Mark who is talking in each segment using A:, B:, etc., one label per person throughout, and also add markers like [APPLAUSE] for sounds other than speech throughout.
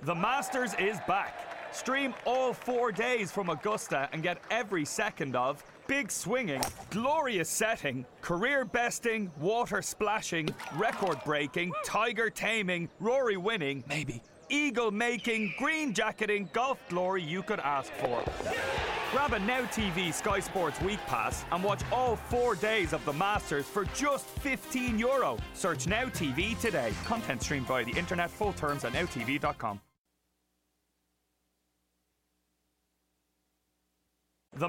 A: The Masters is back. Stream all four days from Augusta and get every second of big swinging, glorious setting, career besting, water splashing, record breaking, tiger taming, Rory winning, maybe, eagle making, green jacketing, golf glory you could ask for. Grab a Now TV Sky Sports Week Pass and watch all four days of the Masters for just 15 euro. Search Now TV today. Content streamed via the internet, full terms at nowtv.com. The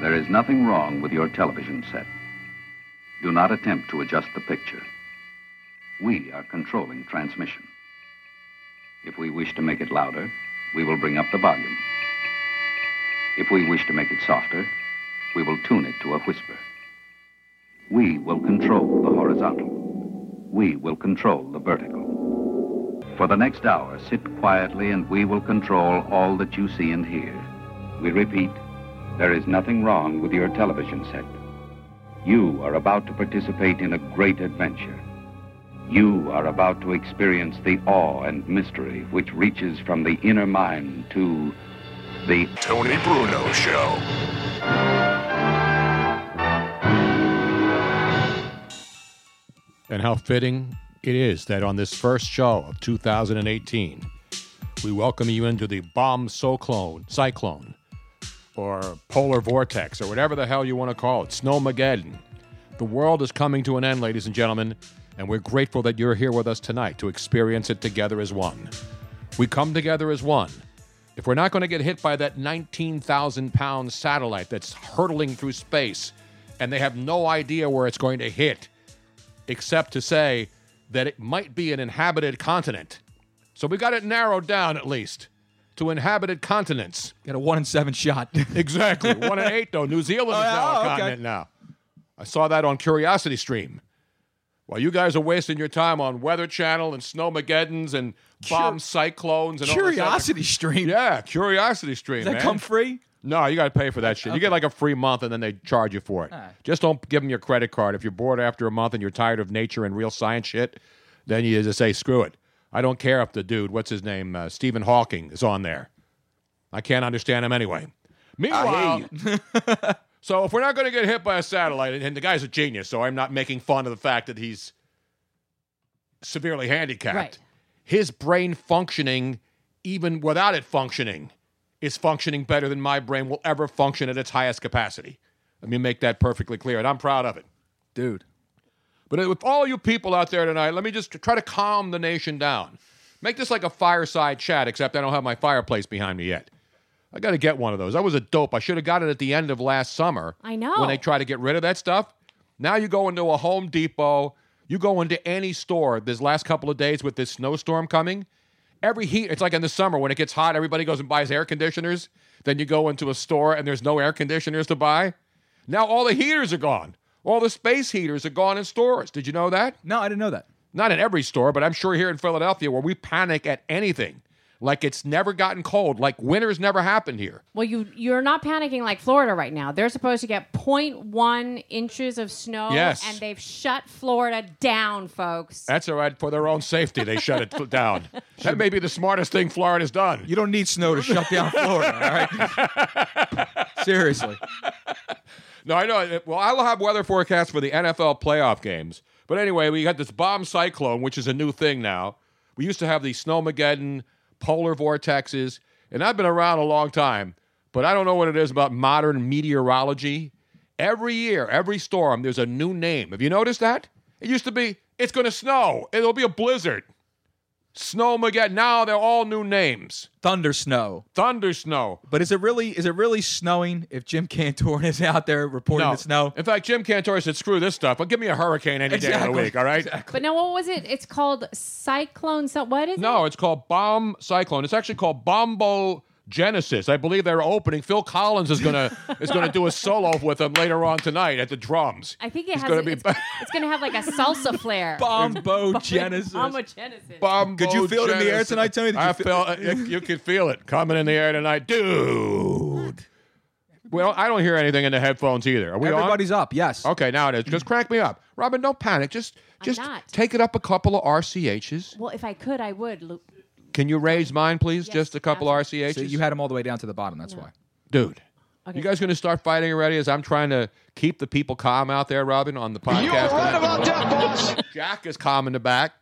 B: There is nothing wrong with your television set. Do not attempt to adjust the picture. We are controlling transmission. If we wish to make it louder, we will bring up the volume. If we wish to make it softer, we will tune it to a whisper. We will control the horizontal. We will control the vertical. For the next hour, sit quietly and we will control all that you see and hear. We repeat, there is nothing wrong with your television set. You are about to participate in a great adventure. You are about to experience the awe and mystery which reaches from the inner mind to the
C: Tony Bruno Show.
D: And how fitting it is that on this first show of 2018, we welcome you into the bomb cyclone, cyclone, or polar vortex, or whatever the hell you want to call it, snowmageddon. The world is coming to an end, ladies and gentlemen, and we're grateful that you're here with us tonight to experience it together as one. We come together as one. If we're not going to get hit by that 19,000 pound satellite that's hurtling through space, and they have no idea where it's going to hit, except to say that it might be an inhabited continent. So we got it narrowed down at least to inhabited continents.
E: Got a one in seven shot.
D: Exactly. One in eight, though.
E: [LAUGHS]
D: New Zealand is
E: yeah.
D: now
E: Oh,
D: a
E: okay.
D: continent now. I saw that on Curiosity Stream. While you guys are wasting your time on Weather Channel and Snowmageddons and bomb cyclones and
E: Curiosity
D: all
E: stream.
D: this other- yeah, Curiosity Stream.
E: Does that
D: man.
E: come free?
D: No, you got to pay for that shit. You get like a free month and then they charge you for it. Just don't give them your credit card. If you're bored after a month and you're tired of nature and real science shit, then you just say, screw it. I don't care if the dude, what's his name, uh, Stephen Hawking, is on there. I can't understand him anyway. Meanwhile, so if we're not going to get hit by a satellite, and- and the guy's a genius, so I'm not making fun of the fact that he's severely handicapped.
F: Right.
D: His brain functioning, even without it functioning, is functioning better than my brain will ever function at its highest capacity. Let me make that perfectly clear, and I'm proud of it.
E: Dude.
D: But uh, with all you people out there tonight, let me just try to calm the nation down. Make this like a fireside chat, except I don't have my fireplace behind me yet. I got to get one of those. I was a dope. I should have got it at the end of last summer.
F: I know.
D: When they tried to get rid of that stuff. Now you go into a Home Depot, you go into any store this last couple of days with this snowstorm coming. Every heat, it's like in the summer when it gets hot, everybody goes and buys air conditioners. Then you go into a store and there's no air conditioners to buy. Now all the heaters are gone. All the space heaters are gone in stores. Did you know that?
E: No, I didn't know that.
D: Not in every store, but I'm sure here in Philadelphia where we panic at anything. Like it's never gotten cold, like winter's never happened here.
F: Well, you you're not panicking like Florida right now. They're supposed to get 0.1 inches of snow,
D: Yes.
F: and they've shut Florida down, folks.
D: That's all right for their own safety. They shut it [LAUGHS] down. That may be the smartest thing Florida's done.
E: You don't need snow to shut down Florida, all right?
D: [LAUGHS]
E: Seriously.
D: No, I know. Well, I'll have weather forecasts for the NFL playoff games. But anyway, we got this bomb cyclone, which is a new thing now. We used to have the snowmageddon, polar vortexes, and I've been around a long time, but I don't know what it is about modern meteorology. Every year, every storm, there's a new name. Have you noticed that? It used to be, it's going to snow. It'll be a blizzard. Snowmageddon. Now they're all new names.
E: Thunder snow.
D: Thunder snow.
E: But is it really is it really snowing if Jim Cantor [LAUGHS] is out there reporting the snow?
D: In fact, Jim Cantor said, "Screw this stuff. But give me a hurricane any day of the
E: Exactly.
D: week." All right.
F: But now, what was it? It's called Cyclone. So what is it?
D: No, it's called Bomb Cyclone. It's actually called Bombo Genesis. I believe they're opening. Phil Collins is gonna is gonna do a solo with them later on tonight at the drums.
F: I think it
D: It's
F: has.
D: gonna
F: a-
D: be-
F: it's, it's going to have like a
D: [LAUGHS]
F: salsa flair.
E: Bombogenesis.
F: [LAUGHS] Bombogenesis.
D: Bombo
E: Could you feel it in the air
D: Genesis.
E: tonight, Tony? Did you
D: I
E: feel-
D: felt you, you could feel it coming in the air tonight, dude. Well, I don't hear anything in the headphones either. Are we on?
E: Everybody's up. Yes.
D: Okay, now it is. Just crank me up, Robin. Don't panic. Just just
F: not.
D: take it up a couple of RCHs.
F: Well, if I could, I would. Lu-
D: Can you raise mine, please?
F: Yes,
D: just a couple of RCHs.
E: So you had him all the way down to the bottom. That's why.
D: dude.
F: Okay.
D: You guys going to start fighting already? As I'm trying to keep the people calm out there, Robin, on the podcast. You're right about that, Jack is calm in the back.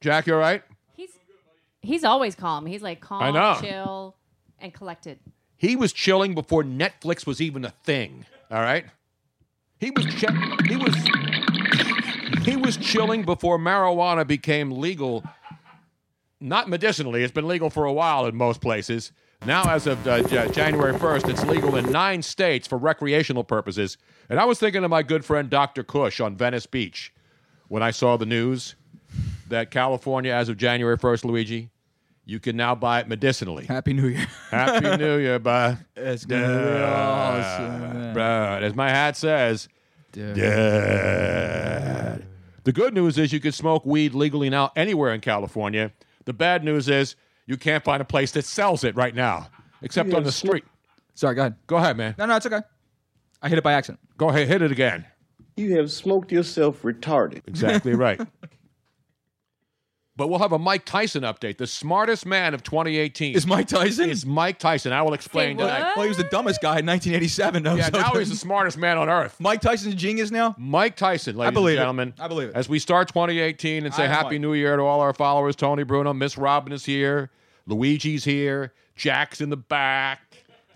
D: Jack, you all right?
F: He's he's always calm. He's like calm,
D: I know.
F: chill, and collected.
D: He was chilling before Netflix was even a thing. All right, he was chi- he was he was chilling before marijuana became legal. Not medicinally, it's been legal for a while in most places. Now, as of uh, Ja- January 1st, it's legal in nine states for recreational purposes. And I was thinking of my good friend Dr. Cush on Venice Beach when I saw the news that California, as of January 1st, Luigi, you can now buy it medicinally.
E: Happy New Year.
D: [LAUGHS] Happy
E: [LAUGHS]
D: New Year, bud.
E: It's gonna be Oh, awesome.
D: Bruh, as my hat says, Dad. The good news is you can smoke weed legally now anywhere in California. The bad news is you can't find a place that sells it right now, except on the street.
E: Sorry. Go ahead.
D: Go ahead, man.
E: No, no, it's okay. I hit it by accident.
D: Go ahead, hit it again.
G: You have smoked yourself retarded.
E: [LAUGHS]
D: Exactly right. But we'll have a Mike Tyson update. The smartest man of 2018
E: Is Mike Tyson?
D: is Mike Tyson. I will explain
F: Say what?
D: tonight.
E: well, he was the dumbest guy in 1987. though,
D: Yeah,
E: so-
D: now he's the smartest man on earth.
E: Mike Tyson's a genius now.
D: Mike Tyson, ladies
E: believe
D: and
E: it.
D: gentlemen.
E: I believe it.
D: As we start 2018 and say
E: I am
D: Happy
E: Mike.
D: New Year to all our followers, Tony Bruno, Miss Robin is here, Luigi's here, Jack's in the back.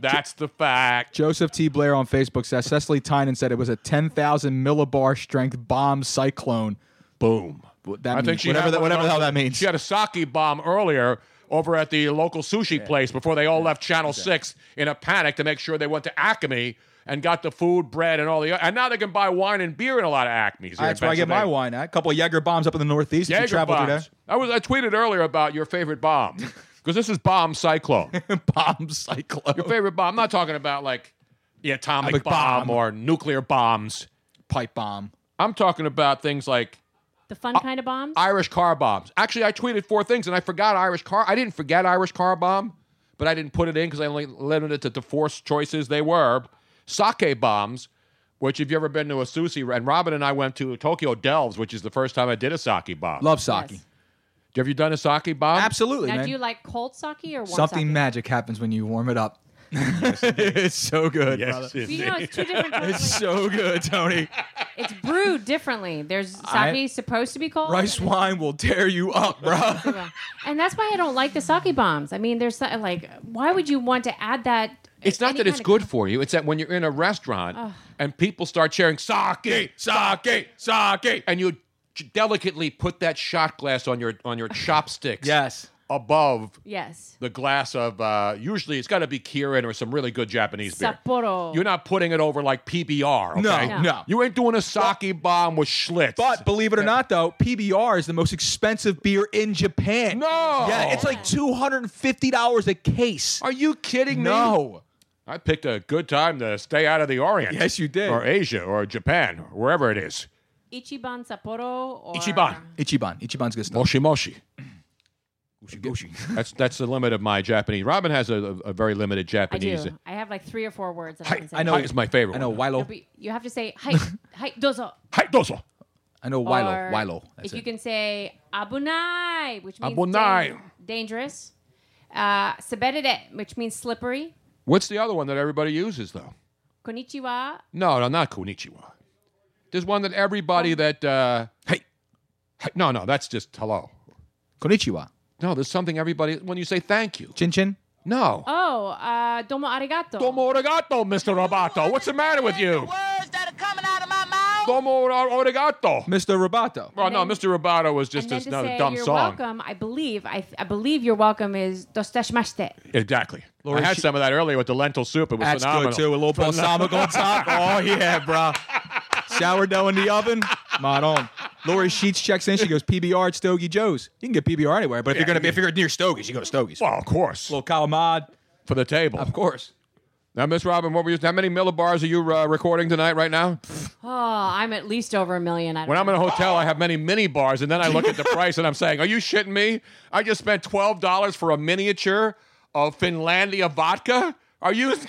D: That's the fact.
E: Joseph T. Blair on Facebook says Cecily Tynan said it was a 10,000 millibar strength bomb cyclone.
D: Boom.
E: Wh- That
D: I
E: means
D: think she
E: whatever
D: had
E: the,
D: one
E: whatever the
D: of
E: hell
D: those-
E: that means.
D: She had a sake bomb earlier over at the local sushi place before they all left Channel 6 in a panic to make sure they went to Acme and got the food, bread, and all the And now they can buy wine and beer in a lot of Acme's. here in
E: That's where I get my
D: Pennsylvania.
E: wine at. A couple of Jaeger bombs up in the Northeast. if you
D: Jaeger
E: travel through
D: bombs. I was I tweeted earlier about your
E: [LAUGHS]
D: favorite bomb because this is bomb cyclone.
E: there. [LAUGHS] bomb cyclone.
D: Your favorite bomb. I'm not talking about like the atomic
E: Atomic
D: bomb,
E: bomb.
D: or nuclear bombs.
E: Pipe bomb.
D: I'm talking about things like
F: The fun
D: Uh,
F: kind of bombs.
D: Irish car bombs. Actually, I tweeted four things and I forgot Irish car. I didn't forget Irish car bomb, but I didn't put it in because I only limited it to the four choices they were. Sake bombs, which if you've ever been to a sushi, and Robin and I went to Tokyo Delves, which is the first time I did a sake bomb.
E: Love sake.
F: Yes.
D: Have you done a sake bomb?
E: Absolutely,
F: now,
E: man.
F: do you like cold sake or warm
E: Something
F: sake?
E: magic happens when you warm it up. [LAUGHS] it's so good, brother.
D: Yes, it
F: Do you know it's two
E: [LAUGHS]
F: different.
E: It's
F: it's, [LAUGHS]
E: so good, Tony.
F: it's brewed differently. There's sake
E: I-
F: supposed to be cold.
E: Rice wine will tear you up, bro.
F: and that's why I don't like the sake bombs. I mean, there's so- like, why would you want to add that?
D: It's not
F: any
D: that it's
F: kind
D: good
F: of-
D: for you. It's that when you're in a restaurant and people start cheering sake, sake, sake, and you j- delicately put that shot glass on your
F: [LAUGHS]
D: on your chopsticks.
E: yes.
D: Above
F: Yes.
D: the glass of uh, usually it's got to be Kirin or some really good Japanese beer.
F: Sapporo.
D: You're not putting it over like PBR. Okay?
E: No,
F: No.
E: no.
D: You ain't doing a sake bomb with Schlitz.
E: But believe it or not, though, PBR is the most expensive beer in Japan.
D: No!
E: Yeah, it's
F: Oh.
E: like $250 a case.
D: are you kidding me?
E: No.
D: I picked a good time to stay out of the Orient.
E: Yes, you did.
D: Or Asia or Japan or wherever it is.
F: Ichiban Sapporo or um,
D: Ichiban.
E: Ichiban. Ichiban's good stuff.
D: Moshi Moshi. That's that's the limit of my Japanese. Robin has a, a, a very limited
F: I do.
D: Japanese.
F: I have like three or four words. That I, can say.
E: I know.
D: Hi is my favorite.
E: I know
D: one.
F: No,
E: Wilo.
F: but you have to say
E: [LAUGHS]
F: hi, hi, dozo.
D: Hi, dozo.
E: I know
F: Or
E: Wilo. Wilo. That's
F: if you
E: it.
F: can say abunai, which means
D: Abunai.
F: dan- dangerous. Uh, sebedede, which means slippery.
D: What's the other one that everybody uses though?
F: Konnichiwa.
D: No, no, not konnichiwa. There's one that everybody that uh, hey, hey, no, no, that's just hello.
E: Konnichiwa.
D: No, there's something everybody when you say thank you.
E: Chin Chin.
D: No.
F: Oh, uh, domo arigato.
D: Domo arigato, Mr. Roboto. What's the matter with you?
H: words that are coming out of my mouth.
D: Domo Oregato.
E: Mr. Roboto.
D: Well, no,
F: And then-
D: Mr. Roboto was just
F: and then to
D: another
F: say
D: dumb
F: you're
D: song.
F: welcome, I believe. I, I believe you're welcome is dosteshmashte.
D: Exactly.
E: Lori,
D: I had
E: she-
D: some of that earlier with the lentil soup. It was
E: That's
D: phenomenal.
E: good too. A little balsamic on top. Oh yeah, bro. Sourdough in the oven. Mod on. Lori Sheets checks in. She goes PBR at Stogie Joe's. You can get PBR anywhere, but if you're gonna be, if you're near Stogie's, you go to Stogie's.
D: Well, of course,
E: little Kalamad,
D: for the table.
E: of course.
D: Now, Miss Robin, what were you? How many millibars are you uh, recording tonight? Right now,
F: Oh, I'm at least over a million. I don't
D: when I'm
F: know.
D: in a hotel, I have many mini bars, and then
E: [LAUGHS]
D: I look at the price and I'm saying, "Are you shitting me? I just spent twelve dollars for a miniature of Finlandia vodka. Are you?" [LAUGHS]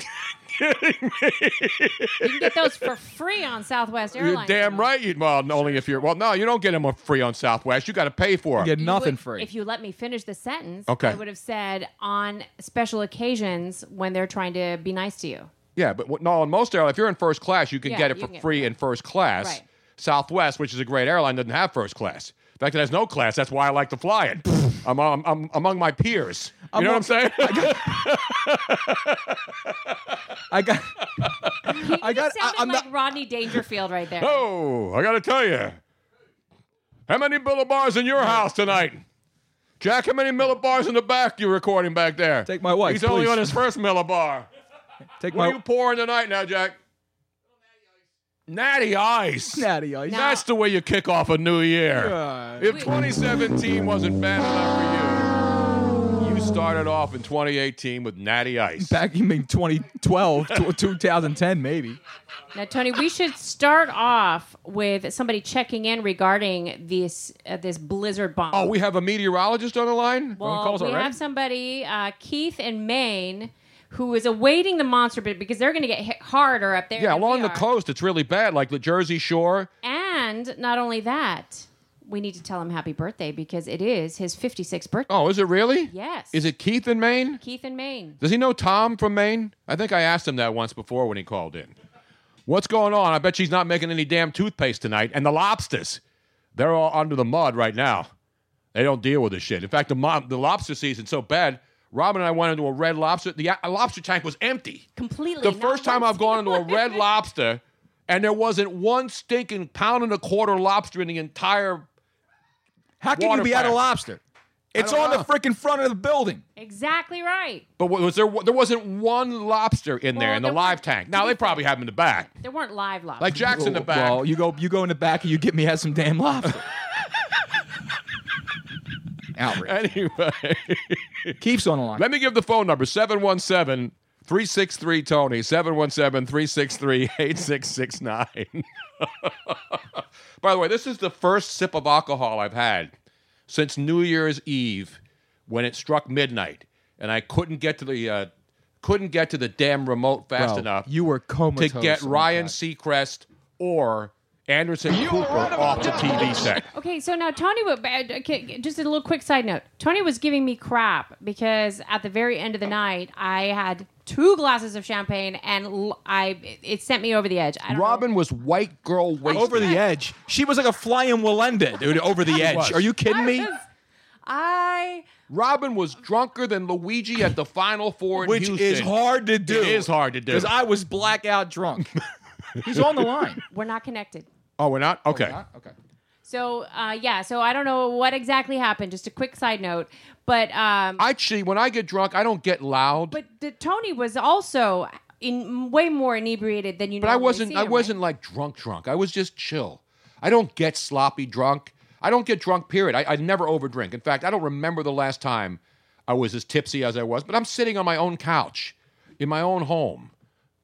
D: kidding me?
F: you can get those for free on Southwest
D: [LAUGHS] You're
F: Airlines.
D: damn right. You well, only if you're well. No, you don't get them free on Southwest. You got to pay
E: You
D: for them.
E: get
F: You
E: nothing
F: would-
E: free.
F: If you let me finish the sentence,
D: Okay.
F: I would have said on special occasions when they're trying to be nice to
D: [LAUGHS]
F: you.
D: Yeah, but what- no, on most airlines, if you're in first class, you can
F: Yeah,
D: get it
F: you
D: for
F: can get-
D: free in first class.
F: Right.
D: Southwest, which is a great airline, doesn't have first class. In fact, it has no class. That's why I like to fly it. I'm, I'm, I'm among my peers. You know what I'm saying?
E: I got.
D: [LAUGHS]
E: I
F: I
E: got. I,
F: sounded
E: I'm
F: like
E: not.
F: Rodney Dangerfield right
D: [LAUGHS]
F: there.
D: oh, I got to tell you. How many millibars in your house tonight? Jack, how many millibars in the back you recording back there?
E: Take my wife,
D: He's only
E: please. [LAUGHS]
D: on his first millibar.
E: Take
D: What are
E: my
D: you pouring tonight now, Jack? Natty ice.
E: natty ice.
F: No.
D: That's the way you kick off a new year.
E: God.
D: If 2017 wasn't bad enough for you, you started off in 2018 with Natty Ice.
E: Back you mean 2012, tw- 2010 maybe.
F: Now, Tony, we should start off with somebody checking in regarding this uh, this blizzard bomb.
D: oh, we have a meteorologist on the line?
F: well,
E: calls
F: we
E: already?
F: have somebody, uh, Keith in Maine, who is awaiting the monster bit because they're going to get hit harder up there.
D: yeah,
F: than we
D: along the
F: are.
D: coast, it's really bad, like the Jersey Shore.
F: And not only that, we need to tell him happy birthday because it is his 56th birthday.
D: Oh, is it really?
F: Yes.
D: Is it Keith in Maine?
F: Keith in Maine.
D: Does he know Tom from Maine? I think I asked him that once before when he called in. What's going on? I bet she's not making any damn toothpaste tonight. And the lobsters, they're all under the mud right now. They don't deal with this shit. In fact, the, mo- the lobster season's so bad. Robin and I went into a red lobster. The a- lobster tank was empty.
F: Completely.
D: The
F: not
D: first time
F: once.
D: I've gone into a red lobster, and there wasn't one stinking pound and a quarter lobster in the entire.
E: How can
D: Water
E: you be out of
D: fire.
E: lobster? It's
D: don't
E: on
D: know.
E: the freaking front of the building.
F: Exactly right.
D: But wa- was there? There wasn't one lobster in there
F: Well,
D: in the
F: there
D: live
F: was-
D: tank. Now they probably have them in the back.
F: There weren't live lobsters.
D: Like Jack's in the back.
E: Well, you go you go in the back and you get me had some damn
D: [LAUGHS]
E: lobster. Outrage.
D: Anyway,
E: [LAUGHS] Keeps on the line.
D: let me give the phone number 717 363 Tony, 717 363 8669. [LAUGHS] By the way, this is the first sip of alcohol I've had since New Year's Eve when it struck midnight and I couldn't get to the. Uh, couldn't get to the damn remote fast
E: Bro,
D: enough.
E: you were comatose
D: to get
E: on
D: Ryan
E: that.
D: Seacrest or Anderson Cooper off the TV set.
F: Okay, so now Tony, wa- uh, okay, just a little quick side note. Tony was giving me crap because at the very end of the night, I had two glasses of champagne and l- I it sent me over the edge. I don't know.
D: Robin was white girl wasted.
E: over the edge. She was like a flying Walenda, dude, over the edge.
D: was.
E: Are you kidding me?
F: I
D: Robin was drunker than Luigi at the Final Four in
E: Which
D: Houston.
E: is hard to do.
D: It is hard to do.
E: Because I was blackout
D: [LAUGHS]
E: drunk. He's on the [LAUGHS] line.
F: we're not connected.
D: oh, we're not okay.
E: okay.
F: So uh, yeah, so I don't know what exactly happened. Just a quick side note, but um,
D: I cheat when I get drunk. I don't get loud, but,
F: but the, Tony was also in way more inebriated than you. But
D: I wasn't. I wasn't like drunk drunk. I was just chill. I don't get sloppy drunk. I don't get drunk. Period. I, I never overdrink. In fact, I don't remember the last time I was as tipsy as I was. But I'm sitting on my own couch in my own home.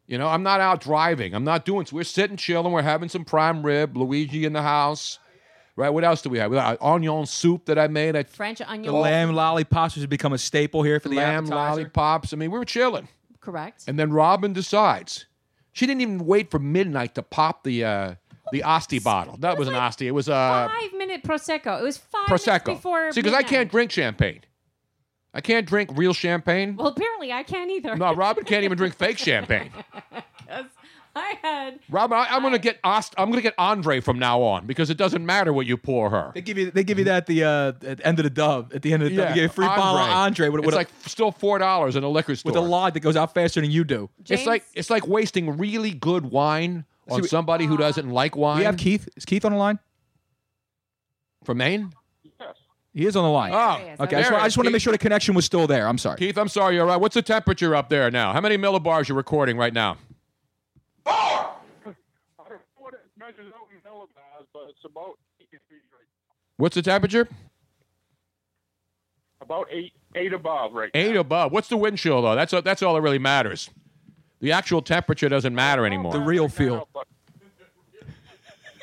D: You know, I'm not out driving. I'm not doing. We're sitting chill and we're having some prime rib. Luigi in the house. Right. What else do we have? We got Onion soup that I made. I
F: French onion.
E: The lamb lollipops has become a staple here for the
D: lamb
E: appetizer.
D: lollipops. I mean, we were chilling.
F: correct.
D: And then Robin decides she didn't even wait for midnight to pop the uh, the Osti bottle. That was an Osti. It was uh,
F: five minute prosecco. It was five minutes
D: prosecco.
F: before.
D: See, because I
F: midnight.
D: can't drink champagne. I can't drink real champagne.
F: Well, apparently I can't either.
D: no, Robin can't even drink
F: [LAUGHS]
D: fake champagne.
F: 'Cause I had.
D: Robin, I, I'm gonna get Ost, I'm gonna get Andre from now on because it doesn't matter what you pour her.
E: They give you they give you that at the uh, at the end of the dub at the end of the dub you get a free bottle of Andre with,
D: it's
E: with, a,
D: like still four dollars in a liquor store.
E: with a lot that goes out faster than you do.
F: James,
D: It's like it's like wasting really good wine on
E: we-
D: somebody who doesn't like wine
E: We have Keith. Is Keith on the line?
D: from Maine?
E: He is on the line.
D: Oh,
F: Yes,
E: okay.
F: I
E: I just,
D: there
E: wa-
D: it
E: I
D: is.
E: just want to
D: Keith.
E: make sure the connection was still there. I'm
D: [LAUGHS]
E: sorry.
D: Keith, I'm sorry, you're right. What's the temperature up there now? How many millibars you recording right now?
H: I don't know what it measures out in millibars, but it's about eight degrees right
D: What's the temperature?
H: About eight, eight above right
D: Eight above. What's the wind chill though? That's that's all that really matters. The actual temperature doesn't matter
E: The
D: anymore.
E: real
H: now.
E: feel.
H: but-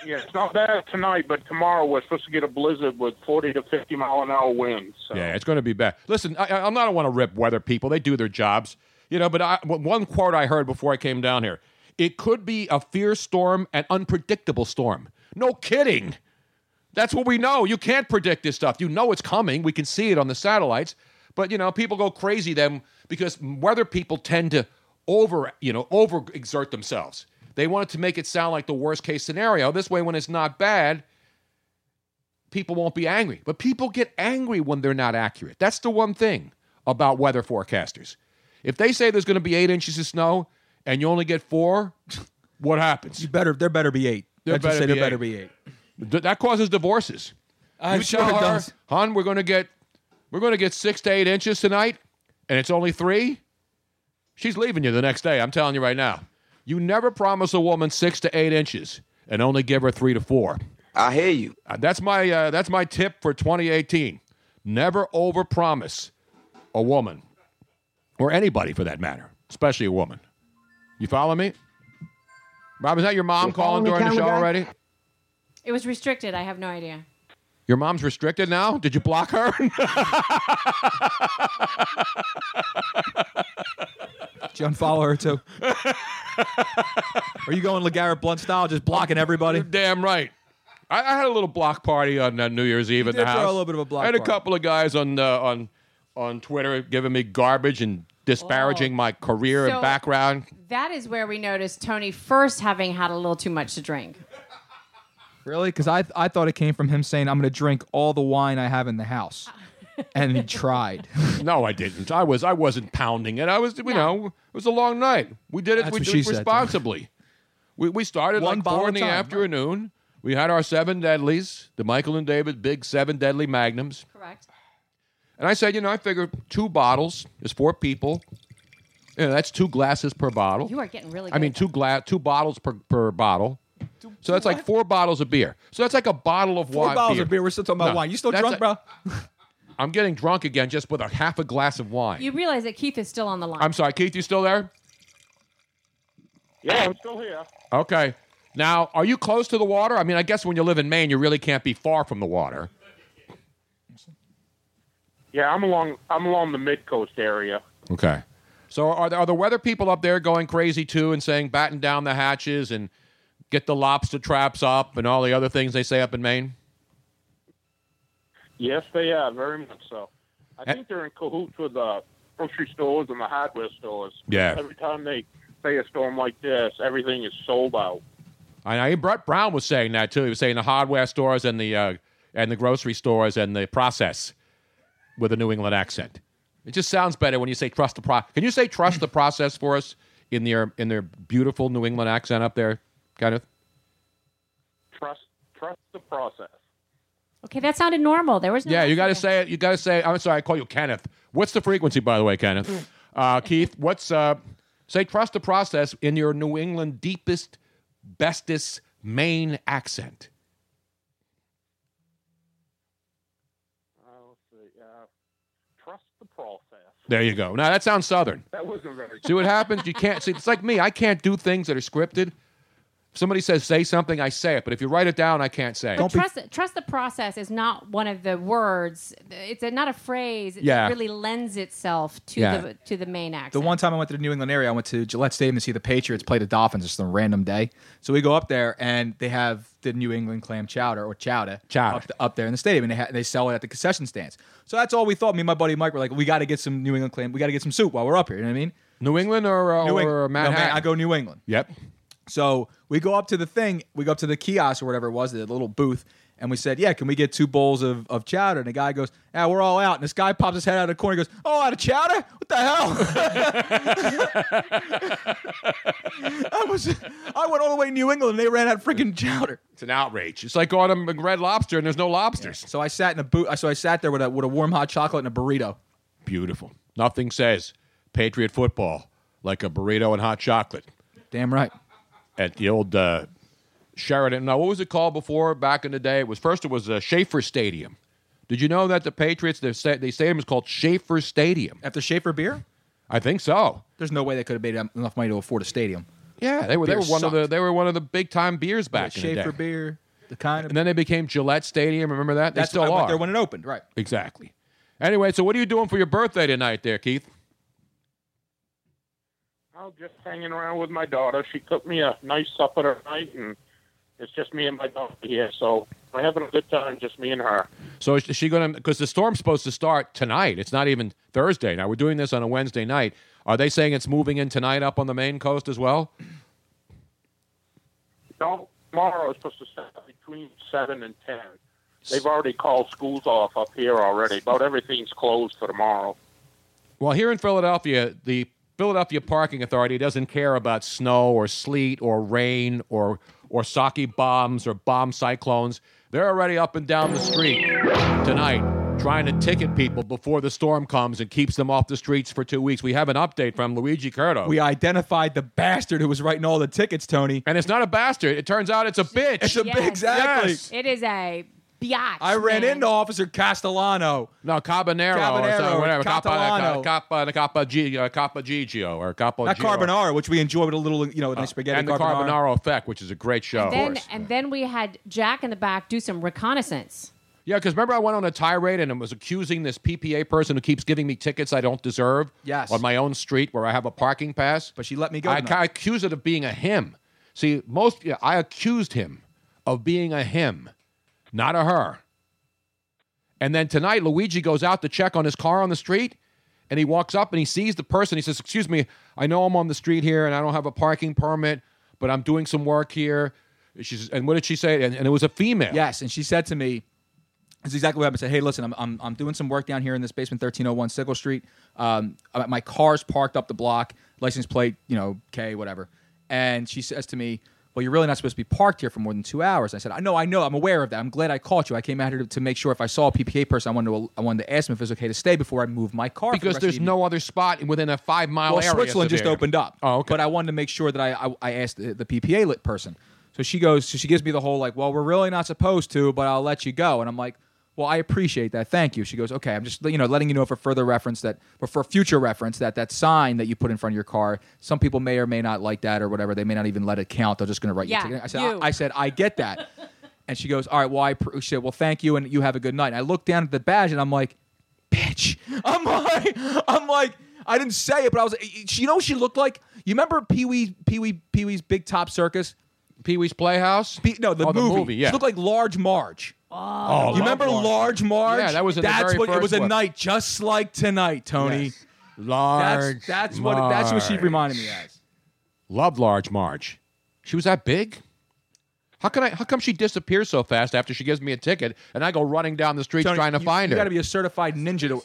H: yeah, it's not bad tonight, but tomorrow we're supposed to get a blizzard with 40 to 50 mile an hour winds. So.
D: Yeah, it's going to be bad. Listen, I, I- I'm not want to rip weather people. They do their jobs, you know. But I, w- one quote I heard before I came down here: "It could be a fierce storm, an unpredictable storm." No kidding. That's what we know. You can't predict this stuff. You know it's coming. We can see it on the satellites. But you know, people go crazy then because weather people tend to over, you know, over exert themselves. They want it to make it sound like the worst case scenario. This way, when it's not bad, people won't be angry. But people get angry when they're not accurate. That's the one thing about weather forecasters. If they say there's going to be eight inches of snow and you only get four, [LAUGHS] what happens?
E: You better. There better be eight.
D: There
E: Let's just
D: better
E: say
D: be
E: there better
D: eight.
E: be eight.
D: Th- that causes divorces.
E: I'm
D: you
E: sure
D: tell
E: it
D: her,
E: does.
D: hon, we're gonna get we're gonna get six to eight inches tonight, and it's only three. She's leaving you the next day. I'm telling you right now. You never promise a woman six to eight inches and only give her three to four.
I: I hear you.
D: Uh, that's my uh, that's my tip for 2018. Never overpromise a woman or anybody for that matter, especially a woman. You follow me? Rob, is that your mom calling during the show already?
F: It was restricted. I have no idea.
D: Your mom's restricted now? Did you block her? [LAUGHS]
E: Did you unfollow her too? Are you going LeGarrette Blunt style, just blocking everybody?
D: You're damn right. I, I had a little block party on uh, New Year's Eve at
E: did
D: the
E: throw
D: house.
E: a little bit of a block
D: I had a
E: party.
D: couple of guys on uh, on on Twitter giving me garbage and disparaging
F: Oh.
D: my career
F: So-
D: and background.
F: That is where we noticed Tony first having had a little too much to drink.
E: Really? Because I I thought it came from him saying I'm going to drink all the wine I have in the house, and he tried.
D: No, I didn't. I was I wasn't pounding it. I was you know it was a long night. We did it.
E: That's
D: we
E: what
D: did
E: she
D: it
E: said, though.
D: responsibly. We we started
E: One
D: like
E: bottle
D: four in
E: at
D: the
E: a time.
D: afternoon. We had our seven deadlies, the Michael and David big seven deadly magnums.
F: Correct.
D: And I said, you know, I figured two bottles is four people. You know, that's two glasses per bottle.
F: You are getting really. Good
D: I mean, two gla- two bottles per, per bottle. so that's like four bottles of beer. So that's like a bottle of
E: Four
D: wine.
E: bottles of beer. We're still talking about
D: No,
E: wine. You still
D: that's
E: drunk,
D: a-
E: bro?
D: [LAUGHS] I'm getting drunk again just with a half a glass of wine.
F: You realize that Keith is still on the line.
D: I'm sorry, Keith, you still there?
H: Yeah, I'm still here.
D: Okay. Now, are you close to the water? I mean, I guess when you live in Maine, you really can't be far from the water.
H: Yeah, I'm along. I'm along the mid coast area.
D: Okay. So are the, are the weather people up there going crazy too and saying batten down the hatches and get the lobster traps up and all the other things they say up in Maine?
H: Yes, they are very much so.
D: Eh.
H: I think they're in cahoots with the grocery stores and the hardware stores.
D: Yeah.
H: Every time they say a storm like this, everything is sold out.
D: I know Brett Brown was saying that too. He was saying the hardware stores and the uh, and the grocery stores and the process with a New England accent. It just sounds better when you say trust the pro. Can you say trust the process for us in their in their beautiful New England accent up there, Kenneth?
H: Trust, trust the process.
F: okay, that sounded normal. There was no
D: Yeah, you got to
F: accident.
D: say it. You got to say. I'm sorry, I call you Kenneth. What's the frequency, by the way, Kenneth? Uh, Keith, what's uh, say? Trust the process in your New England deepest, bestest Maine accent.
H: Uh, let's see. Uh, trust the process.
D: There you go. Now that sounds southern.
H: That wasn't very.
D: [LAUGHS] See what happens? You can't see. It's like me. I can't do things that are scripted. If somebody says say something, I say it. But if you write it down, I can't say.
F: But
D: it.
F: trust, trust the process is not one of the words. It's a, not a phrase. It
D: Yeah.
F: really lends itself to
D: Yeah.
F: the to the main accent.
E: The one time I went to the New England area, I went to Gillette Stadium to see the Patriots play the Dolphins just on a random day. So we go up there and they have the New England clam chowder or chowder,
D: Chowder.
E: Up, up there in the stadium and they, ha- they sell it at the concession stands. So that's all we thought. Me and my buddy Mike were like, we got to get some New England clam. We got to get some soup while we're up here. You know what I mean?
D: New England or uh,
E: New Eng-
D: or
E: No, man,
D: Manhattan?
E: I go New England.
D: Yep.
E: So we go up to the thing, we go up to the kiosk or whatever it was, the little booth, and we said, Yeah, can we get two bowls of, of chowder? And the guy goes, Yeah, we're all out. And this guy pops his head out of the corner and goes, Oh, out of chowder? What the hell? [LAUGHS] I was I went all the way to New England and they ran out of freaking chowder.
D: It's an outrage. It's like going to Red Lobster and there's no lobsters.
E: So I sat in a boot so I sat there with a with a warm hot chocolate and a burrito.
D: Beautiful. Nothing says Patriot football like a burrito and hot chocolate
E: Damn right.
D: at the old uh, Sheridan. Now, what was it called before? Back in the day, it was first. It was uh, Schaefer Stadium. Did you know that the Patriots their, sta- their stadium is called Schaefer Stadium?
E: After Schaefer beer?
D: I think so.
E: There's no way they could have made enough money to afford a stadium.
D: Yeah, they were they
E: Beer
D: were one of the
E: sucked.
D: they were one of the big time beers back in the day.
E: Schaefer beer, the kind of
D: And then they became Gillette Stadium. Remember that? They
E: that's
D: still
E: I went
D: are.
E: there when it opened, right?
D: Exactly. Anyway, so what are you doing for your birthday tonight, there, Keith?
H: I'm just hanging around with my daughter. She cooked me a nice supper tonight, and it's just me and my daughter here. So we're having a good time, just me and her.
D: So is is she going to? Because the storm's supposed to start tonight. It's not even Thursday. Now we're doing this on a Wednesday night. Are they saying it's moving in tonight up on the main coast as well?
H: No, tomorrow is supposed to start between seven and ten. They've already called schools off up here already. About everything's closed for tomorrow.
D: Well, here in Philadelphia, the Philadelphia Parking Authority doesn't care about snow or sleet or rain or or sake bombs or bomb cyclones. They're already up and down the street tonight trying to ticket people before the storm comes and keeps them off the streets for two weeks. We have an update from Luigi Curto.
E: We identified the bastard who was writing all the tickets, Tony.
D: and it's not a bastard. It turns out it's a bitch.
E: It's a
F: Yes.
E: exactly.
D: Yes.
F: It is a biatch.
E: I ran
F: man.
E: into Officer Castellano.
D: No, Cabanero, or
E: Cabanero,
D: something, whatever.
E: Catalano.
D: Capa, uh, Capa, Capa, G, uh, Capa Gigio or Capa
E: Not
D: Giro.
E: carbonara, which we enjoy with a little, you know, nice spaghetti
D: Uh, And the
E: carbonara.
D: Carbonaro Effect, which is a great show.
F: Then, and then we had Jack in the back do some reconnaissance.
D: yeah, because remember I went on a tirade and I was accusing this PPA person who keeps giving me tickets I don't deserve
E: Yes.
D: on my own street where I have a parking pass?
E: But she let me go
D: I,
E: tonight.
D: I accuse it of being a him. See, most, yeah, I accused him of being a him, not a her. And then tonight, Luigi goes out to check on his car on the street, and he walks up and he sees the person. He says, "Excuse me, I know I'm on the street here, and I don't have a parking permit, but I'm doing some work here." She's, and what did she say? And, and it was a female.
E: Yes, and she said to me, "That's exactly what happened." Said, "Hey, listen, I'm, I'm, I'm doing some work down here in this basement, 1301 Sickle Street. Um, uh, my car's parked up the block, license plate, you know, K, whatever." And she says to me, "Well, you're really not supposed to be parked here for more than two hours." I said, "I know, I know, I'm aware of that. I'm glad I caught you. I came out here to, to make sure if I saw a PPA person, I wanted to, I wanted to ask him if it's okay to stay before I move my car for the
D: Because
E: rest of the
D: there's
E: evening."
D: no other spot within a five mile
E: well,
D: area.
E: Switzerland
D: so
E: just
D: there-
E: opened up.
D: Oh, okay.
E: But I wanted to make sure that I I, I asked the, the PPA lit person. So she goes, so she gives me the whole like, well, we're really not supposed to, but I'll let you go. And I'm like, well, I appreciate that. Thank you. She goes, okay, I'm just you know letting you know for further reference that, or for future reference that that sign that you put in front of your car, some people may or may not like that or whatever. They may not even let it count. They're just going to write
F: Yeah,
E: you. a ticket. I said,
F: you.
E: I, I said, I get that. and she goes, all right, well, I pr- she said, well, thank you, and you have a good night. And I look down at the badge and I'm like, bitch. [LAUGHS] I'm like, I'm like, I didn't say it, but I was. You know, what she looked like. You remember Pee Wee, Pee Wee, Pee Wee's Big Top Circus?
D: Pee Wee's Playhouse.
E: Pee, no, the,
D: Oh,
E: movie.
D: Yeah.
E: She looked like Large Marge.
D: oh,
E: you remember Large Marge?
D: Yeah, that was in the
E: That's
D: very
E: what it
D: first
E: was. A
D: one.
E: night just like tonight, Tony.
D: Yes. Large.
E: That's that's what that's what she
D: Marge.
E: reminded me as.
D: Loved Large Marge. She was that big? How can I how come she disappears so fast after she gives me a ticket and I go running down the street
E: Tony,
D: trying to
E: you,
D: find
E: you
D: her?
E: got to be a certified ninja to.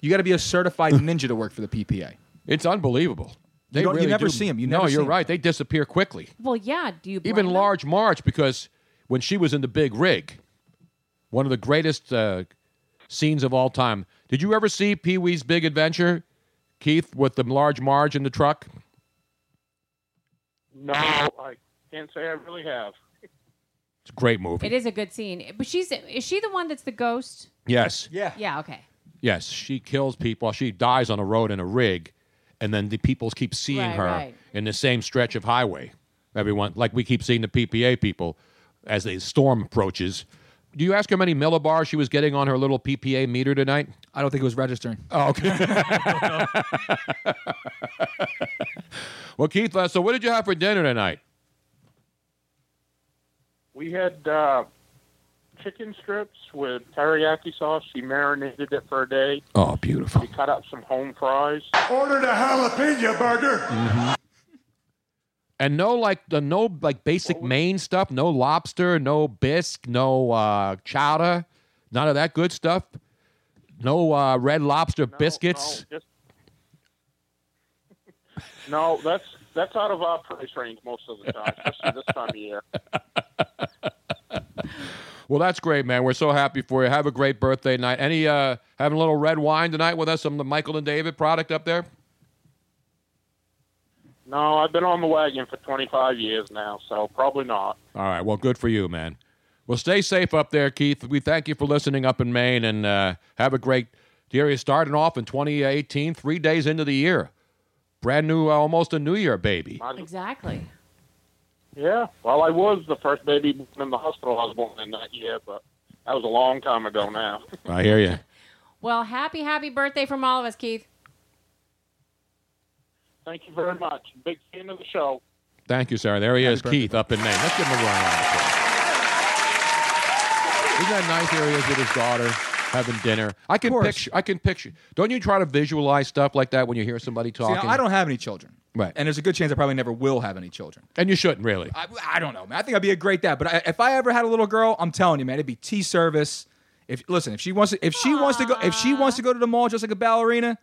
E: You got to be a certified [LAUGHS] ninja to work for the PPA.
D: it's unbelievable. They
E: don't- you
D: really
E: never
D: do.
E: see 'em. You
D: no,
E: never see
D: you're
E: 'em.
D: right. They disappear quickly.
F: Well, yeah. Do you blame
D: Even
F: them?
D: Large Marge, because when she was in the big rig, one of the greatest uh, scenes of all time. Did you ever see Pee Wee's Big Adventure, Keith, with the Large Marge in the truck?
H: No, I can't say I really have.
D: It's a great movie.
F: It is a good scene, but she's is she the one that's the ghost?
D: Yes.
F: Yeah. Okay.
D: Yes, she kills people. She dies on a road in a rig, and then the people keep seeing
F: Right,
D: her
F: right.
D: in the same stretch of highway. Everyone, like we keep seeing the PPA people as the storm approaches. Do you ask how many millibars she was getting on her little PPA meter tonight?
E: I don't think it was registering.
D: Oh, okay.
E: [LAUGHS]
D: well, Keith, uh, so what did you have for dinner tonight?
H: We had uh, chicken strips with teriyaki sauce. She marinated it for a day.
D: Oh, beautiful.
H: We cut up some home fries.
C: Ordered a jalapeno burger.
D: Mm-hmm. And no like the no like basic main stuff, no lobster, no bisque, no uh, chowder, none of that good stuff. No uh, red lobster biscuits.
H: No, just- No, that's that's out of our price range most of the time, especially this time of year.
D: [LAUGHS] Well, that's great, man. We're so happy for you. Have a great birthday night. Any uh, having a little red wine tonight with us? Some of the Michael and David product up there.
H: No, I've been on the wagon for 25 years now, so probably not.
D: All right. Well, good for you, man. Well, stay safe up there, Keith. We thank you for listening up in Maine and uh, have a great year. You're starting off in 2018, three days into the year. Brand new, uh, almost a new year, baby.
F: Exactly.
H: Yeah, well, I was the first baby born in the hospital I was born in that year, but that was a long time ago now.
D: I hear you.
F: Well, happy, happy birthday from all of us, Keith.
H: Thank you very much. Big fan of the show.
D: Thank you, sir. There he is,
E: birthday.
D: Keith, up in Maine. Let's give him a round of applause. Isn't that nice? There he is with his daughter having dinner. I can
E: course.
D: picture. I can picture. Don't you try to visualize stuff like that when you hear somebody
E: See,
D: talking?
E: I don't have any children.
D: Right.
E: And there's a good chance I probably never will have any children.
D: And you shouldn't really.
E: I, I don't know, man. I think I'd be a great dad. But I, if I ever had a little girl, I'm telling you, man, it'd be tea service. If listen, if she wants to, if she wants to go, if she wants to go to the mall just like a ballerina,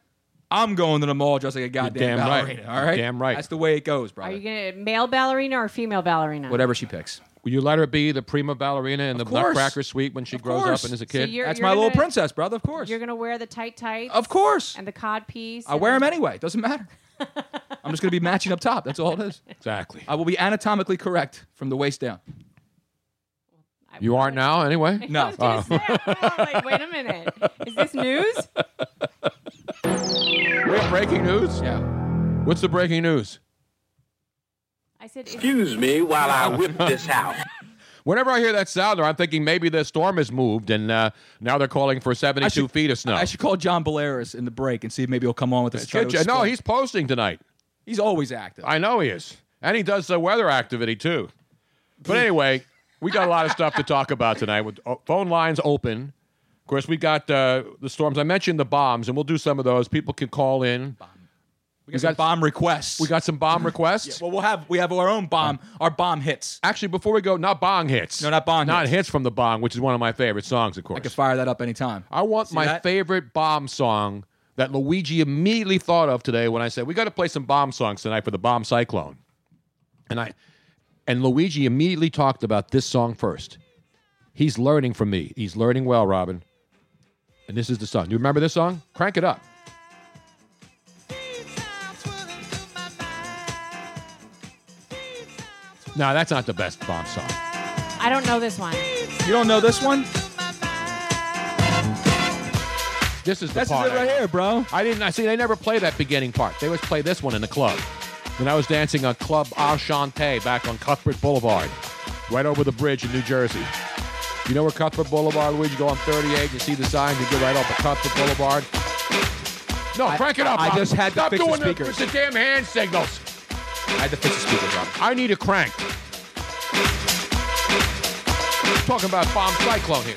E: I'm going to the mall just like a goddamn
D: damn right.
E: ballerina.
D: You're
E: All right,
D: damn right.
E: That's the way it goes,
F: Are
E: brother.
F: you gonna male ballerina or female ballerina?
E: Whatever she picks.
D: Will you let her be the prima ballerina in the
E: course.
D: Nutcracker Suite when she
E: Of
D: grows
E: course.
D: up and is a
E: So
D: kid?
F: you're-
E: That's my little
F: gonna-
E: princess, brother. Of course.
F: You're gonna wear the tight tights.
E: of course.
F: And the cod piece.
E: I wear them anyway. Doesn't matter. I'm just gonna be matching up top. That's all it is.
D: Exactly.
E: I will be anatomically correct from the waist down.
D: You aren't [LAUGHS] now, Oh, anyway.
E: [LAUGHS]
D: Oh.
E: No.
F: I was gonna say, I'm like, [LAUGHS] wait a minute. Is this
E: [LAUGHS]
F: news?
D: [LAUGHS] We have breaking news.
E: Yeah.
D: What's the breaking news?
F: I said, is-
I: Excuse me while I whip this out.
D: [LAUGHS] Whenever I hear that sounder, I'm thinking maybe the storm has moved and uh, now they're calling for 72
E: should-
D: feet of snow.
E: I should call John Belaris in the break and see if maybe he'll come on with us.
D: Should you- no, he's posting tonight.
E: he's always active.
D: I know he is, and he does the weather activity too. But anyway, we got a lot of stuff to talk about tonight. With oh, phone lines open, of course, we got uh, the storms. I mentioned the bombs, and we'll do some of those. People can call in.
E: we got, some
D: got-
E: bomb requests.
D: We got some bomb requests.
E: Well, we'll have we have our own bomb, our bomb hits.
D: Actually, before we go, not bong hits.
E: No, not bong
D: Not
E: hits.
D: hits. from the bong, which is one of my favorite songs, of course.
E: I could fire that up anytime.
D: I want my
E: that?
D: favorite bomb song that Luigi immediately thought of today when I said we got to play some bomb songs tonight for the bomb cyclone, and I and Luigi immediately talked about this song first. He's learning from me. He's learning well, Robin. And this is the song. Do you remember this song? Crank it up. No, that's not the best bomb song.
F: I don't know this one.
E: You don't know this one?
D: This is the
E: This is it
D: part I-
E: right here, bro.
D: I didn't. I see. They never play that beginning part. They always play this one in the club. When I was dancing on Club Ashante back on Cuthbert Boulevard, right over the bridge in New Jersey. You know where Cuthbert Boulevard, Luigi? You go on 38, you see the signs, you get right off of Cuthbert Boulevard. No,
E: I-
D: crank it up.
E: I
D: Bob.
E: just had to
D: Stop
E: fix the
D: doing
E: speakers.
D: The, damn hand signals.
E: I had to fix the speaker, bro.
D: I need a crank. Talking about bomb cyclone here.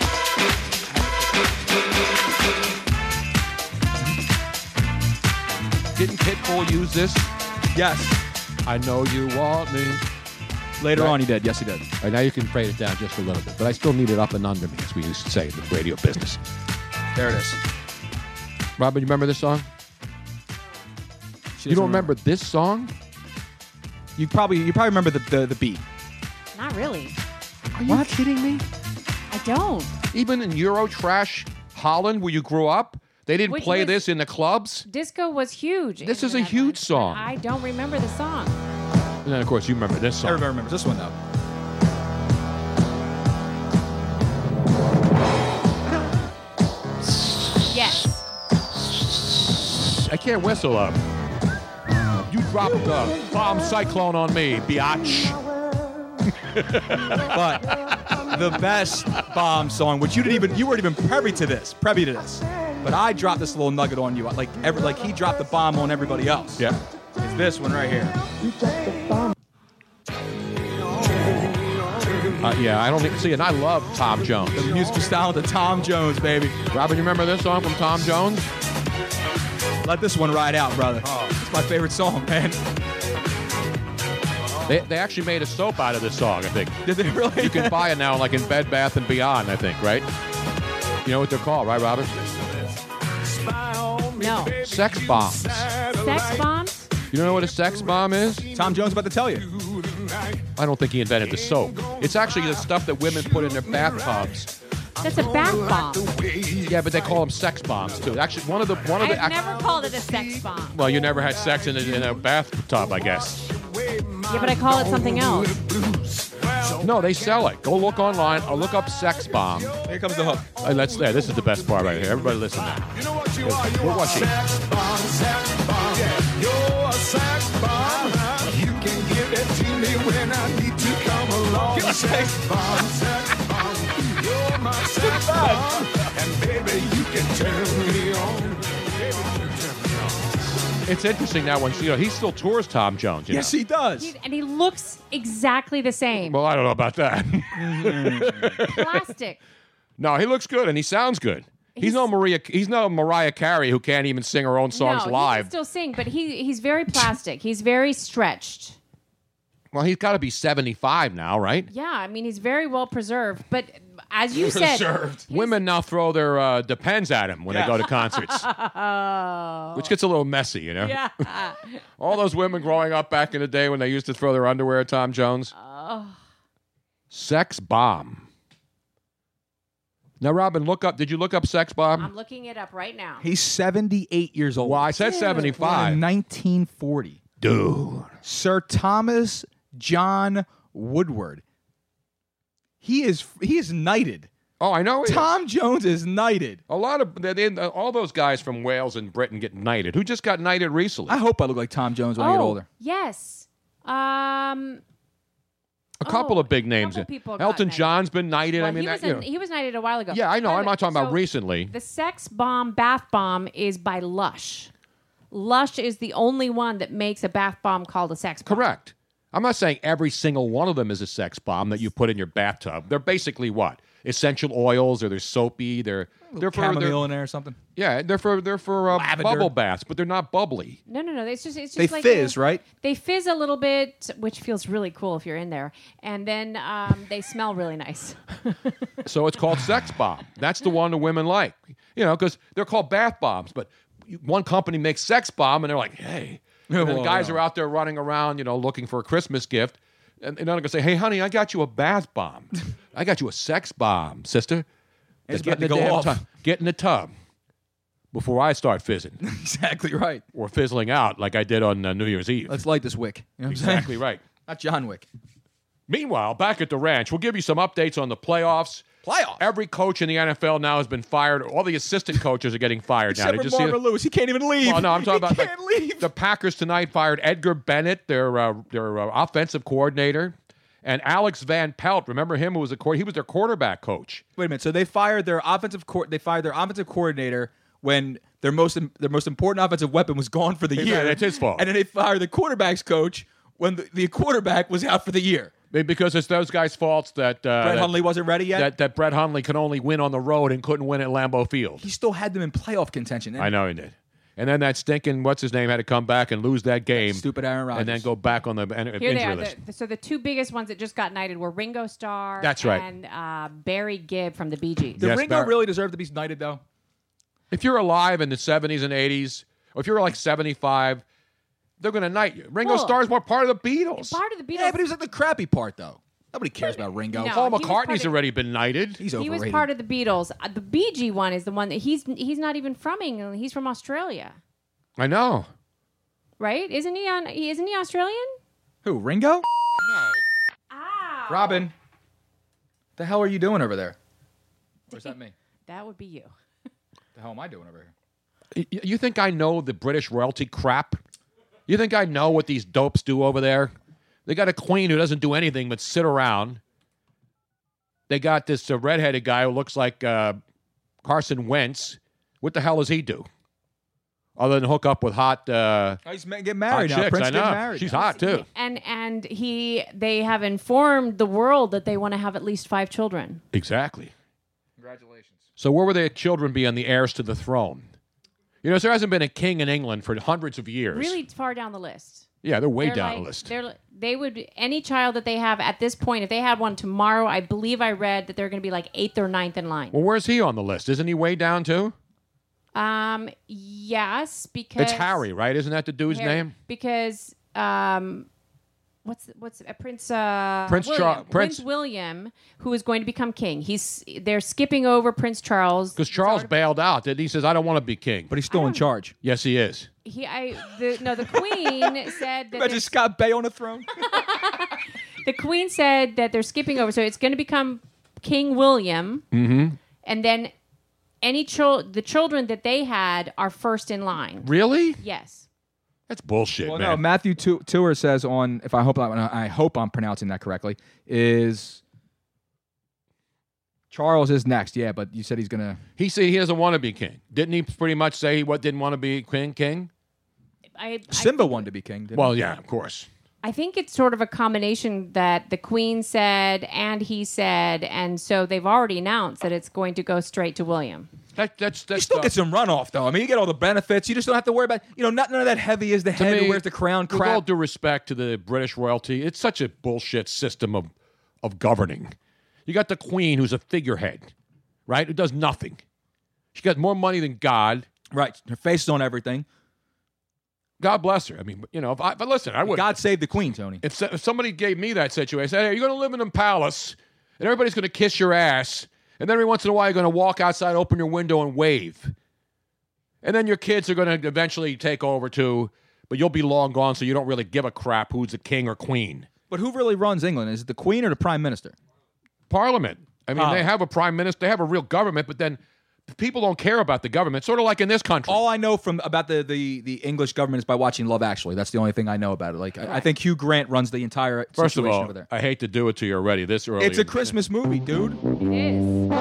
D: Didn't Pitbull use this?
E: Yes.
D: I know you want me.
E: Later
D: Right.
E: on, he did. Yes, he did.
D: All right, now you can fade it down just a little bit, but I still need it up and under me, as we used to say in the radio business.
E: There it is.
D: Robin, you remember this song?
E: She doesn't
D: you don't remember this song?
E: You probably you probably remember the the, the beat.
F: Not really.
D: Are you kidding me?
F: I don't.
D: Even in Euro trash Holland, where you grew up, they didn't
F: Which
D: play
F: was-
D: this in the clubs.
F: Disco was huge.
D: This
F: in
D: is a
F: that
D: huge
F: one, but
D: song.
F: I don't remember the song.
D: And then, of course, you remember this song.
E: Everybody remembers this one though.
F: Yes.
D: I can't whistle up. You dropped the bomb cyclone on me, biatch.
E: But the best bomb song, which you didn't even you weren't even privy to this, privy to this. But I dropped this little nugget on you, like every like he dropped the bomb on everybody else.
D: Yeah.
E: It's this one right here.
D: Uh, yeah, I don't even see it. And I love Tom
E: The
D: Jones.
E: musical style of the Tom Jones, baby.
D: Robin, you remember this song from Tom Jones? Oh.
E: Let this one ride out, brother. It's my favorite song, man.
D: They, they actually made a soap out of this song, I think.
E: Did they really?
D: You can buy it now,
E: [LAUGHS]
D: like in Bed Bath and Beyond, I think, right? You know what they're called, right, Robert?
F: No.
D: Sex bombs.
F: Sex bombs?
D: You know what a sex bomb is?
E: Tom Jones about to tell you.
D: I don't think he invented the soap. It's actually the stuff that women put in their bathtubs.
F: That's a bath bomb.
D: Yeah, but they call them sex bombs too. Actually, one of the one of the
F: I've
D: act-
F: never called it a sex bomb.
D: well, you never had sex in a, in a bathtub, I guess.
F: Yeah, but I call it something else.
D: No, they sell it. Go look online. I'll look up sex bomb.
E: Here comes the hook.
D: Hey, let's there. This is the best part right here. Everybody listen now.
C: You know what you
D: are? You We're
E: Oh,
D: are a watching.
C: sex bomb, sex bomb. Yeah, you're a sex bomb. You can give it to me when I need to come along. Sex bomb, sex bomb. You're my sex bomb. And baby, you can turn me on.
D: It's interesting now when you know he still tours Tom Jones. You
E: Yes,
D: know?
E: he does.
F: He- and he looks exactly the
E: [LAUGHS]
F: same.
D: Well, I don't know about that. [LAUGHS]
F: Plastic.
D: no, he looks good and he sounds good. He's,
F: He's-
D: no Maria. He's no Mariah Carey who can't even sing her own songs
F: no, He
D: live.
F: can still sing, but he he's very plastic. he's very stretched.
D: well, he's got to be seventy-five now, right?
F: Yeah, I mean he's very well preserved, but as you said,
E: Preserved.
F: his-
D: Women now throw their uh, depends at him when they
F: [LAUGHS]
D: go to concerts, which gets a little messy, you know.
F: Oh.
D: [LAUGHS]
F: Yeah.
D: All those women growing up back in the day when they used to throw their underwear at Tom Jones. Sex bomb. Now, Robin, look up. Did you look up sex bomb?
F: I'm looking it up right now.
E: He's 78 years old.
D: Well, I said
E: In
D: seventy-five.
E: 1940.
D: Dude,
E: Sir Thomas John Woodward. He is he is knighted.
D: Oh, I know. he is.
E: Tom Jones is knighted.
D: A lot of they, they, all those guys from Wales and Britain get knighted. Who just got knighted recently?
E: I hope I look like Tom Jones when I get older.
F: Oh, yes. Um,
D: a couple
F: oh,
D: of big names.
F: couple people got
D: Elton
F: knighted.
D: John's been knighted.
F: well,
D: I mean,
F: he,
D: that,
F: was
D: you
F: a,
D: know.
F: he was knighted a while ago.
D: yeah, I know.
F: Wait a
D: I'm not
F: minute.
D: talking about
F: So
D: recently.
F: The sex bomb bath bomb is by Lush. Lush is the only one that makes a bath bomb called a sex bomb.
D: Correct. I'm not saying every single one of them is a sex bomb that you put in your bathtub. They're basically what essential oils, or they're soapy. They're they're for
E: Chamomile
D: they're,
E: in there or something.
D: yeah, they're for they're for uh,
E: Lavender.
D: bubble baths, but they're not bubbly.
F: No, no, no. It's just it's just
E: They
F: like
E: fizz,
F: a-
E: right?
F: They fizz a little bit, which feels really cool if you're in there, and then um, they smell really
D: [LAUGHS]
F: nice.
D: So it's called sex bomb. That's the one the women like, you know, because they're called bath bombs. But you- one company makes sex bomb, and they're like, hey,
E: Yeah,
D: and then
E: well,
D: guys
E: yeah.
D: are out there running around, you know, looking for a Christmas gift, and, and they're gonna say, hey, honey, I got you a bath bomb. I got you a sex bomb, sister.
E: It's about
D: Get in
E: to
D: the
E: go
D: damn
E: off.
D: tub- Get in the tub before I start fizzing
E: [LAUGHS] Exactly right.
D: or fizzling out like I did on uh, New Year's Eve.
E: Let's light this wick. You know what I'm saying? [LAUGHS]
D: exactly right.
E: Not John Wick.
D: Meanwhile, back at the ranch, we'll give you some updates on the playoffs.
E: Playoffs?
D: Every coach in the NFL now has been fired. All the assistant coaches are
E: [LAUGHS]
D: getting fired
E: Except
D: now. Did
E: for
D: you see
E: Marvin
D: it?
E: Lewis. He can't even leave.
D: Well, no, I'm talking about
E: he
D: like,
E: can't leave.
D: the Packers tonight fired Edgar Bennett, their uh, their uh, offensive coordinator, and Alex Van Pelt. Remember him? Who was a court? He was their quarterback coach.
E: Wait a minute. So they fired their offensive co- they fired their offensive coordinator when their most their most important offensive weapon was gone for the
D: Yeah,
E: year.
D: that's his fault.
E: And then they fired the quarterbacks coach when the, the quarterback was out for the year.
D: Because it's those guys' faults that uh,
E: Brett
D: that-
E: Hundley wasn't ready yet.
D: that, that Brett Hundley could only win on the road and couldn't win at Lambeau Field.
E: he still had them in playoff contention.
D: I know he did. And then that stinking what's his name had to come back and lose that game.
E: Stupid Aaron Rodgers.
D: And then go back on the en-
F: Here they
D: injury
F: are.
D: list.
F: The, so the two biggest ones that just got knighted were Ringo Starr.
D: That's right.
F: And uh, Barry Gibb from the Bee Gees.
E: Did
D: Yes,
E: Ringo
D: Barrett.
E: really deserve to be knighted though?
D: if you're alive in the 70s and 80s, or if you're like 75, they're going to knight you. Ringo
F: Well-
D: Starr's more part of the Beatles.
F: Part of the Beatles.
E: Yeah, but he was at the crappy part though. Nobody cares about Ringo.
F: No.
D: Paul
F: he was part
D: McCartney's
F: of-
D: already been knighted.
E: He's
F: he
E: overrated.
F: was part of the Beatles. Uh, the Bee Gee one is the one that he's he's not even from England. He's from Australia,
D: I know.
F: right? Isn't he on? he- Isn't he Australian?
E: Who? Ringo?
F: Ow.
E: Robin. The hell are you doing over there? Or is that me?
F: That would be you.
E: The hell am I doing over here?
D: Y- y- You think I know the British royalty crap? You think I know what these dopes do over there? They got a queen who doesn't do anything but sit around. They got this uh, redheaded guy who looks like uh, Carson Wentz. What the hell does he do? Other than hook up with hot, uh,
E: Oh, he's ma- getting
D: hot
E: married now.
D: chicks.
E: Prince
D: I
E: getting
D: know.
E: married.
D: She's
E: now.
D: hot, too.
F: And and he they have informed the world that they want to have at least five children.
D: Exactly.
E: Congratulations.
D: So where will their children be on the heirs to the throne? You know, so there hasn't been a king in England for hundreds of years.
F: Really far down the list.
D: Yeah, they're way
F: They're
D: down
F: like-
D: the list.
F: They're They would any child that they have at this point, if they had one tomorrow, I believe I read that they're going to be like eighth or ninth in line.
D: Well, where's he on the list? Isn't he way down too?
F: Um, yes, because
D: It's Harry, right? Isn't that the dude's
F: Harry,
D: name?
F: Because um, what's what's uh, Prince uh,
D: Prince Char-
F: William,
D: Prince-
F: William, who is going to become king. He's they're skipping over Prince Charles
D: Because Charles bailed out. Didn't he? He says, I don't want to be king.
E: But he's still
F: Hmm.
E: in charge.
D: yes, he is.
F: He, I, the, no, the Queen [LAUGHS] said that
E: Imagine
F: they're-
E: Scott Bay on a throne.
F: [LAUGHS]
E: [LAUGHS]
F: the Queen said that they're skipping over, so it's going to become King William,
D: Mm-hmm.
F: and then any chil- the children that they had are first in line.
D: Really?
F: Yes.
D: That's bullshit,
E: well,
D: man.
E: no, Matthew Tu- Tour says on if I hope I, I hope I'm pronouncing that correctly is Charles is next. Yeah, but you said he's gonna.
D: He said he doesn't want to be king. Didn't he pretty much say he what didn't want to be king? King?
F: I, I,
E: Simba wanted to be king. Didn't
D: Well, yeah, of course.
F: I think it's sort of a combination that the Queen said and he said, and so they've already announced that it's going to go straight to William.
D: That, that's that's
E: You still
D: the-
E: get some runoff though. I mean, you get all the benefits. You just don't have to worry about you know not none of that heavy is the
D: to
E: head
D: me,
E: who wears the crown
D: With all
E: crap.
D: due respect to the British royalty, it's such a bullshit system of of governing. You got the queen, who's a figurehead, right? Who does nothing. She got more money than God.
E: right, her face is on everything.
D: God bless her. I mean, you know, if I, but listen, I would.
E: God save the queen, Tony.
D: if, so- if somebody gave me that situation, said, hey, you're going to live in a palace and everybody's going to kiss your ass. And then every once in a while, you're going to walk outside, open your window, and wave. And then your kids are going to eventually take over too, but you'll be long gone, so you don't really give a crap who's the king or queen.
E: But who really runs England? Is it the queen or the prime minister? Ah.
D: Parliament. I mean, they have a prime minister, they have a real government, but then the people don't care about the government, sort of like in this country.
E: All I know from about the, the, the English government is by watching Love Actually. That's the only thing I know about it. Like I, I think Hugh Grant runs the entire
D: First of
E: situation
D: all,
E: over there.
D: I hate to do it to you already this early.
E: It's a Christmas movie, dude.
F: It is.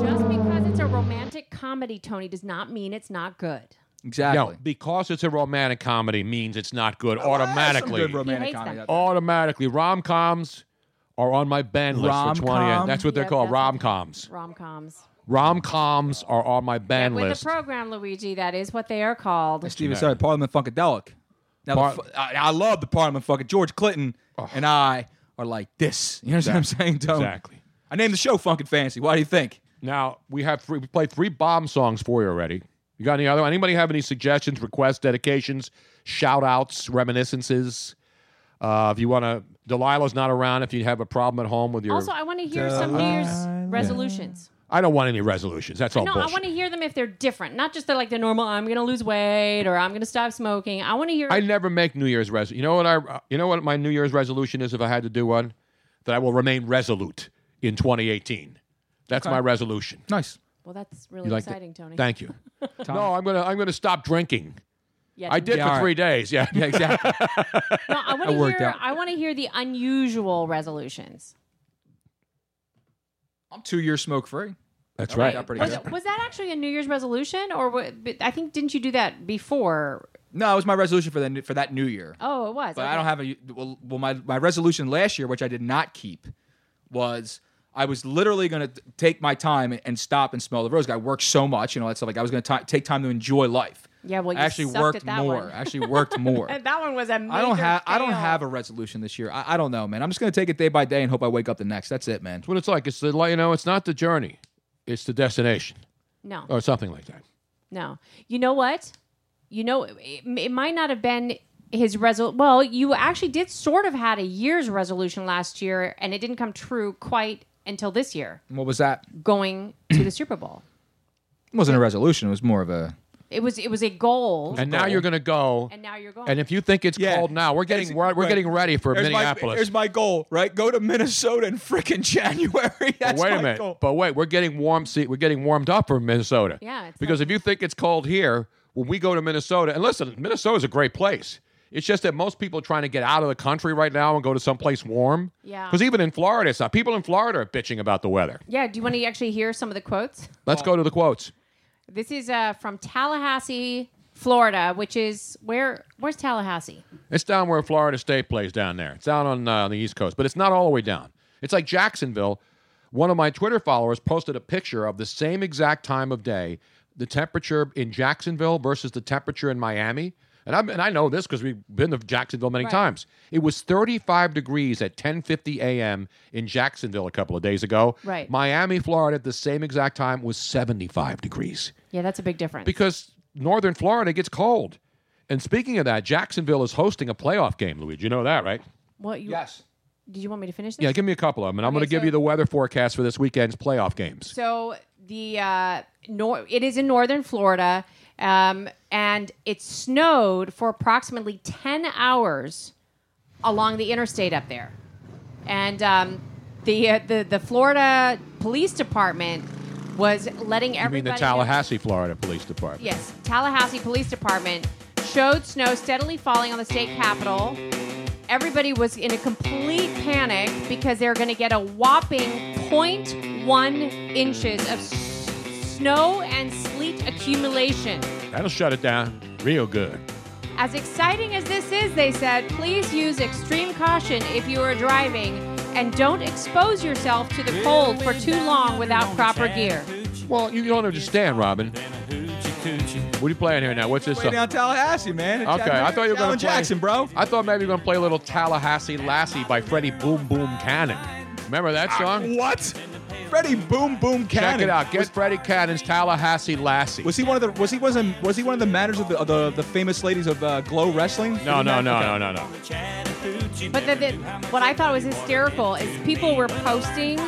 F: Just because it's a romantic comedy, Tony, does not mean it's not good.
E: Exactly.
D: No, because it's a romantic comedy means it's not good automatically.
E: Oh, Good romantic
F: He hates
E: comedy.
F: them.
D: automatically rom coms are on my ban list for 20.
E: Rom-com?
D: That's what they're
F: Yep,
D: called,
F: that's-
D: rom coms.
F: Rom coms.
D: Rom coms are on my ban
F: With
D: list.
F: the program, Luigi, that is what they are called.
E: Steven sorry, Parliament Funkadelic. Now,
D: Par- Oh.
E: the fu- I, I love the Parliament Funkadelic. George Clinton and I are like this. You know what I'm saying, Tony?
D: Exactly.
E: I named the show Funk and Fancy. What do you think?
D: now we have three, we played three bomb songs for you already. You got any other? Anybody have any suggestions, requests, dedications, shout outs, reminiscences? Uh, if you want to, Delilah's not around. If you have a problem at home with your,
F: Also, I want to hear some New Year's resolutions.
D: I don't want any resolutions. That's all
F: No, I
D: bullshit.
F: want to hear them if they're different, not just the, like the normal. I'm going to lose weight or I'm going to stop smoking. I want to hear.
D: I never make New Year's res. You know what I? You know what my New Year's resolution is if I had to do one, that I will remain resolute in 2018. That's my resolution.
E: Nice.
F: well, that's really
D: You like that?
F: exciting, Tony. [LAUGHS]
D: Thank you. no, I'm gonna I'm gonna stop drinking.
F: yeah,
D: I did
E: Yeah,
D: for
E: all right.
D: three days. Yeah.
E: Yeah, exactly.
F: No,
E: [LAUGHS]
F: I want to
E: That worked
F: hear.
E: out.
F: I want to hear the unusual resolutions.
E: I'm two years smoke free.
D: That's
E: right. Got pretty
F: Was,
E: good.
F: was that actually a New Year's resolution, or what, but I think didn't you do that before?
E: No, it was my resolution for the for that new year.
F: Oh, it was.
E: But
F: okay.
E: I don't have a well. well, my my resolution last year, which I did not keep, was I was literally going to take my time and stop and smell the rose. I worked so much, you know, that stuff. Like I was going to take time to enjoy life.
F: Yeah, well,
E: I
F: you
E: actually
F: sucked at
E: worked
F: that
E: more.
F: one.
E: I actually worked more.
F: And [LAUGHS] that one was a major
E: I don't have I don't
F: fail.
E: have a resolution this year. I, I don't know, man. I'm just going to take it day by day and hope I wake up the next. That's it, man.
D: That's what it's like. It's the you know, it's not the journey, [LAUGHS] it's the destination
F: no.
D: or something like that.
F: No. You know what? You know, it, it might not have been his resol. Well, you actually did sort of had a year's resolution last year, and it didn't come true quite until this year,
E: What was that?
F: going to the Super Bowl.
E: It wasn't a resolution. It was more of a
F: It was it was a goal, and,
D: And now you're gonna go. And,
F: now you're going.
D: if you think it's
E: Yeah.
D: cold now, we're getting we're, we're
E: Right.
D: getting ready for
E: Here's my-
D: Minneapolis.
E: here's my goal, right? Go to Minnesota in freaking [LAUGHS] January. That's
D: wait
E: my
D: a minute.
E: goal.
D: But wait, we're getting warm. See, we're getting warmed up for Minnesota.
F: Yeah, it's
D: because if you think it's cold here, when we go to Minnesota, and listen, Minnesota's a great place. It's just that most people are trying to get out of the country right now and go to someplace warm.
F: Yeah.
D: Because even in Florida, it's not. People in Florida are bitching about the weather.
F: yeah. Do you want to actually hear some of the quotes?
D: Let's go to the quotes.
F: This is uh, from Tallahassee, Florida, which is where? Where's Tallahassee?
D: It's down where Florida State plays down there. It's down on, uh, on the East Coast, but it's not all the way down. It's like Jacksonville. One of my Twitter followers posted a picture of the same exact time of day, the temperature in Jacksonville versus the temperature in Miami. and I and I know this because we've been to Jacksonville many
F: Right.
D: times. It was 35 degrees at 10:50 a.m. in Jacksonville a couple of days ago.
F: Right.
D: Miami, Florida, at the same exact time was 75 degrees
F: Yeah, that's a big difference.
D: because northern Florida gets cold. And speaking of that, Jacksonville is hosting a playoff game, Luigi. You know that, right?
F: what you
E: Yes.
F: did you want me to finish this?
D: Yeah, give me a couple of them, and I'm
F: Okay,
D: going to give
F: so-
D: you the weather forecast for this weekend's playoff games.
F: So the uh, nor- it is in northern Florida, um, and it snowed for approximately ten hours along the interstate up there, and um, the uh, the the Florida Police Department was letting
D: I mean,
F: everybody.
D: the
F: know-
D: Tallahassee, Florida Police Department.
F: Yes, Tallahassee Police Department showed snow steadily falling on the state capitol. Everybody was in a complete panic because they're going to get a whopping 0.1 inches of s- snow and sleet accumulation.
D: That'll shut it down real good.
F: As exciting as this is, they said, please use extreme caution if you are driving and don't expose yourself to the cold for too long without proper gear.
D: Well, you don't understand, Robin. What are you playing here now? What's this? uh,
E: Way down Tallahassee, man. It's
D: Okay, I thought you
E: Alan
D: were going to play.
E: Jackson, bro.
D: I thought maybe you were going to play a little Tallahassee Lassie by Freddie Boom Boom Cannon. Remember that song?
E: What? Freddie Boom Boom Cannon.
D: Check it out. Get
E: was,
D: Freddie Cannon's Tallahassee Lassie.
E: was he one of the? Was he wasn't? Was he one of the managers of the of the, the famous ladies of uh, Glow Wrestling?
D: no, no, no,
E: Okay.
D: no, no, no.
F: But the, the, what I thought was hysterical is people were posting,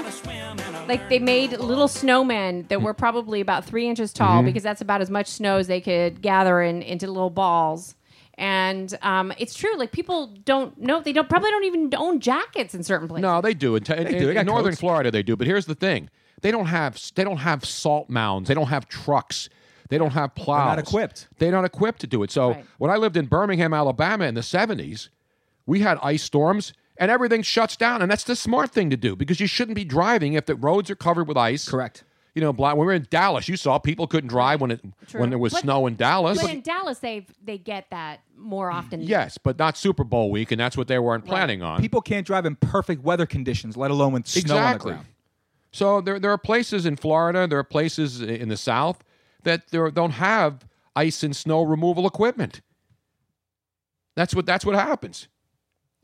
F: like they made little snowmen that were probably about three inches
D: Mm-hmm.
F: tall because that's about as much snow as they could gather in into little balls. And um, it's true, like people don't know, they don't probably don't even own jackets in certain places.
D: No, they do. In, in,
E: do. They
D: in
E: got
D: northern
E: coats.
D: Florida, they do. But here's the thing: they don't have they don't have salt mounds. They don't have trucks. They don't have plows.
E: equipped.
D: They're not equipped to do it. So
F: Right.
D: when I lived in Birmingham, Alabama, in the '70s, we had ice storms, and everything shuts down. And that's the smart thing to do because you shouldn't be driving if the roads are covered with ice.
E: Correct.
D: You know, blind, when we were in Dallas, you saw people couldn't drive when it when there was
F: But-
D: snow in Dallas.
F: But in Dallas, they they get that more often.
D: yes, but not Super Bowl week, and that's what they weren't planning on.
E: People can't drive in perfect weather conditions, let alone with snow on the
D: exactly.
E: ground.
D: So there, there are places in Florida, there are places i- in the South that there don't have ice and snow removal equipment. That's what that's what happens,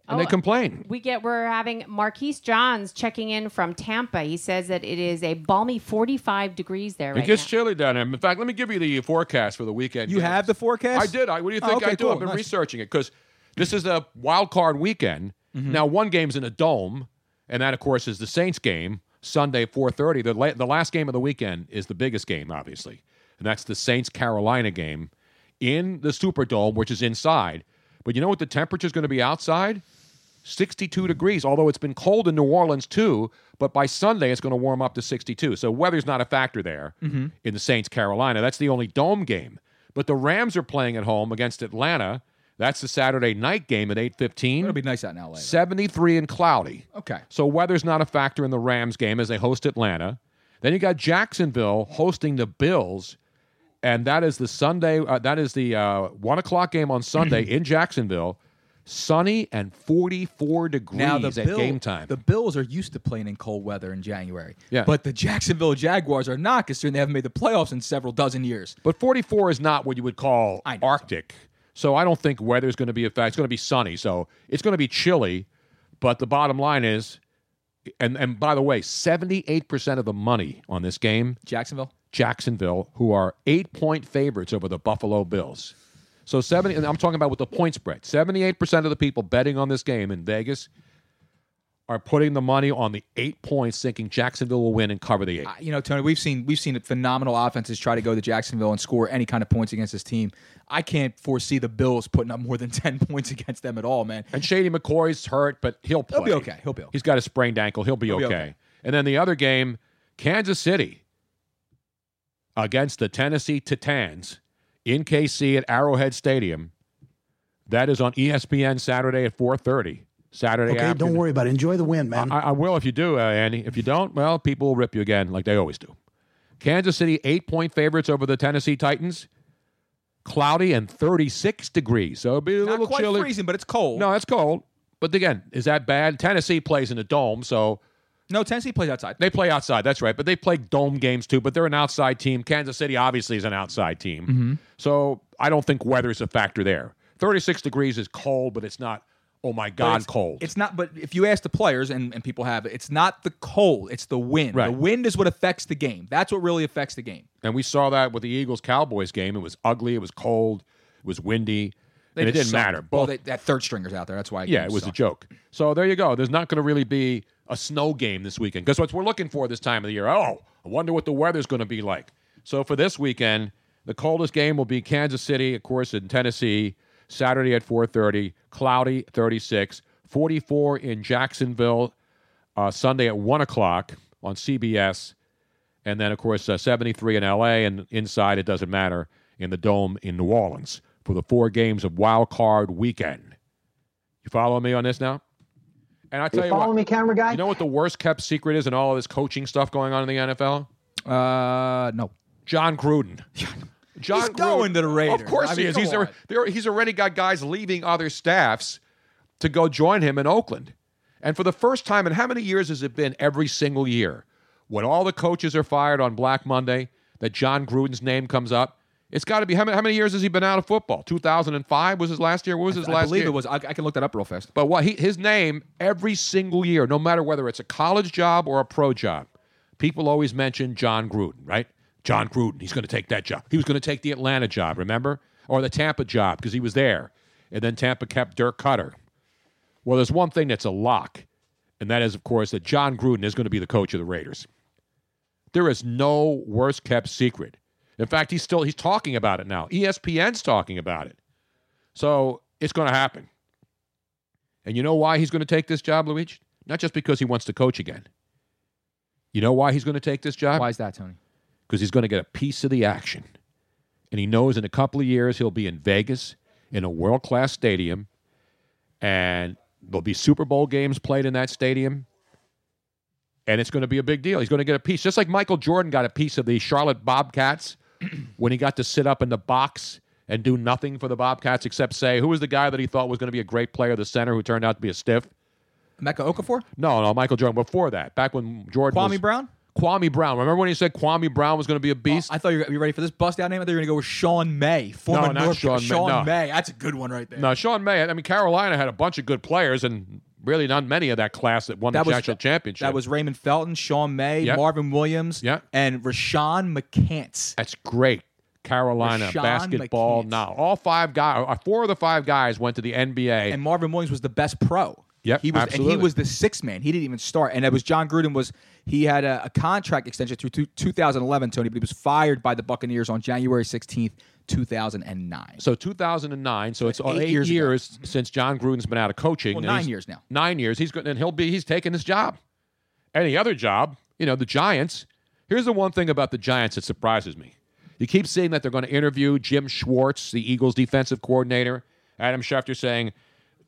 D: and they
F: Oh,
D: complain.
F: We get we're having Marquise Johns checking in from Tampa. He says that it is a balmy 45 degrees there right
D: it gets
F: now.
D: chilly down there. In fact, let me give you the forecast for the weekend.
E: You
D: games.
E: have the forecast?
D: I did. I, what do you
E: Oh,
D: think
E: okay,
D: I do?
E: cool.
D: I've been
E: Nice.
D: researching it because this is a wild card weekend.
E: Mm-hmm.
D: Now one game's in a dome, and that of course is the Saints game Sunday four thirty. The la- the last game of the weekend is the biggest game, obviously, and that's the Saints Carolina game in the Superdome, which is inside. But you know what the temperature's going to be outside? 62 degrees, although it's been cold in New Orleans too, but by Sunday it's going to warm up to 62. So weather's not a factor there
E: Mm-hmm.
D: in the Saints Carolina. That's the only dome game. But the Rams are playing at home against Atlanta. That's the Saturday night game at
E: It'll
D: 8:15.
E: be nice out in LA.
D: 73 and cloudy.
E: Okay.
D: So weather's not a factor in the Rams game as they host Atlanta. Then you got Jacksonville hosting the Bills, and that is the Sunday. Uh, that is the uh, one o'clock game on
E: [CLEARS THROAT]
D: Sunday in Jacksonville. Sunny and forty-four degrees
E: Now the
D: at
E: Bill-
D: game time.
E: The Bills are used to playing in cold weather in January.
D: Yeah.
E: But the Jacksonville Jaguars are not, considering they haven't made the playoffs in several dozen years.
D: but forty-four is not what you would call
E: I know.
D: Arctic. So I don't think weather's going to be a fact. It's going to be sunny, so it's going to be chilly. But the bottom line is, and and by the way, seventy-eight percent of the money on this game
E: Jacksonville.
D: Jacksonville, who are eight point favorites over the Buffalo Bills. So 70, and I'm talking about with the point spread. 78% of the people betting on this game in Vegas are putting the money on the eight points, thinking Jacksonville will win and cover the eight.
E: I- you know, Tony, we've seen we've seen phenomenal offenses try to go to Jacksonville and score any kind of points against this team. I can't foresee the Bills putting up more than [LAUGHS] ten points against them at all, man.
D: And Shady McCoy's hurt, but he'll play.
E: He'll be okay. He'll be okay.
D: He's got a sprained ankle. He'll be,
E: be
D: okay.
E: okay.
D: And then the other game, Kansas City against the Tennessee Titans in KC at Arrowhead Stadium. That is on E ESPN Saturday at 4:30. Saturday
J: Okay,
D: afternoon.
J: don't worry about it. Enjoy the win, man.
D: I, I will if you do, uh, Andy. If you don't, well, people will rip you again, like they always do. Kansas City, eight point favorites over the Tennessee Titans. Cloudy and 36 degrees. So it'll be a
E: Not
D: little
E: quite
D: chilly.
E: freezing, but it's cold.
D: No, that's cold. But again, is that bad? Tennessee plays in a dome, so
E: no, Tennessee plays outside.
D: they play outside. That's right. But they play dome games too, but they're an
E: Mm-hmm.
D: outside team. Kansas City obviously is an outside team. So I don't think weather's a factor there. 36 degrees is cold, but it's not, oh my God,
E: it's,
D: cold.
E: It's not, but if you ask the players, and, and people have, it's not the cold, it's the wind.
D: Right.
E: The wind is what affects the game. That's what really affects the game.
D: and we saw that with the Eagles Cowboys game. It was ugly, it was cold, it was windy, and it
E: just
D: didn't
E: suck.
D: matter.
E: Well,
D: Both,
E: they, that third stringer's out there. That's why.
D: yeah, it was a joke. So there you go. There's not going to really be a snow game this weekend because what we're looking for this time of the year. Oh, I wonder what the weather's going to be like. So for this weekend, the coldest game will be Kansas City, of course, in Tennessee, Saturday at 4:30, cloudy, 36, 44 in Jacksonville, uh, Sunday at one o'clock on CBS, and then of course uh, 73 in LA, and inside it doesn't matter in the dome in New Orleans for the four games of Wild Card Weekend. You follow me on this now? And I tell you,
J: Follow
D: what,
J: me, camera guy.
D: you know what the worst kept secret is in all of this coaching stuff going on in the NFL?
E: Uh, no. [LAUGHS]
D: John Gruden. John
E: He's going to the Raiders.
D: Of course
E: I
D: he
E: mean,
D: is.
E: come
D: He's,
E: on.
D: there, he's already got guys leaving other staffs to go join him in Oakland. And for the first time in how many years has it been every single year when all the coaches are fired on Black Monday that John Gruden's name comes up? It's got to be how many, how many years has he been out of football? 2005 was his last year. What was his
E: I
D: last
E: believe
D: year?
E: it was. I, I can look that up real fast.
D: But what he, his name every single year, no matter whether it's a college job or a pro job, people always mention John Gruden, right? John Gruden, he's going to take that job. He was going to take the Atlanta job, remember? Or the Tampa job because he was there. And then Tampa kept Dirk Cutter. Well, there's one thing that's a lock, and that is, of course, that John Gruden is going to be the coach of the Raiders. There is no worse kept secret. In fact, he's still he's talking about it now. E ESPN's talking about it. So it's going to happen. And you know why he's going to take this job, Luigi? Not just because he wants to coach again. You know why he's going to take this job?
E: Why is that, Tony?
D: because he's going to get a piece of the action. And he knows in a couple of years he'll be in Vegas in a world class stadium, and there'll be Super Bowl games played in that stadium. And it's going to be a big deal. He's going to get a piece, just like Michael Jordan got a piece of the Charlotte Bobcats [CLEARS THROAT] when he got to sit up in the box and do nothing for the Bobcats except say, who was the guy that he thought was going to be a great player, the center who turned out to be a stiff?
E: Mecca Okafor?
D: No, no, Michael Jordan before that, back when Jordan
E: Kwame
D: was-
E: Brown?
D: Kwame Brown. Remember when he said Kwame Brown was going to be a beast?
E: I thought you were you ready for this bust out name. I thought you were going to go with Sean May. Former
D: not
E: North
D: Sean May, no.
E: May. That's a good one right there.
D: Now, Sean May, I mean, Carolina had a bunch of good players and really not many of that class that won
E: That
D: the
E: was-
D: national championship.
E: That was Raymond Felton, Sean May,
D: Yep.
E: Marvin Williams,
D: Yep.
E: and Rashawn McCants.
D: That's great. Carolina
E: Rashawn
D: basketball
E: McCants.
D: now. All five guys, four of the five guys went to the NBA.
E: And Marvin Williams was the best pro.
D: Yep,
E: he was,
D: absolutely.
E: and he was the sixth man. He didn't even start. And it was John Gruden was he had a, a contract extension through two, 2011, Tony, but he was fired by the Buccaneers on January 16th, 2009.
D: so 2009. So it's
E: That's
D: eight,
E: eight years
D: years,
E: ago.
D: since John Gruden's been out of coaching.
E: Well,
D: and
E: nine
D: he's-
E: years now.
D: Nine years. He's going and he'll be he's taking this job. Any other job, you know, the Giants. Here's the one thing about the Giants that surprises me. You keep seeing that they're going to interview Jim Schwartz, the Eagles' defensive coordinator. Adam Schefter saying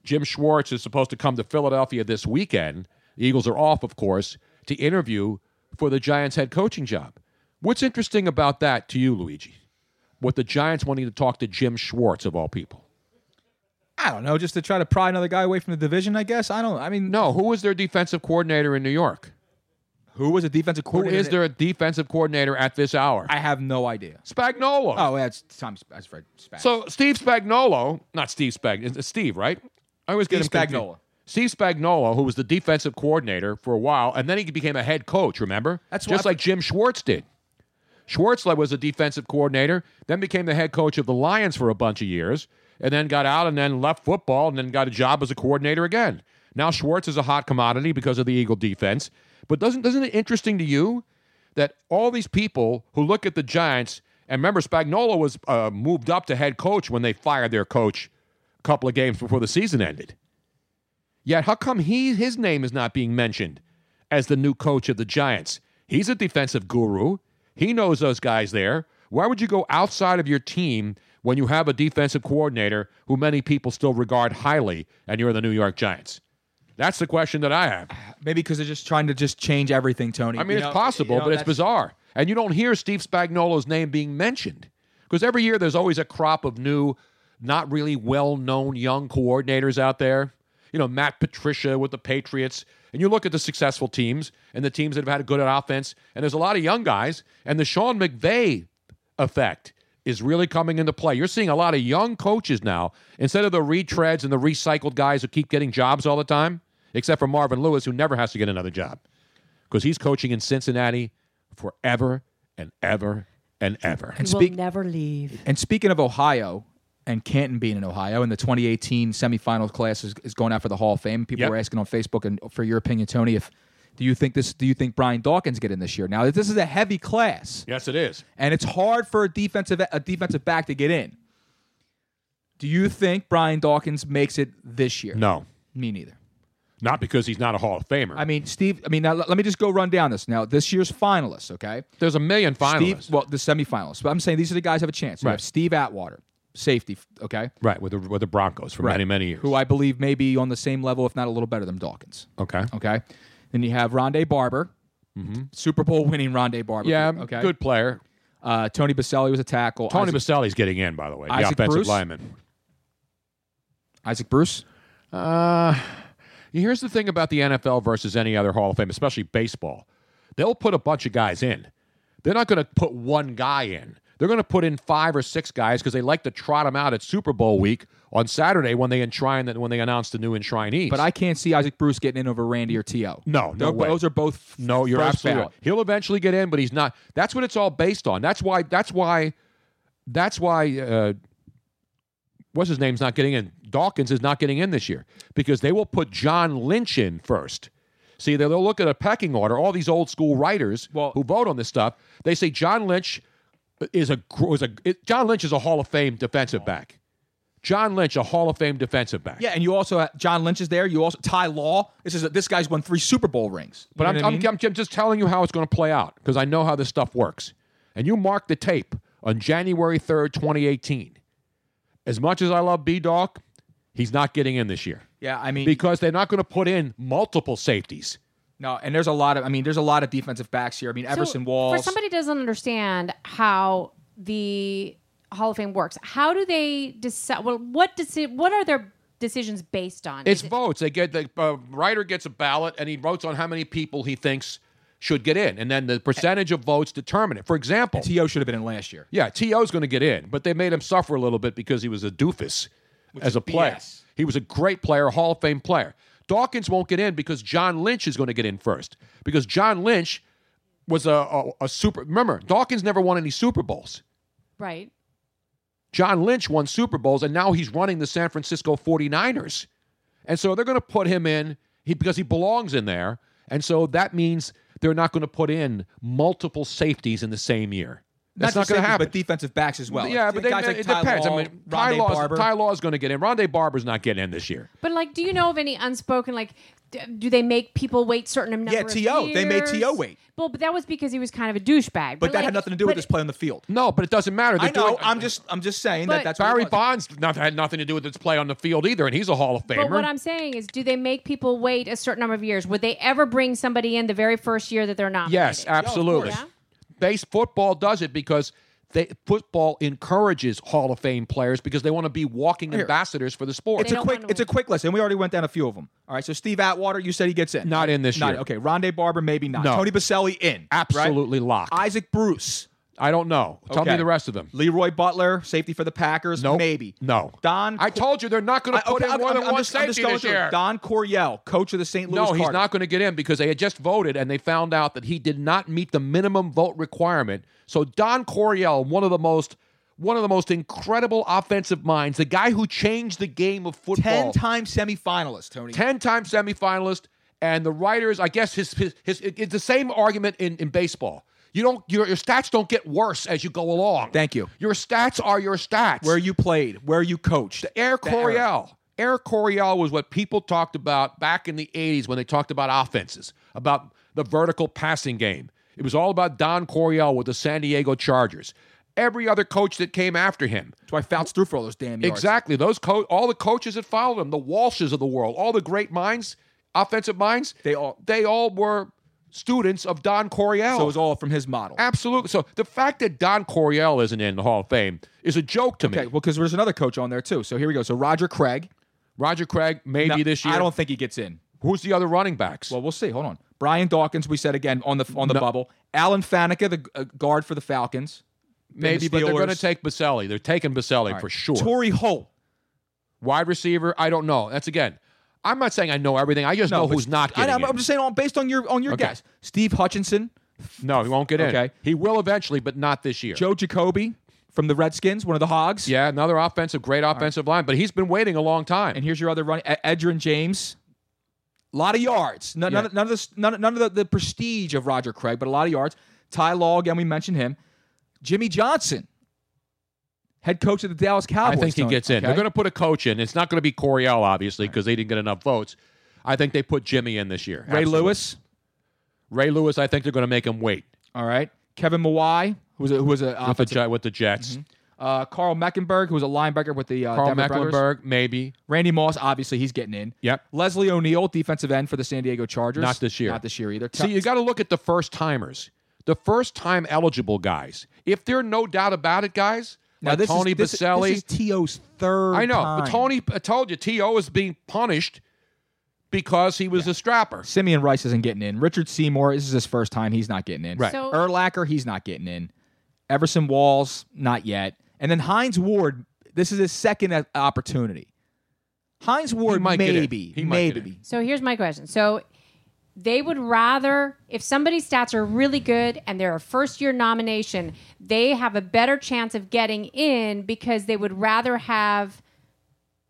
D: Jim Schwartz is supposed to come to Philadelphia this weekend. The Eagles are off, of course, to interview for the Giants' head coaching job. What's interesting about that to you, Luigi? What the Giants wanting to talk to Jim Schwartz of all people?
E: I don't know, just to try to pry another guy away from the division, I guess. I don't I mean
D: No, who was their defensive coordinator in New York?
E: who was a defensive
D: Who
E: coordinator?
D: is their defensive coordinator at this hour?
E: I have no idea.
D: Spagnuolo.
E: Oh, that's Tom Sp- that's Fred Spags.
D: So Steve Spagnolo, not Steve Spag, it's Steve, right? I always get him
E: Steve
D: confused.
E: Spagnuolo.
D: Steve Spagnolo, who was the defensive coordinator for a while, and then he became a head coach. Remember?
E: That's
D: just
E: why-
D: like Jim Schwartz did. Schwartz was a defensive coordinator, then became the head coach of the Lions for a bunch of years, and then got out and then left football and then got a job as a coordinator again. Now Schwartz is a hot commodity because of the Eagle defense. But doesn't doesn't it interesting to you that all these people who look at the Giants and remember Spagnuolo was uh, moved up to head coach when they fired their coach a couple of games before the season ended. Yet, how come he his name is not being mentioned as the new coach of the Giants? He's a defensive guru. He knows those guys there. Why would you go outside of your team when you have a defensive coordinator who many people still regard highly and you're the New York Giants? That's the question that I have.
E: Maybe because they're just trying to just change everything, Tony.
D: I
E: You
D: mean, it's
E: know-
D: possible,
E: you know,
D: but it's
E: that's-
D: bizarre. And you don't hear Steve Spagnolo's name being mentioned because every year there's always a crop of new, not really well known young coordinators out there. You know, Matt Patricia with the Patriots. And you look at the successful teams and the teams that have had a good offense, and there's a lot of young guys, and the Sean McVay effect is really coming into play. You're seeing a lot of young coaches now instead of the retreads and the recycled guys who keep getting jobs all the time, except for Marvin Lewis, who never has to get another job because he's coaching in Cincinnati forever and ever and ever.
E: And
J: will
E: speak,
J: never leave.
E: And speaking of Ohio and Canton being in Ohio, and the 2018 semifinal class is, is going out for the Hall of Fame. People
D: Yep.
E: were asking on Facebook and for your opinion, Tony. If do you think this? Do you think Brian Dawkins get in this year? Now this is a heavy class,
D: Yes, it is.
E: and it's hard for a defensive a defensive back to get in. Do you think Brian Dawkins makes it this year?
D: No,
E: me neither.
D: not because he's not a Hall of Famer.
E: I mean, Steve. I mean, now, let let me just go run down this. Now, this year's finalists. Okay,
D: There's a million finalists.
E: Steve, well, the semifinalists. But I'm saying these are the guys who have a chance. You
D: Right.
E: have Steve Atwater, safety. Okay,
D: right, with the, with the Broncos for many, many years.
E: Who I believe may be on the same level, if not a little better than Dawkins.
D: okay.
E: Okay. Then you have Rondé Barber, Super Bowl winning Rondé Barber.
D: Mm-hmm. Yeah,
E: Okay.
D: good player.
E: Uh, Tony Baselli was a tackle.
D: Tony
E: Isaac,
D: Baselli's getting in, by the way, the
E: Isaac
D: offensive
E: Bruce?
D: lineman.
E: Isaac Bruce.
D: Uh, here's the thing about the NFL versus any other Hall of Fame, especially baseball. They'll put a bunch of guys in. They're not going to put one guy in. They're going to put in five or six guys because they like to trot them out at Super Bowl week on Saturday when they enshrine that when they announce the new enshrinees.
E: But I can't see Isaac Bruce getting in over Randy or T.O.
D: No, no
E: They're-
D: way.
E: Those are both.
D: No, you're
E: first
D: absolutely
E: ballot.
D: right. He'll eventually get in, but he's not. That's what it's all based on. That's why. That's why. That's why. Uh, what's his name's not getting in. Dawkins is not getting in this year because they will put John Lynch in first. See, they'll, they'll look at a pecking order. All these old school writers
E: Well-
D: who vote on this stuff, they say John Lynch is a gr- is a it- John Lynch is a Hall of Fame defensive back. John Lynch, a Hall of Fame defensive back.
E: Yeah, and you also have, John Lynch is there. You also Ty Law. This is this guy's won three Super Bowl rings. You
D: But
E: know
D: I'm,
E: what I
D: I'm,
E: mean?
D: I'm, I'm just telling you how it's going to play out because I know how this stuff works. And you mark the tape on January 3rd, 2018. As much as I love B Doc, he's not getting in this year
E: yeah, I mean,
D: because they're not going to put in multiple safeties.
E: No, and there's a lot of I mean, there's a lot of defensive backs here. I mean, Everson Walls.
F: For somebody who doesn't understand how the Hall of Fame works, how do they decide? Well, what deci- What are their decisions based on?
D: It's
F: Is it-
D: votes. They get the uh, writer gets a ballot and he votes on how many people he thinks should get in, and then the percentage of votes determine it. For example,
E: T.O. should have been in last year.
D: Yeah, T.O.'s going to get in, but they made him suffer a little bit because he was a doofus as a player.
E: BS.
D: He was a great player, Hall of Fame player. Dawkins won't get in because John Lynch is going to get in first. Because John Lynch was a, a, a super. Remember, Dawkins never won any Super Bowls.
F: right.
D: John Lynch won Super Bowls, and now he's running the San Francisco 49ers. And so they're going to put him in he, because he belongs in there. And so that means they're not going to put in multiple safeties in the same year. That's not,
E: just
D: going to
E: safeties,
D: happen.
E: But defensive backs as well.
D: Yeah,
E: Like,
D: but they,
E: guys like
D: it
E: Ty
D: depends.
E: Law,
D: I mean, Ty
E: Rondé
D: Law's,
E: Barber.
D: Ty Law's going to get in. Rondé Barber's not getting in this year.
F: But like, do you know of any unspoken like? d- Do they make people wait certain number?
E: Yeah,
F: of
E: T.O. They made
F: years?
E: T.O. wait.
F: Well, but that was because he was kind of a douchebag.
E: But that had
F: like-
E: nothing to do with
F: but-
E: his play on the field.
D: No, but it doesn't matter. They're
E: I know.
D: doing-
E: I'm just I'm just saying that
F: But-
E: that's what it
D: Barry
E: was.
D: Bonds not, had nothing to do with his play on the field either, and he's a Hall of Famer.
F: But what I'm saying is, do they make people wait a certain number of years? Would they ever bring somebody in the very first year that they're not?
D: yes, absolutely.
F: Yeah.
D: Base football does it because they, football encourages Hall of Fame players because they want to be walking ambassadors for the sport.
E: It's
F: They
E: a
F: don't
E: quick
F: wanna
E: it's a
F: win.
E: quick list, and we already went down a few of them. All right, so Steve Atwater, you said he gets in.
D: Not in this
E: Not-
D: year.
E: Okay, Rondé Barber maybe not.
D: No.
E: Tony Baselli in. right?
D: Absolutely locked.
E: Isaac Bruce.
D: I don't know. Tell me
E: Okay.
D: the rest of them.
E: Leroy Butler, safety for the Packers.
D: Nope.
E: maybe.
D: No.
E: Don.
D: I told you they're not going to
E: I-
D: put
E: okay,
D: in more than one
E: just- just
D: safety
E: going
D: this
E: through it.
D: year.
E: Don Coryell, coach of the St. Louis
D: No, he's
E: Cardinals.
D: not going to get in because they had just voted and they found out that he did not meet the minimum vote requirement. So Don Coryell, one of the most one of the most incredible offensive minds, the guy who changed the game of football,
E: Ten-time semifinalist, Tony.
D: ten-time semifinalist, and the writers, I guess his his, his it- it's the same argument in, in baseball. You don't your, your stats don't get worse as you go along.
E: Thank you.
D: Your stats are your stats.
E: Where you played, where you coached.
D: Air
E: The era.
D: Coryell. Air Coryell was what people talked about back in the 80s when they talked about offenses, about the vertical passing game. It was all about Don Coryell with the San Diego Chargers. Every other coach that came after him.
E: That's why Fouts threw for all those damn yards.
D: Exactly. Those co- all the coaches that followed him, the Walshes of the world, all the great minds, offensive minds,
E: They all-
D: they all were students of Don Coryell.
E: So it was all from his model.
D: Absolutely. So the fact that Don Coryell isn't in the Hall of Fame is a joke to me.
E: Okay, well, because there's another coach on there too. So here we go. So Roger Craig.
D: Roger Craig, maybe
E: No,
D: this year.
E: I don't think he gets in.
D: Who's the other running backs?
E: Well, we'll see. Hold on. Brian Dawkins, we said again on the on the
D: No.
E: bubble. Alan Faneca, the uh, guard for the Falcons.
D: Maybe, but they're going to
E: Steelers.
D: take Baselli. They're taking Baselli
E: All right.
D: for sure.
E: Torrey Holt.
D: Wide receiver, I don't know. That's again. I'm not saying I know everything. I just know
E: but
D: who's not
E: I,
D: getting
E: I'm,
D: in.
E: I'm just saying on based on your on your
D: Okay.
E: guess. Steve Hutchinson,
D: no, he won't get in.
E: Okay.
D: He will eventually, but not this year.
E: Joe Jacoby from the Redskins, one of the Hogs.
D: Yeah, another offensive, great offensive line, but he's been waiting a long time.
E: And here's your other running, E- Edgerrin James. A lot of yards. None, none,
D: Yeah.
E: of- none of this, none, none of the, the prestige of Roger Craig, but a lot of yards. Ty Law, again, we mentioned him. Jimmy Johnson, head coach of the Dallas
D: I
E: Cowboys.
D: think he
E: Tony,
D: gets in.
E: okay?
D: They're going to put a coach in. It's not going to be Coriel, obviously, because they didn't get enough votes. I think they put Jimmy in this year.
E: Ray
D: Absolutely.
E: Lewis.
D: Ray Lewis. I think they're going to make him wait
E: All right. Kevin Mawai, who was a, who was a uh,
D: with the,
E: offensive-
D: Gi- with the Jets.
E: uh, Carl Mecklenburg, who was a linebacker with the uh,
D: Carl
E: Denver Broncos.
D: Mecklenburg, maybe.
E: Randy Moss, obviously, he's getting in.
D: Yep.
E: Leslie O'Neill, defensive end for the San Diego Chargers.
D: Not this year.
E: Not this year either.
D: See, you got to look at the first timers, the first time eligible guys. If they're no doubt about it, guys,
E: now,
D: like
E: this
D: Tony
E: is, this, is-
D: Baselli.
E: This is T.O.'s third.
D: I know, but
E: time.
D: Tony, I told you, T.O. is being punished because he was a strapper.
E: Simeon Rice isn't getting in. Richard Seymour, this is his first time. He's not getting in.
D: Right.
F: So-
E: Erlacher, he's not getting in. Everson Walls, not yet. And then Heinz Ward, this is his second uh, opportunity. Heinz Ward,
D: might get in.
E: maybe.
D: He might get
E: maybe.
D: in.
F: So here's my question. So they would rather, if somebody's stats are really good and they're a first year nomination, they have a better chance of getting in because they would rather have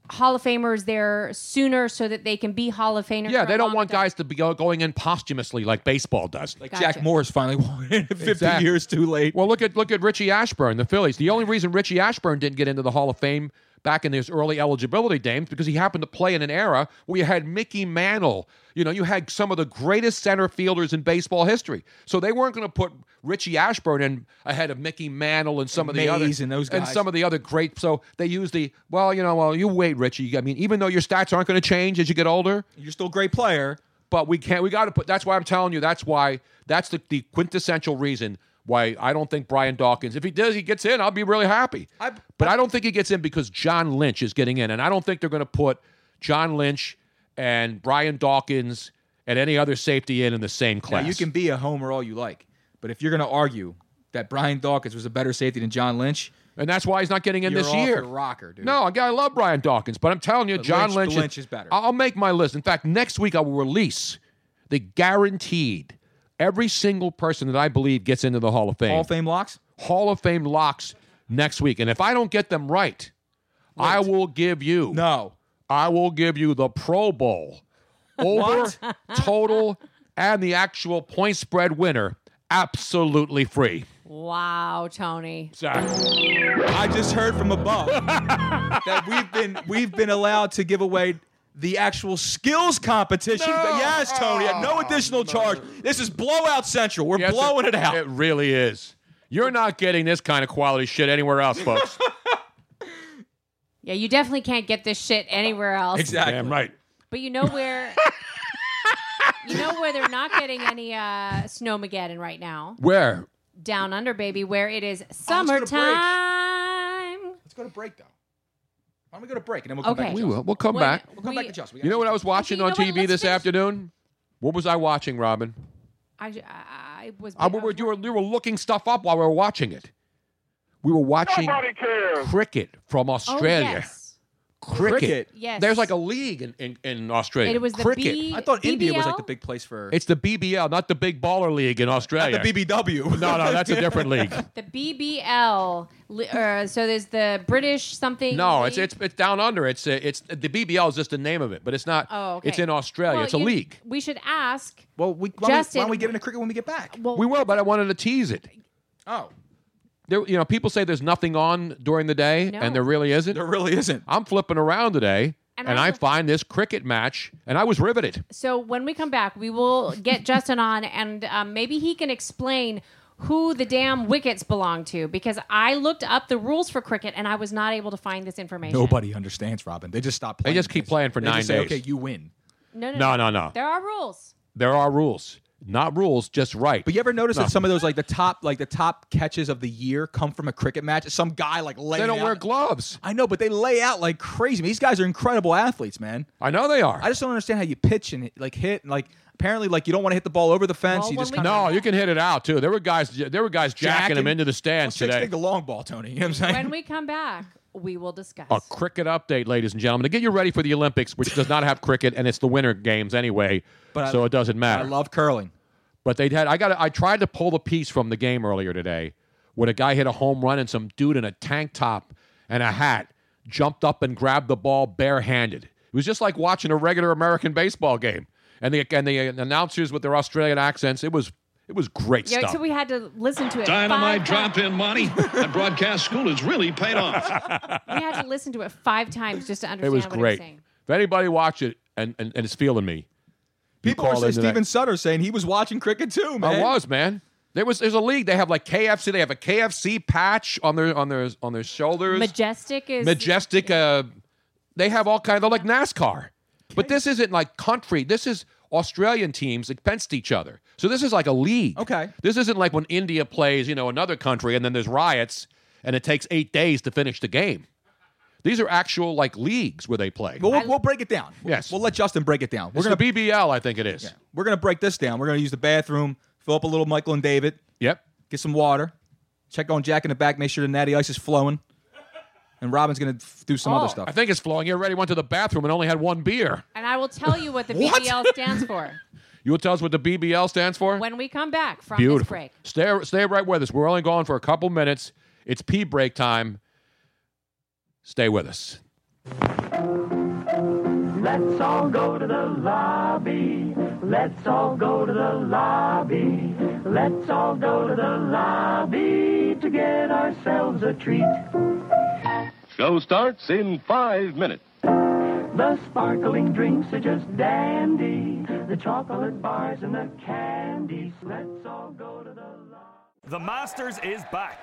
F: Hall of Famers there sooner so that they can be Hall of Famers.
D: Yeah,
F: for
D: they
F: a
D: don't
F: long
D: want
F: time.
D: guys to be go- going in posthumously like baseball does.
E: Like
F: Gotcha.
E: Jack Moore's finally [LAUGHS] won in 50
D: Exactly.
E: years too late.
D: Well, look at look at Richie Ashburn, the Phillies. The only reason Richie Ashburn didn't get into the Hall of Fame back in his early eligibility days because he happened to play in an era where you had Mickey Mantle. You know, you had some of the greatest center fielders in baseball history. So they weren't going to put Richie Ashburn in ahead of Mickey Mantle and some
E: And
D: of the
E: Mays
D: others
E: and those
D: and
E: guys.
D: some of the other great. So they used the well, you know, well, you wait, Richie. I mean, even though your stats aren't going to change as you get older,
E: You're still a great player.
D: but we can't. We got to put. That's why I'm telling you. That's why. That's the, the quintessential reason why I don't think Brian Dawkins. If he does, he gets in. I'll be really happy.
E: I-
D: but I, don't think he gets in because John Lynch is getting in, and I don't think they're going to put John Lynch and Brian Dawkins and any other safety in in the same
E: Now,
D: class.
E: you can be a homer all you like, but if you're going to argue that Brian Dawkins was a better safety than John Lynch,
D: and that's why he's not getting in
E: you're
D: this
E: off
D: year.
E: your rocker, dude.
D: No, again, I love Brian Dawkins, but I'm telling you, John
E: Lynch-
D: Lynch,
E: the Lynch is better.
D: I'll make my list. In fact, next week I will release the guaranteed every single person that I believe gets into the Hall of Fame.
E: Hall of Fame locks.
D: Hall of Fame locks next week. And if I don't get them right, I will give you
E: No,
D: I will give you the Pro Bowl over total and the actual point spread winner absolutely free.
F: Wow, Tony.
D: Zach.
E: I just heard from above that we've been we've been allowed to give away the actual skills competition.
D: No.
E: Yes, Tony, at Oh, no additional charge. This is blowout central. We're
D: Yes,
E: blowing it, out.
D: It really is. You're not getting this kind of quality shit anywhere else,
F: [LAUGHS]
D: folks.
F: Yeah, you definitely can't get this shit anywhere else.
E: exactly.
D: Damn right.
F: But you know
E: [LAUGHS]
F: where. You know where they're not getting any uh, snowmageddon right now?
D: Where?
F: Down under, baby, where it is
E: go to break.
F: summertime.
E: Let's go to break though. Why don't we go to break and then we'll come
F: Okay.
E: back? to
D: We
E: Justin.
D: will. We'll come
F: When-
D: back.
E: We'll come
F: we-
E: back to Justin. We
D: You know what I was watching
F: you
D: on
F: know what?
D: TV
F: Let's
D: this
F: finish-
D: afternoon? What was I watching, Robin?
F: I, ju- I I was.
D: I, we, were, you were, you were looking stuff up while we were watching it. We were watching
H: Nobody cares.
D: cricket from
F: Oh,
D: Australia.
F: yes.
D: Cricket.
E: Cricket.
F: Yes.
D: There's like a league in, in, in Australia.
F: It was the
D: cricket.
F: B-
E: I thought India was like
F: BBL?
E: the big place for
D: It's the BBL, not the Big Baller League in Australia.
E: BBW.
D: no, no, that's
E: [LAUGHS]
D: a different league.
F: The BBL. li- Uh, so there's the British something.
D: No, it's
F: league.
D: it's it's down under. It's uh, it's the BBL is just the name of it, but it's not.
F: Oh, okay.
D: It's in Australia.
F: Well,
D: it's a
F: you-
D: league.
F: We should ask.
E: Well, we, why, don't we, why
F: Justin-
E: don't we get into cricket when we get back?
F: Well,
D: We will, but I wanted to tease it.
E: Oh,
D: There, you know, people say there's nothing on during the day,
F: No.
D: and there really isn't.
E: there really isn't.
D: I'm flipping around today, and,
F: And
D: I
F: I-
D: find this cricket match, and I was riveted.
F: so when we come back, we will
E: [LAUGHS]
F: get Justin on, and um, maybe he can explain who the damn wickets belong to because I looked up the rules for cricket and I was not able to find this information.
E: Nobody understands, Robin. They just stop playing.
D: just keep playing for
E: they
D: nine
E: just say,
D: days.
E: Okay, you win.
F: No, no, no,
D: No, no, no.
F: There are rules.
D: There are rules, not rules, just right.
E: But you ever notice
D: No.
E: that some of those like the top like the top catches of the year come from a cricket match? Some guy like laying
D: they don't
E: out-
D: wear gloves.
E: I know, but they lay out like crazy. These guys are incredible athletes, man.
D: I know they are.
E: I just don't understand how you pitch and like hit and like apparently like you don't want to hit the ball over the fence.
F: Well,
E: you
F: when
E: just
F: we-
E: kind of
D: No, you can hit it out too. There were guys. There were guys jacking, them into the stands today.
E: the long ball, Tony. [LAUGHS] You know what [LAUGHS] I'm saying?
F: When we come back, we will discuss.
D: A cricket update, ladies and gentlemen, to get you ready for the Olympics, which does not have cricket, and it's the Winter Games anyway,
E: But I-
D: so it doesn't matter.
E: I love curling.
D: But they had I got I tried to pull the piece from the game earlier today when a guy hit a home run and some dude in a tank top and a hat jumped up and grabbed the ball barehanded. It was just like watching a regular American baseball game. And the and the announcers with their Australian accents, it was it was great
F: Yeah,
D: stuff.
F: so we had to listen to it.
J: Dynamite
F: five times.
J: drop in money. That broadcast school has really paid off.
D: [LAUGHS]
F: We had to listen to it five times just to understand
D: it was
F: what
D: great.
F: he was saying.
D: If anybody watch it and, and, and is feeling me, you
E: People were
D: call
E: saying
D: into that.
E: Steven Sutter saying he was watching cricket too, man.
D: I was, man. There was there's a league. They have like KFC. They have a KFC patch on their on their on their shoulders.
F: Majestic is
D: majestic. Uh, they have all kinds. They're like NASCAR, but this isn't like country. This is Australian teams against each other. So this is like a league.
E: Okay.
D: This isn't like when India plays, you know, another country, and then there's riots, and it takes eight days to finish the game. These are actual like leagues where they play.
E: But we'll, we'll break it down. We'll-
D: Yes.
E: We'll let Justin break it down. We're
D: it's
E: gonna
D: the BBL, I think it is.
E: we're gonna break this down. We're gonna use the bathroom, fill up a little Michael and David,
D: Yep.
E: get some water, check on Jack in the back, make sure the natty ice is flowing, and Robin's gonna f- do some
F: Oh.
E: other
D: I
E: stuff.
D: think it's flowing. You already went to the bathroom and only had one beer.
F: And I will tell you what the
D: [LAUGHS] What?
F: BBL stands for
D: You will tell us what the BBL stands for?
F: when we come back from this
D: Beautiful.
F: break.
D: Stay, stay right with us. We're only gone for a couple minutes. It's pee break time. Stay with us.
I: Let's all go to the lobby. Let's all go to the lobby. Let's all go to the lobby to get ourselves a treat.
J: Show starts in five minutes.
I: The sparkling drinks are just dandy. The chocolate bars and the candies. Let's all go to the
A: The Masters is back.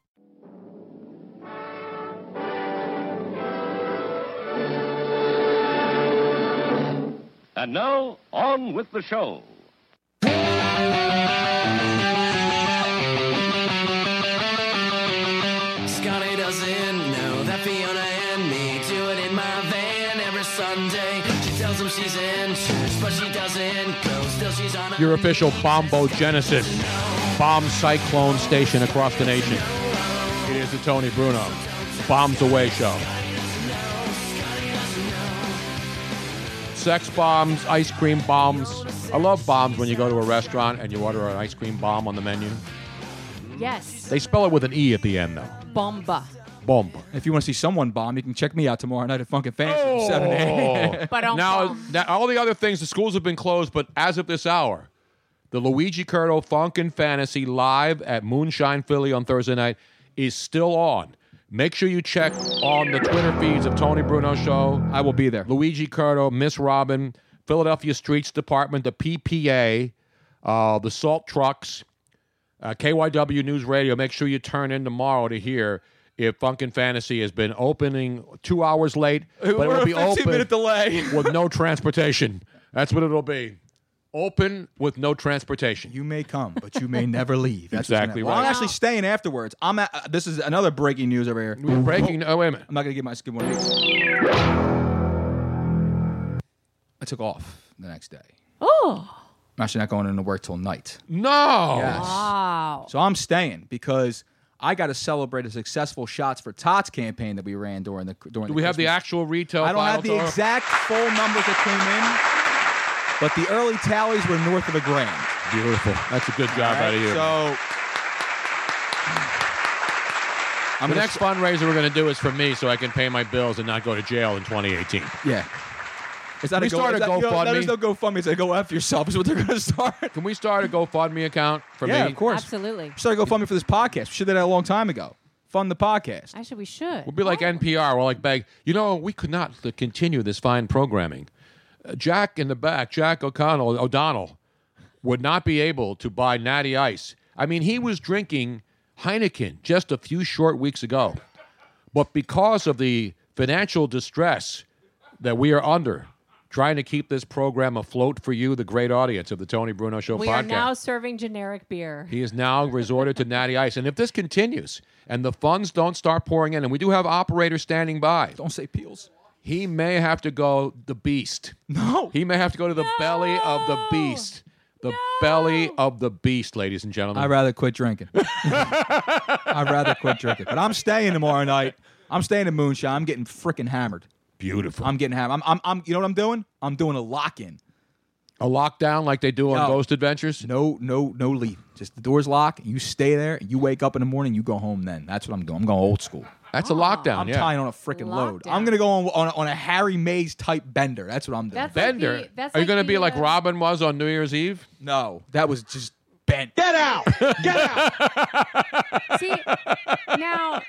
J: And now, on with the show.
I: Scotty doesn't know that Fiona and me do it in my van every Sunday. She tells him she's in church, but she doesn't go. Still, she's on a
D: Your official Bombo Genesis bomb cyclone station across the nation. It is the Tony Bruno Bombs Away Show. Sex bombs, ice cream bombs. I love bombs when you go to a restaurant and you order an ice cream bomb on the menu.
F: Yes,
D: They spell it with an E at the end, though.
F: bomba.
D: Bomba.
E: If you want to see someone bomb, you can check me out tomorrow night at Funkin' Fantasy
D: Oh.
E: from 7 a.m.
D: [LAUGHS]
F: But on
D: now,
F: bomb.
D: now, all the other things, the schools have been closed, but as of this hour, the Luigi Curto Funk and Fantasy live at Moonshine Philly on Thursday night is still on. Make sure you check on the Twitter feeds of Tony Bruno Show,
E: I will be there.
D: Luigi Curto, Miss Robin, Philadelphia Streets Department, the PPA, uh, the Salt Trucks, uh, KYW News Radio. Make sure you turn in tomorrow to hear if Funkin' Fantasy has been opening two hours late, but it
E: We're
D: will
E: a
D: be
E: 15
D: open
E: minute delay.
D: [LAUGHS] with no transportation. That's what it'll be. Open with no transportation.
E: You may come, but you may never leave. That's what's
D: Exactly
E: gonna- Well,
D: right.
E: I'm actually staying afterwards. I'm at, uh, this is another breaking news over here.
D: We're breaking. Oh, wait a minute.
E: I'm not gonna give my skip one of these. I took off the next day.
F: Oh,
E: I'm actually not going into work till night.
D: No.
F: wow.
E: So I'm staying because I got to celebrate a successful shots for tots campaign that we ran during the during.
D: Do we have the
E: Christmas-
D: actual retail?
E: I don't have
D: files
E: the
D: or-
E: exact full numbers that came in, but the early tallies were north of a grand.
D: Beautiful. That's a good job out of you.
E: So I'm
D: the
E: gonna
D: next fundraiser we're going to do is for me, so I can pay my bills and not go to jail in 2018.
E: Yeah. Is that
D: We
E: a go,
D: started
E: is that, you know,
D: GoFundMe.
E: That is no GoFundMe. It's a go F yourself is what they're going to start.
D: Can we start a GoFundMe account for me?
E: yeah, of course.
F: Absolutely.
E: We started GoFundMe for this podcast. We should have done that a long time ago. Fund the podcast.
F: Actually, we should.
D: We'll be like NPR. We'll like beg. You know, we could not l- continue this fine programming. Uh, Jack in the back, Jack O'Connell O'Donnell, would not be able to buy Natty Ice. I mean, he was drinking Heineken just a few short weeks ago. But because of the financial distress that we are under, trying to keep this program afloat for you, the great audience of the Tony Bruno Show
F: we
D: podcast.
F: are now serving generic beer.
D: He has now resorted to natty ice. And if this continues and the funds don't start pouring in, and we do have operators standing by. Don't
E: say peels.
D: He may have to go the beast. No. He may have to go to the belly of the beast. The belly of the beast, ladies and gentlemen.
E: I'd rather quit
D: [LAUGHS]
E: drinking. I'd rather quit drinking. But I'm staying tomorrow night. I'm staying in Moonshine. I'm getting freaking hammered.
D: Beautiful.
E: I'm getting hammered. I'm, I'm, I'm, you know what I'm doing? I'm doing a lock in.
D: A lockdown like they do on Ghost Adventures?
E: No, no, no leave. Just the doors lock. You stay there. You wake up in the morning. You go home then. That's what I'm doing. I'm going old school.
D: That's a lockdown.
E: I'm
D: yeah.
E: tying on a freaking load. I'm going to go on, on, on a Harry Mays type bender. That's what I'm doing.
D: That's like Bender? the- that's Are you like gonna be the, like uh, Robin was on New Year's Eve?
E: No, that was just bent. Get out!
F: See, now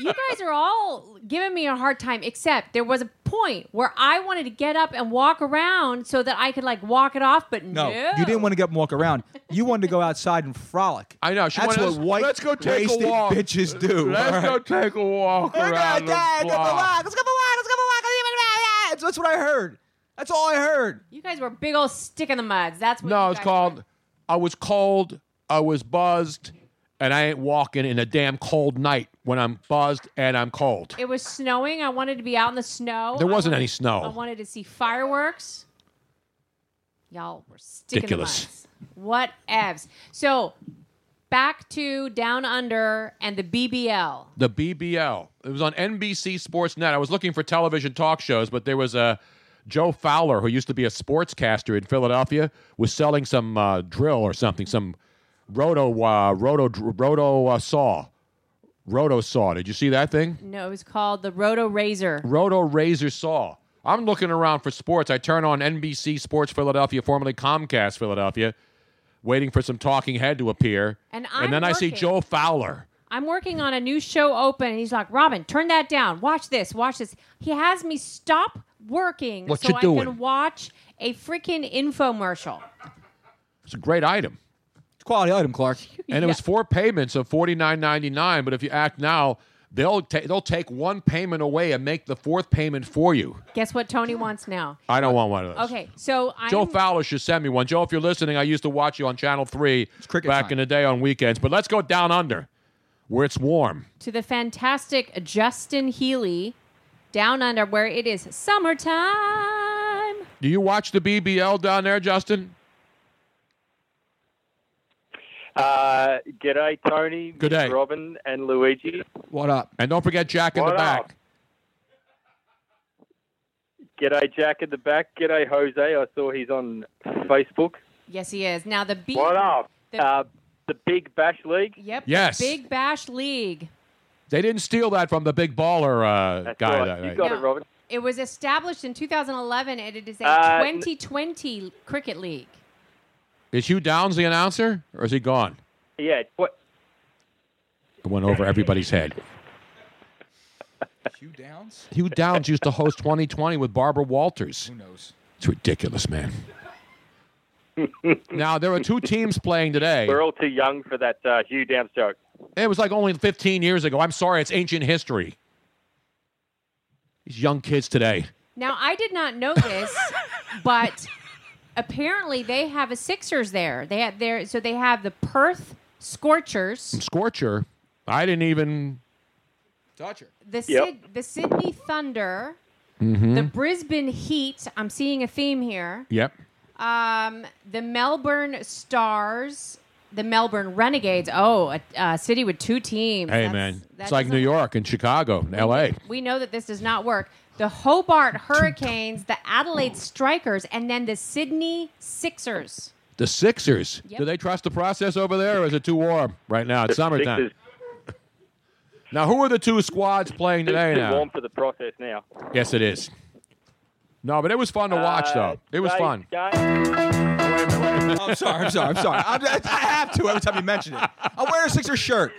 F: you guys are all giving me a hard time, except there was a point where I wanted to get up and walk around so that I could like walk it off, but no.
E: No, you didn't want to get up and walk around. You wanted to go outside and frolic.
D: I know. She
E: That's
D: wanted
E: what
D: us-
E: white
D: let's go take a
E: wasted
D: walk.
E: bitches do.
D: Let's
E: all
D: go
E: right?
D: take a walk
E: We're
D: around
E: gonna die,
D: the
E: go for a
D: block.
E: walk, Let's go for a walk. Let's go for a walk. That's- That's what I heard. That's all I heard.
F: You guys were big old stick in the muds. That's what
D: No,
F: you
D: it's
F: guys-
D: called I was cold, I was buzzed, and I ain't walking in a damn cold night when I'm buzzed and I'm cold.
F: It was snowing. I wanted to be out in the snow.
D: There
F: I
D: wasn't
F: wanted-
D: any snow.
F: I wanted to see fireworks. Y'all were sticking
D: Ridiculous.
F: the muds. What evs? So back to Down Under and the BBL.
D: The BBL. It was on NBC Sports Net. I was looking for television talk shows, but there was a Joe Fowler, who used to be a sportscaster in Philadelphia, was selling some uh, drill or something, some roto uh, roto roto uh, saw, roto saw. Did you see that thing?
F: No, it was called the Roto Razor.
D: Roto Razor Saw. I'm looking around for sports. I turn on NBC Sports Philadelphia, formerly Comcast Philadelphia, waiting for some talking head to appear.
F: And I'm
D: then I see
F: working.
D: Joe Fowler.
F: I'm working on a new show open, and he's like, Robin, turn that down. Watch this. Watch this. He has me stop working
D: What
F: so
D: you
F: I
D: doing?
F: can watch a freaking infomercial.
D: It's a great item.
E: It's a quality item,
F: [LAUGHS]
E: Clark.
D: And it was four payments of forty nine ninety nine. But if you act now, they'll ta- they'll take one payment away and make the fourth payment for you.
F: Guess what Tony wants now?
D: I don't want one of those.
F: Okay, so I'm
D: Joe Fowler should send me one. Joe, if you're listening, I used to watch you on Channel Three
E: cricket
D: back
E: time.
D: in the day on weekends. But let's go down under, where it's warm.
F: to the fantastic Justin Healy down under where it is summertime.
D: Do you watch the BBL down there, Justin?
K: Uh, g'day, Tony.
D: Good day.
K: Robin and Luigi.
E: What up?
D: And don't forget Jack in
K: What
D: the back.
K: up? G'day, Jack at the back. G'day, Jose. I saw he's on Facebook.
F: Yes, he is. Now the B-
K: What up?
F: The-
K: uh, the Big Bash League.
F: Yep.
D: Yes.
F: Big Bash League.
D: They didn't steal that from the big baller uh, guy. that night.
K: got it, Robin.
F: It was established in 2011, and it is a
K: Uh, n-
F: 2020 cricket league.
D: Is Hugh Downs the announcer, or is he gone?
K: Yeah. What?
D: It went over everybody's head.
K: [LAUGHS]
E: Hugh Downs?
D: Hugh Downs used to host 2020 with Barbara Walters.
E: Who knows?
D: It's ridiculous,
K: [LAUGHS]
D: man. now there are two teams playing today.
K: We're all too young for that uh, Hugh Downs joke.
D: It was like only 15 years ago. I'm sorry, it's ancient history. These young kids today.
F: Now I did not know this, but apparently they have a Sixers there. They have there, so they have the Perth Scorchers,
D: Scorcher. I didn't even.
E: Toucher.
F: the
K: Yep.
F: Sid, the Sydney Thunder,
D: Mhm.
F: the Brisbane Heat. I'm seeing a theme here.
D: Yep.
F: Um, the Melbourne Stars, the Melbourne Renegades. Oh, a, a city with two teams.
D: Hey,
F: That's-
D: man.
F: that
D: It's like
F: doesn't-
D: New York and Chicago and L.A.
F: We know that this does not work. The Hobart Hurricanes, the Adelaide Strikers, and then the Sydney Sixers.
D: The Sixers.
F: Yep.
D: Do they trust the process over there, or is it too warm right now? It's
K: The
D: summertime.
K: Sixers-
D: Now, who are the two squads playing today?
K: Too
D: Now,
K: warm for the process now.
D: yes, it is. No, but it was fun to watch,
K: Uh,
D: though. It was
K: Dave,
D: fun.
K: Dave,
E: [LAUGHS] I'm sorry. I'm sorry. I'm sorry. I'm, I have to every time you mention it. I wear a Sixer shirt.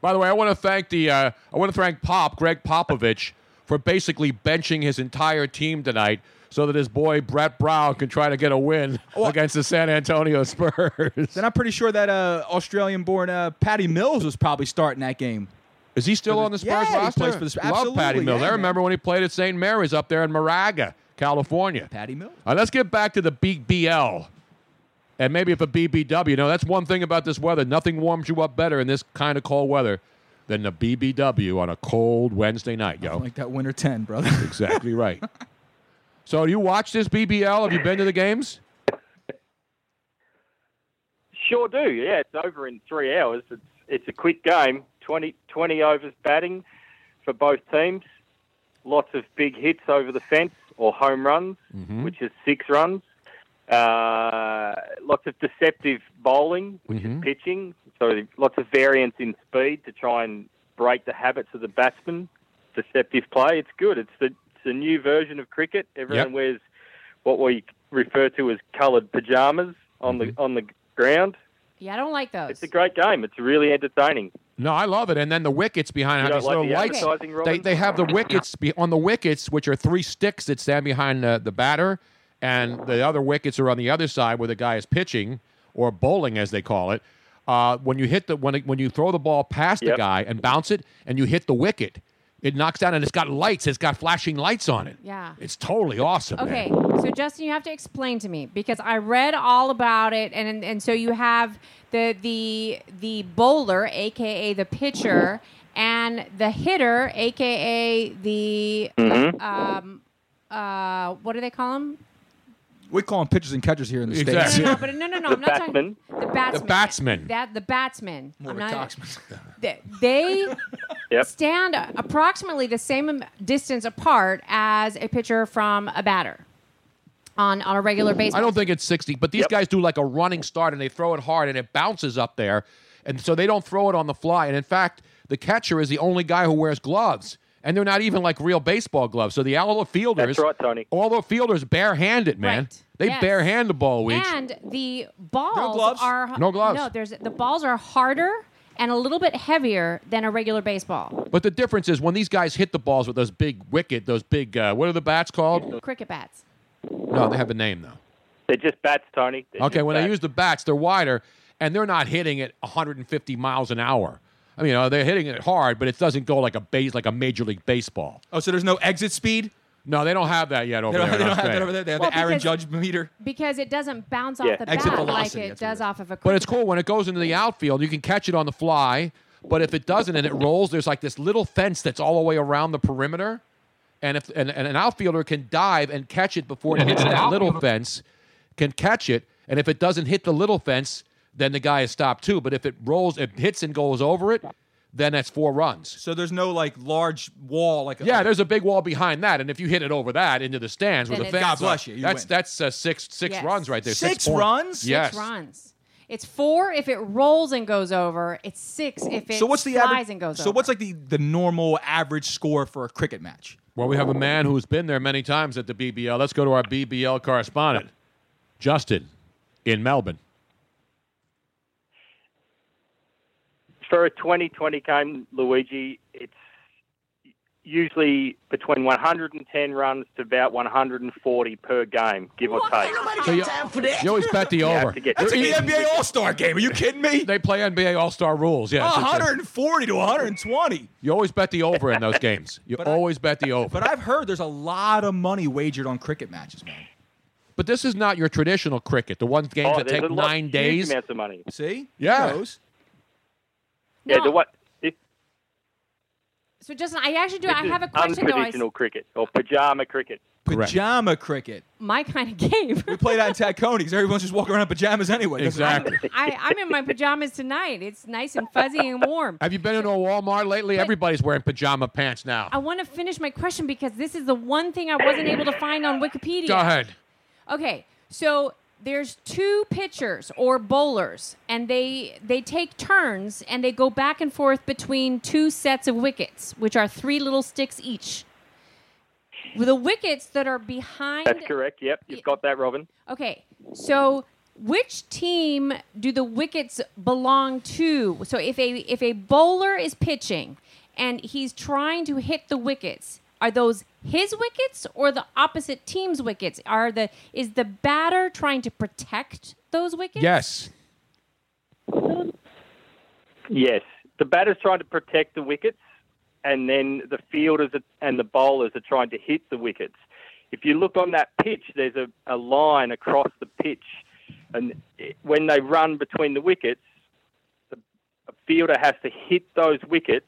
D: By the way, I want to thank the uh, I want to thank Pop Greg Popovich for basically benching his entire team tonight so that his boy Brett Brown can try to get a win against the San Antonio Spurs.
E: Then I'm pretty sure that uh, Australian-born uh, Patty Mills was probably starting that game.
D: Is he still on the Spurs
E: yeah,
D: roster?
E: He plays for the Spurs.
D: Love Patty
E: Absolutely,
D: Mills.
E: yeah,
D: I
E: man.
D: remember when he played at St. Mary's up there in Moraga, California.
E: Patty Mills.
D: All right, let's get back to the big BL. And maybe if a BBW. Now, that's one thing about this weather. Nothing warms you up better in this kind of cold weather than the BBW on a cold Wednesday night, yo.
E: Like that winter 10, brother.
D: exactly
E: [LAUGHS]
D: right. So, you watch this BBL? Have you been to the games?
K: Sure do. Yeah, it's over in three hours. It's it's a quick game. 20, 20 overs batting for both teams. Lots of big hits over the fence or home runs,
E: Mm-hmm.
I: Mhm.
K: which is six runs. Uh, lots of deceptive bowling,
I: Mhm.
K: pitching. So lots of variance in speed to try and break the habits of the batsman. Deceptive play. It's good. It's the it's a new version of cricket. Everyone
I: Yep.
K: wears what we refer to as coloured pajamas on the on the ground.
F: Yeah, I don't like those.
K: It's a great game. It's really entertaining.
D: No, I love it. And then the wickets behind
K: You
D: have
K: don't
D: these
K: like
D: little
K: the
D: lights.
K: advertising,
D: They,
K: Robin?
D: they have the wickets be, on the wickets, which are three sticks that stand behind the, the batter, and the other wickets are on the other side where the guy is pitching or bowling, as they call it. Uh, when you hit the when it, when you throw the ball past the
F: Yep.
D: guy and bounce it, and you hit the wicket, it knocks down and it's got lights. It's got flashing lights on it.
F: Yeah.
D: It's totally awesome. man.
F: Okay, so Justin, you have to explain to me because I read all about it, and and, and so you have the the the bowler, aka the pitcher, and the hitter, aka the
E: Mhm.
F: um uh what do they call him?
E: We call them pitchers and catchers here in the
D: Exactly.
E: states.
F: No, but no, no, no. I'm not talking the batsman.
D: batsman.
F: That the batsman.
E: More
F: I'm
E: of a
F: not-
E: coxman.
F: th- they
K: Yep.
F: stand approximately the same am- distance apart as a pitcher from a batter on on a regular basis.
D: I don't think it's 60, but these guys do like a running start and they throw it hard and it bounces up there. And so they don't throw it on the fly. And in fact, the catcher is the only guy who wears gloves. And they're not even like real baseball gloves. So the all the fielders,
K: That's right, Tony.
D: all the fielders barehanded, man. They
F: Yes.
D: barehand the ball, Weeks.
F: And the balls
D: gloves?
F: are
D: No gloves.
F: No, there's the balls are harder and a little bit heavier than a regular baseball
D: But the difference is when these guys hit the balls with those big wicket, those big, uh, what are the bats called?
F: cricket bats.
D: No, they have a name, though.
K: They're just bats, Tony. They're
D: Okay,
K: just
D: when
K: bats.
D: they use the bats, they're wider, and they're not hitting it 150 miles an hour. I mean, you know, they're hitting it hard, but it doesn't go like a base, like a major league baseball.
E: Oh, so there's no exit speed?
D: No, they don't have that yet over
E: They don't,
D: there.
E: they
D: in
E: don't have that
D: Australia.
E: over there. They have
F: Well,
E: the Aaron
F: because-
E: Judge meter.
F: Because it doesn't bounce
D: Yeah,
F: off the
D: exit
F: bat like
D: velocity,
F: it
D: that's what
F: does off of a
D: But it's cool when it goes into the outfield. You can catch it on the fly, but if it doesn't and it rolls, there's like this little fence that's all the way around the perimeter, and if and, and an outfielder can dive and catch it before it hits that little fence, can catch it, and if it doesn't hit the little fence, then the guy is stopped too. But if it rolls, it hits and goes over it, then that's four runs.
E: So there's no like large wall like
D: Yeah, there's a big wall behind that, and if you hit it over that into the stands with
F: Then
D: a
F: it's-
D: fence,
E: God bless you, you
D: that's
E: win.
D: that's uh, six six
F: Yes.
D: runs right there.
E: Six
D: points.
E: runs? Six
D: Yes.
F: six runs. It's four if it rolls and goes over. It's six if it
E: so what's the
F: flies
E: average?
F: and goes
E: so
F: over.
E: what's like the, the normal average score for a cricket match?
D: Well, we have a man who's been there many times at the BBL. Let's go to our BBL correspondent, Justin, in Melbourne.
K: for a 2020 game, Luigi, it's usually between 110 runs to about 140 per game, give or take.
D: So you, you always bet the
K: You have
D: over.
K: to get- That's an NBA
E: All-Star game. Are you kidding me?
D: They play NBA All Star rules. Yes. it's a-
E: 140 to 120.
D: you always bet the over in those games. You always bet the over.
E: But I've heard there's a lot of money wagered on cricket matches, man.
D: But this is not your traditional cricket. The one games
K: Oh,
D: that
K: there's
D: take
K: a lot-
D: nine
K: huge
D: days.
K: amounts of money.
E: See?
D: Yeah.
E: Shows.
K: Yeah,
F: No.
K: the what? It,
F: So Justin, I actually do. I
K: this
F: have a
K: is
F: question though. I s-
K: Untraditional cricket or pajama cricket.
E: Pajama cricket.
F: my kind of game.
E: We play that in Taconies. Everyone's just walking around in pajamas anyway. doesn't matter.
F: I, I'm in my pajamas tonight. It's nice and fuzzy and warm.
D: Have you been in a Walmart lately? Everybody's wearing pajama pants now.
F: I want to finish my question because this is the one thing I wasn't able to find on Wikipedia.
D: Go ahead.
F: Okay, so there's two pitchers or bowlers, and they they take turns and they go back and forth between two sets of wickets, which are three little sticks each. With the wickets that are behind.
K: That's correct. Yep, you've got that, Robin.
F: Okay, so which team do the wickets belong to? So if a if a bowler is pitching and he's trying to hit the wickets, are those his wickets or the opposite team's wickets? Are the is the batter trying to protect those wickets?
E: Yes.
K: Yes, the batter's trying to protect the wickets, and then the fielders and the bowlers are trying to hit the wickets. If you look on that pitch, there's a, a line across the pitch, and it- when they run between the wickets, the a fielder has to hit those wickets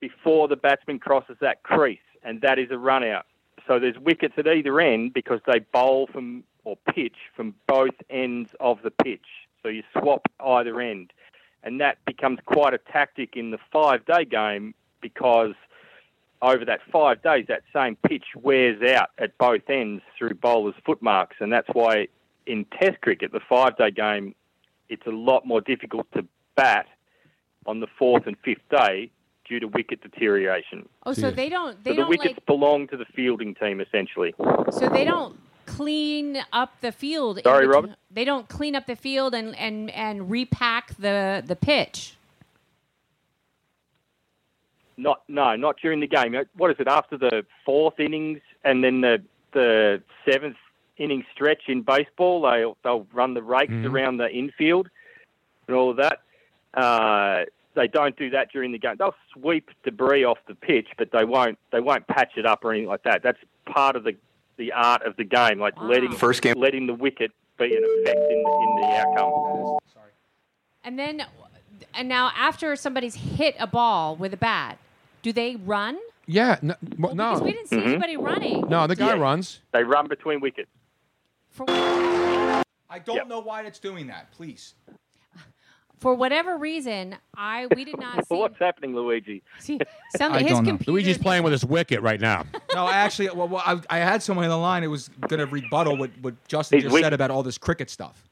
K: before the batsman crosses that crease, and that is a run out. So there's wickets at either end because they bowl from or pitch from both ends of the pitch. So you swap either end and that becomes quite a tactic in the five day game because over that five days that same pitch wears out at both ends through bowlers' footmarks and that's why in test cricket the five day game it's a lot more difficult to bat on the fourth and fifth day due to wicket deterioration.
F: Oh, so they don't they
K: so the
F: don't
K: wickets
F: like
K: belong to the fielding team essentially.
F: so they don't clean up the field. in
K: Sorry,
F: between-
K: Robin?
F: They don't clean up the field and and and repack the the pitch.
K: Not no, not during the game. Uh, What is it after the fourth innings and then the the seventh inning stretch in baseball? They they'll run the rakes
L: Mm-hmm.
M: Mhm.
K: around the infield and all of that. Uh, they don't do that during the game. They'll sweep debris off the pitch, but they won't they won't patch it up or anything like that. That's part of the the art of the game, like letting
L: First game-
K: letting the wicket be an effect in the, in the outcome.
F: And then and now after somebody's hit a ball with a bat, do they run?
D: Yeah, no, well, no.
F: We didn't see anybody running.
D: No, the guy
K: Mm-hmm. Yeah.
D: runs.
K: They run between wickets.
E: I don't know why it's doing that. Please.
F: For whatever reason, I we did [LAUGHS] not see,
K: What's happening, Luigi?
F: see some
D: I
F: his
D: don't know.
F: computer.
D: Luigi's playing with his wicket
F: [LAUGHS]
D: right now.
E: [LAUGHS] No, actually, well, well I, I had someone on the line who was going to rebuttal what, what Justin
D: He's
E: just
D: weak.
E: said about all this cricket stuff.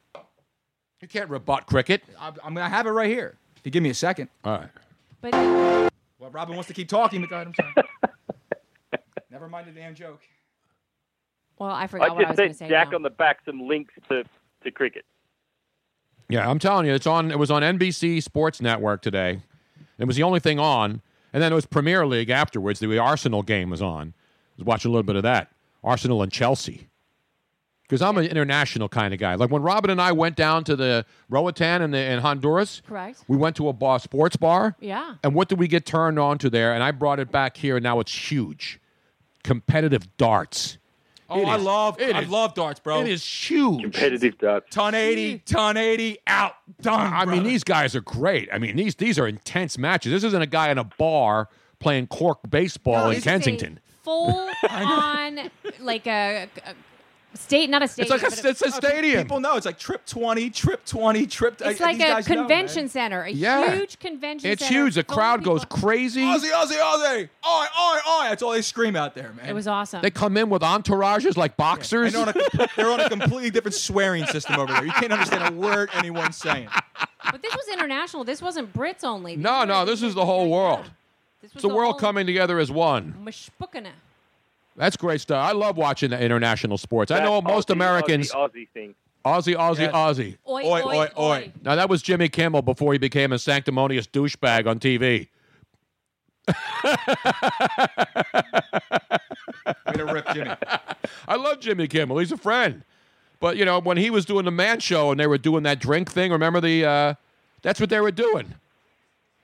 D: You can't rebut cricket.
E: I, I'm, I have it right here. If you give me a second.
D: All right.
F: But
E: Well, Robin wants to keep talking, but go ahead. I'm sorry.
F: [LAUGHS]
E: Never mind the damn joke.
F: Well, I forgot
K: I
F: what I
K: just
F: was going to
K: sent
F: say.
K: Jack
F: now.
K: on the back some links to, to cricket.
D: Yeah, I'm telling you, it's on. It was on NBC Sports Network today. It was the only thing on, and then it was Premier League afterwards. The Arsenal game was on. I was watching a little bit of that. Arsenal and Chelsea. Because I'm an international kind of guy. Like when Robin and I went down to the Roatan in, the, in Honduras,
F: Correct.
D: we went to a bar, sports bar.
F: Yeah.
D: And what did we get turned on to there? And I brought it back here, and now it's huge. Competitive darts.
E: Oh,
D: It
E: I
D: is-
E: love
D: it
E: I
D: is-
E: love darts, bro.
D: It is huge.
K: Competitive darts.
E: Ton 80, ton 80, out, done.
D: I mean, these guys are great. I mean, these these are intense matches. This isn't a guy in a bar playing cork baseball
F: No,
D: in
F: this is a
D: Kensington. [LAUGHS]
F: Full on, like a, a state, not a state.
E: People know it's like trip 20, trip 20, trip uh,
F: It's like a convention center, a
E: Yeah.
F: huge convention
E: It's
F: center.
E: huge. The
F: full of
D: crowd
F: people.
D: goes crazy.
E: Aussie, Aussie, Aussie. Oi, oi, oi. That's all they scream out there, man.
F: It was awesome.
D: They come in with entourages like boxers.
E: And on a [LAUGHS] com- they're on a completely different swearing system over there. You can't understand a word
D: [LAUGHS]
E: anyone's saying.
F: But this was international. This wasn't Brits only. This
D: no, no, this is the whole world.
F: This
D: It's
F: was
D: the
F: the
D: world
F: whole-
D: coming together as one.
F: Mashpukana.
D: That's great stuff. I love watching the international sports. I know
K: That
D: most
K: Aussie,
D: Americans.
K: Aussie, Aussie thing.
D: Aussie, Aussie, Aussie.
F: Oi, Oi, oi, oi, oi.
D: Now that was Jimmy Kimmel before he became a sanctimonious douchebag on TV.
E: Way to rip Jimmy.
D: [LAUGHS] I love Jimmy Kimmel. He's a friend. But you know, when he was doing the man show and they were doing that drink thing, remember the uh, that's what they were doing.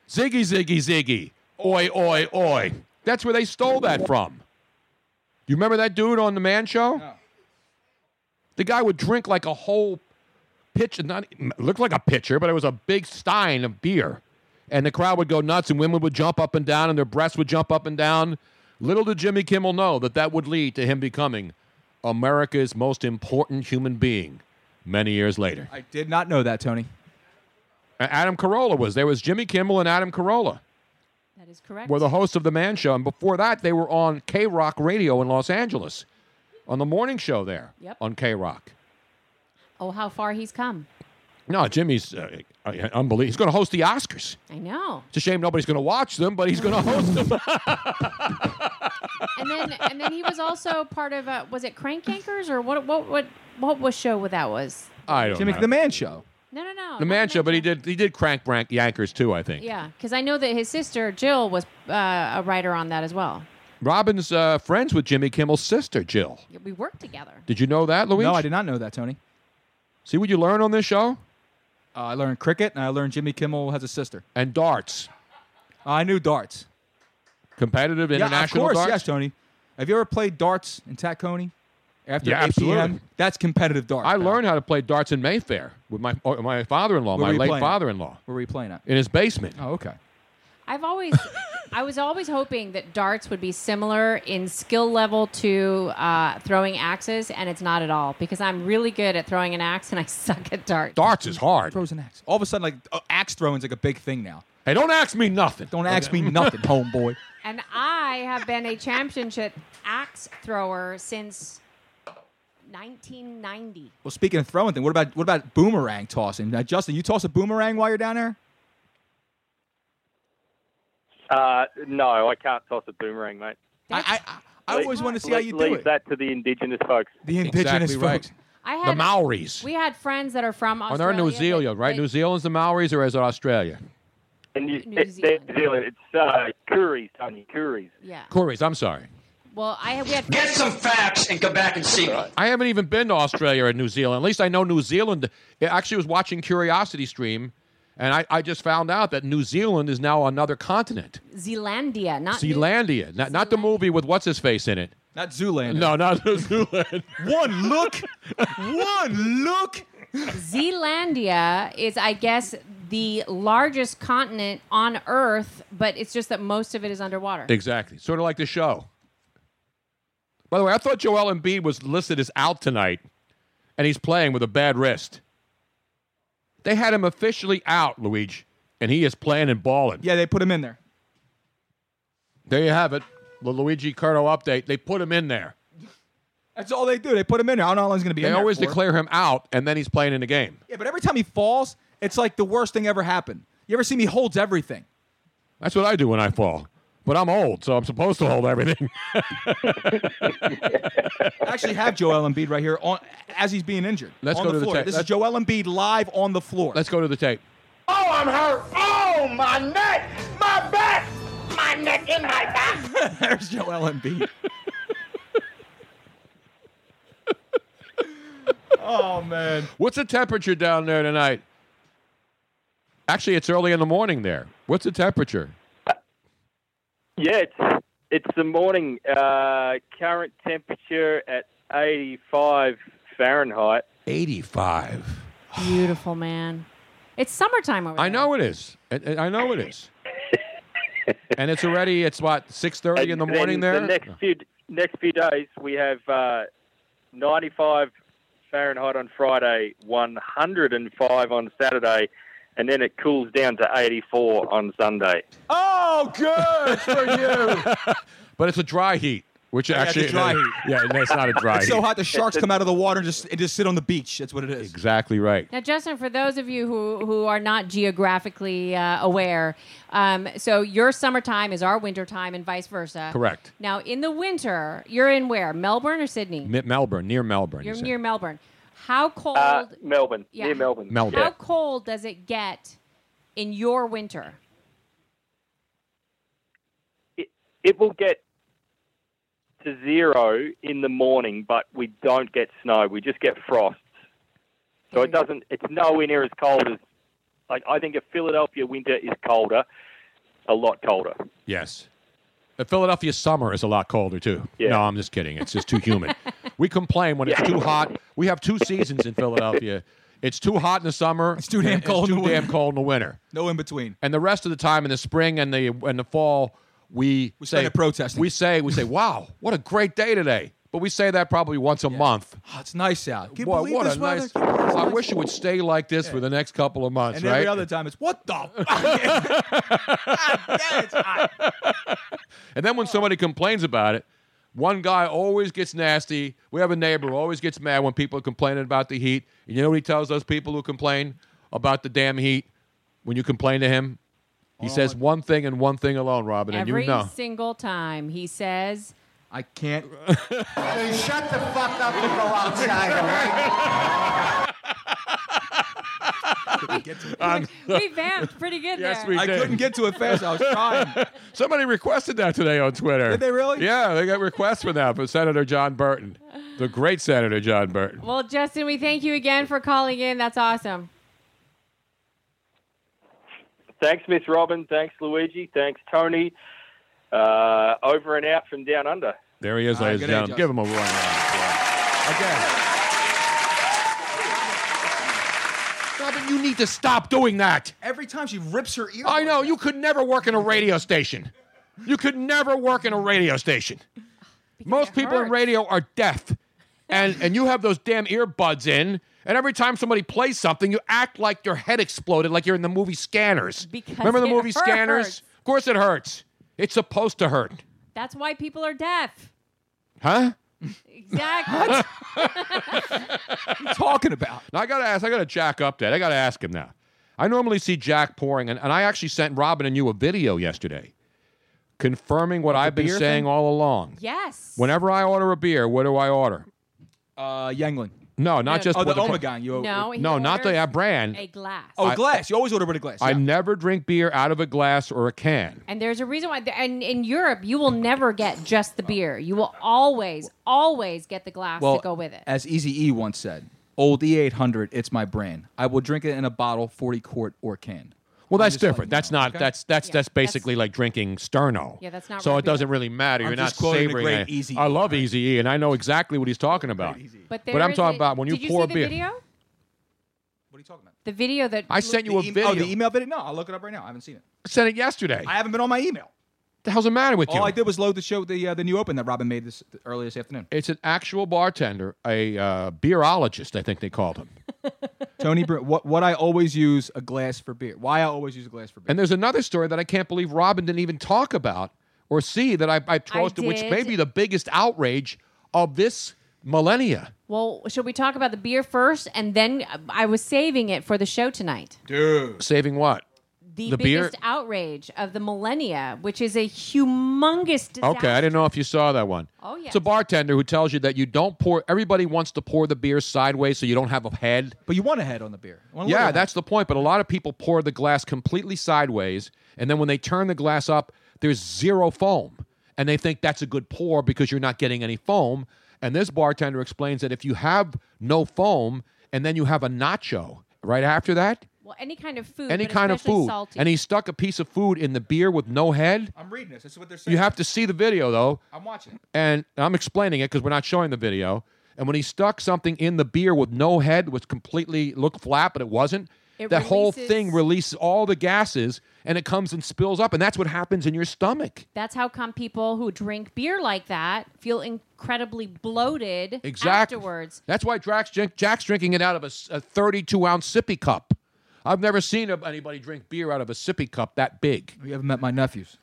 D: Ziggy ziggy ziggy. Oi oi oi. That's where they stole that from. You remember that dude on the man show? The guy would drink like a whole pitch not looked like a pitcher, but it was a big stein of beer. And the crowd would go nuts and women would jump up and down and their breasts would jump up and down. Little did Jimmy Kimmel know that that would lead to him becoming America's most important human being many years later.
E: I did not know that, Tony.
D: Adam Carolla was. There was Jimmy Kimmel and Adam Carolla
F: That is correct.
D: were the hosts of The Man Show. And before that, they were on K Rock Radio in Los Angeles on the morning show there
F: Yep.
D: on K Rock.
F: Oh, how far he's come.
D: No, Jimmy's uh, uh, unbelievable. He's going to host the Oscars.
F: I know.
D: It's a shame nobody's going to watch them, but he's going to host them.
F: And then and then he was also part of uh, was it Crank Anchors or what what what what was show what that was?
D: I don't
E: Jimmy,
D: know.
E: the man show.
F: No, no, no.
D: The man show, but he did he did crank rank yankers too, I think.
F: Yeah, because I know that his sister Jill was uh, a writer on that as well.
D: Robin's uh, friends with Jimmy Kimmel's sister, Jill.
F: We worked together.
D: Did you know that, Luis?
E: No, I did not know that, Tony.
D: See what you learn on this show?
E: Uh, I learned cricket, and I learned Jimmy Kimmel has a sister.
D: And darts.
E: I knew darts.
D: Competitive international
E: yeah, of course,
D: darts?
E: yes, Tony. Have you ever played darts in Tacony? After
D: Yeah,
E: 8 p.m.?
D: absolutely.
E: That's competitive darts.
D: I learned how to play darts in Mayfair with my oh, my father-in-law,
E: Where
D: my
E: were you
D: late
E: playing?
D: father-in-law,
E: Where were you playing at?
D: in his basement.
E: Oh, okay.
F: I've always, I was always hoping that darts would be similar in skill level to uh, throwing axes, and it's not at all because I'm really good at throwing an axe and I suck at darts.
D: Darts is hard.
E: Throws an axe. All of a sudden, like uh, axe throwing's like a big thing now.
D: Hey, don't ask me nothing.
E: Don't ask me
D: [LAUGHS]
E: nothing, homeboy.
F: And I have been a championship axe thrower since 1990.
E: Well, speaking of throwing thing, what about what about boomerang tossing? Now, Justin, you toss a boomerang while you're down there?
K: Uh, no, I can't toss a boomerang, mate.
E: I, I, I
K: Leave-
E: always want to see how
K: leave-
E: you do
K: leave
E: it.
K: that to the indigenous folks.
E: The indigenous
D: Exactly
E: folks.
F: I
D: right. The
F: had
D: Maoris. Oh,
F: We had friends that are from
D: Are
F: Australia.
D: there New
F: that-
D: Zealand, right?
F: that-
D: New Zealand's the Maoris, or is it Australia?
K: And you,
F: New
K: it-
F: Zealand.
K: New Zealand. It's uh, Curries, Tony. Curries.
F: yeah.
D: Corey's. I'm sorry.
F: Well, I had, we had
M: Get some facts and come back and see me.
D: I haven't even been to Australia or New Zealand. At least I know New Zealand. I actually was watching Curiosity Stream, and I, I just found out that New Zealand is now another continent.
F: Zealandia, not New-
D: Zealandia. Not, not the movie with what's his face in it.
E: Not Zoolander.
D: No, not [LAUGHS] Zealand.
E: One look.
D: [LAUGHS]
E: one look.
F: Zealandia is, I guess, the largest continent on Earth, but it's just that most of it is underwater.
D: Exactly. Sort of like the show. By the way, I thought Joel Embiid was listed as out tonight, and he's playing with a bad wrist. They had him officially out, Luigi, and he is playing and balling.
E: Yeah, they put him in there.
D: There you have it. The Luigi Curto update. They put him in there.
E: That's all they do. They put him in there. I don't know how long he's going to be
D: They
E: in there
D: always
E: for.
D: declare him out, and then he's playing in the game.
E: Yeah, but every time he falls, it's like the worst thing ever happened. You ever see me holds everything?
D: That's what I do when I fall. But I'm old, so I'm supposed to hold everything.
E: I actually have Joel Embiid right here on as he's being injured.
D: Let's
E: on the
D: go to the
E: floor.
D: tape.
E: This
D: Let's-
E: is Joel Embiid live on the floor.
D: Let's go to the tape.
I: Oh, I'm hurt. Oh, my neck, my back, my neck and my back.
E: [LAUGHS] There's Joel Embiid. oh man.
D: What's the temperature down there tonight? Actually, it's early in the morning there. What's the temperature?
K: Yeah, it's, it's the morning. Uh, current temperature at 85 Fahrenheit.
D: 85.
F: Beautiful, man. It's summertime over
D: I
F: there.
D: know it is. I- I I know it is. and it's already it's what 6:30 in the
K: And then
D: morning
K: The
D: there.
K: next few next few days we have uh, 95 Fahrenheit on Friday, 105 on Saturday, and then it cools down to 84 on Sunday.
E: Oh, good for you.
D: but it's a dry heat, which
E: Yeah, it's a
D: actually [LAUGHS]
E: dry heat.
D: Yeah, no, it's not a dry
E: It's
D: heat.
E: so hot the sharks come out of the water and just and just sit on the beach. That's what it is.
D: Exactly right.
F: Now, Justin, for those of you who, who are not geographically uh, aware, um, so your summertime is our wintertime and vice versa.
D: Correct.
F: Now, in the winter, you're in where? Melbourne or Sydney?
D: Mi- Melbourne, near Melbourne.
F: you're
D: you said.
F: near Melbourne. How cold?
K: Uh, Melbourne,
F: Yeah.
K: near Melbourne.
D: Melbourne.
F: How cold does it get in your winter?
K: It will get to zero in the morning, but we don't get snow. We just get frost. So it doesn't. It's nowhere near as cold as. Like I think a Philadelphia winter is colder, a lot colder.
D: Yes. The Philadelphia summer is a lot colder too.
K: Yeah.
D: No, I'm just kidding. It's just too humid. we complain when it's
K: Yeah.
D: too hot. We have two seasons in Philadelphia. It's too hot in the summer.
E: It's too damn
D: and
E: cold in
D: It's
E: the
D: too damn
E: winter.
D: cold in the winter.
E: No in between.
D: And the rest of the time in the spring and the and the fall, we
E: We spend
D: say
E: it protesting.
D: We say we say, "Wow, what a great day today." But we say that probably once a month.
E: Oh, it's nice out. Can you
D: Boy,
E: believe
D: what
E: this
D: a
E: weather?
D: nice! I wish it would stay like this for the next couple of months,
E: And
D: right?
E: every other time it's what the. fuck? God damn, it's hot.
D: And then when somebody complains about it, one guy always gets nasty. We have a neighbor who always gets mad when people are complaining about the heat. And you know what he tells those people who complain about the damn heat when you complain to him? He
E: Oh,
D: says one thing and one thing alone, Robin, and
F: Every
D: you know.
F: single time he says,
E: I can't.
M: Hey, shut the fuck up and go outside, all right?
E: couldn't
D: [LAUGHS]
E: get to it.
D: On-
F: We vamped pretty good
D: Yes,
F: there.
D: we
E: I
D: did.
E: couldn't get to it fast.
D: [LAUGHS]
E: I was trying.
D: Somebody requested that today on Twitter.
E: Did they really?
D: Yeah, they got requests for that from Senator John Burton, the great Senator John Burton.
F: Well, Justin, we thank you again for calling in. That's awesome.
K: Thanks, Miss Robin. Thanks, Luigi. Thanks, Tony. Uh, over and out from down under.
D: There he is,
K: All right,
D: ladies and
K: good day,
D: gentlemen. Give him a warm round. Robin, you need to stop doing that.
E: Every time she rips her ear.
D: I know you could never work in a radio station. You could never work in a radio station. Most people in radio are deaf, and and you have those damn earbuds in. And every time somebody plays something, you act like your head exploded, like you're in the movie Scanners.
F: Because
D: Remember the
F: it
D: movie
F: hurts.
D: Scanners? Of course it hurts. It's supposed to hurt,
F: That's why people are deaf.
D: huh?
F: Exactly.
D: talking about? Now I gotta ask. I gotta jack up that. I gotta ask him now. I normally see Jack pouring, and, and I actually sent Robin and you a video yesterday, confirming what I've been
E: beer
D: saying
E: thing?
D: all along.
F: yes.
D: Whenever I order a beer, what do I order?
E: Uh, Yangling.
D: No, not
E: No.
D: just
E: Oh, the
D: what
E: Omegang, you-
F: No, he
D: no, not the
F: orders
D: uh, brand.
F: A glass.
E: Oh,
D: I-
E: glass. You always order with a glass.
D: I never drink beer out of a glass or a can.
F: And there's a reason why. And in Europe, you will never get just the beer. You will always, always get the glass
E: well,
F: to go with it.
E: As Easy E once said, "Old E eight hundred, it's my brand. I will drink it in a bottle, forty quart or can."
D: Well, that's different. That's not.
E: okay?
D: That's that's
E: Yeah,
D: that's basically like drinking Sterno.
E: Yeah, that's not
D: So
E: right
D: it doesn't really matter.
E: I'm
D: You're
E: just
D: not
E: quoting the
D: savoring
E: great
D: it.
E: Eazy-E,
D: I love Easy E, and I know exactly what he's talking about.
E: E.
F: But,
D: But
F: there
D: I'm
F: is
D: talking
F: a-
D: about when you
F: did
D: pour
F: you see
D: beer-
F: The video?
E: What are you talking about?
F: The video that
D: I sent you a
E: The em-
D: video.
E: Oh, the email video? No, I'll look it up right now. I haven't seen it.
D: I sent it yesterday.
E: I haven't been on my email.
D: the hell's the matter with
E: All
D: you?
E: I did was load the show, the uh, the new open that Robin made this earlier this afternoon.
D: it's an actual bartender, a uh, beerologist, I think they called him.
E: Tony, Bre- what what I always use a glass for beer. Why I always use a glass for beer.
D: And there's another story that I can't believe Robin didn't even talk about or see that I, I chose to, which may
F: did.
D: be the biggest outrage of this millennia.
F: Well, should we talk about the beer first, and then I was saving it for the show tonight.
D: Dude. Saving what?
F: The,
D: The beer-
F: biggest outrage of the millennia, which is a humongous disaster.
D: Okay, I didn't know if you saw that one.
F: Oh, yes.
D: It's a bartender who tells you that you don't pour, everybody wants to pour the beer sideways so you don't have a head.
E: But you want a head on the beer. You want a little
D: Yeah,
E: head.
D: that's the point. But a lot of people pour the glass completely sideways, and then when they turn the glass up, there's zero foam. And they think that's a good pour because you're not getting any foam. And this bartender explains that if you have no foam and then you have a nacho right after that,
F: Well, any kind of food.
D: any
F: but
D: kind of
F: especially
D: food,
F: Salty.
D: and he stuck a piece of food in the beer with no head.
E: I'm reading this. This is what they're saying.
D: You have to see the video though.
E: I'm watching it.
D: And I'm explaining it because we're not showing the video. And when he stuck something in the beer with no head, which completely looked flat, but it wasn't,
F: It
D: that whole
F: releases-
D: thing releases all the gases and it comes and spills up. And that's what happens in your stomach.
F: That's how come people who drink beer like that feel incredibly bloated
D: Exactly.
F: afterwards.
D: That's why Jack's, drink- Jack's drinking it out of a, s- a 32 ounce sippy cup. I've never seen a- anybody drink beer out of a sippy cup that big.
E: You haven't met my nephews.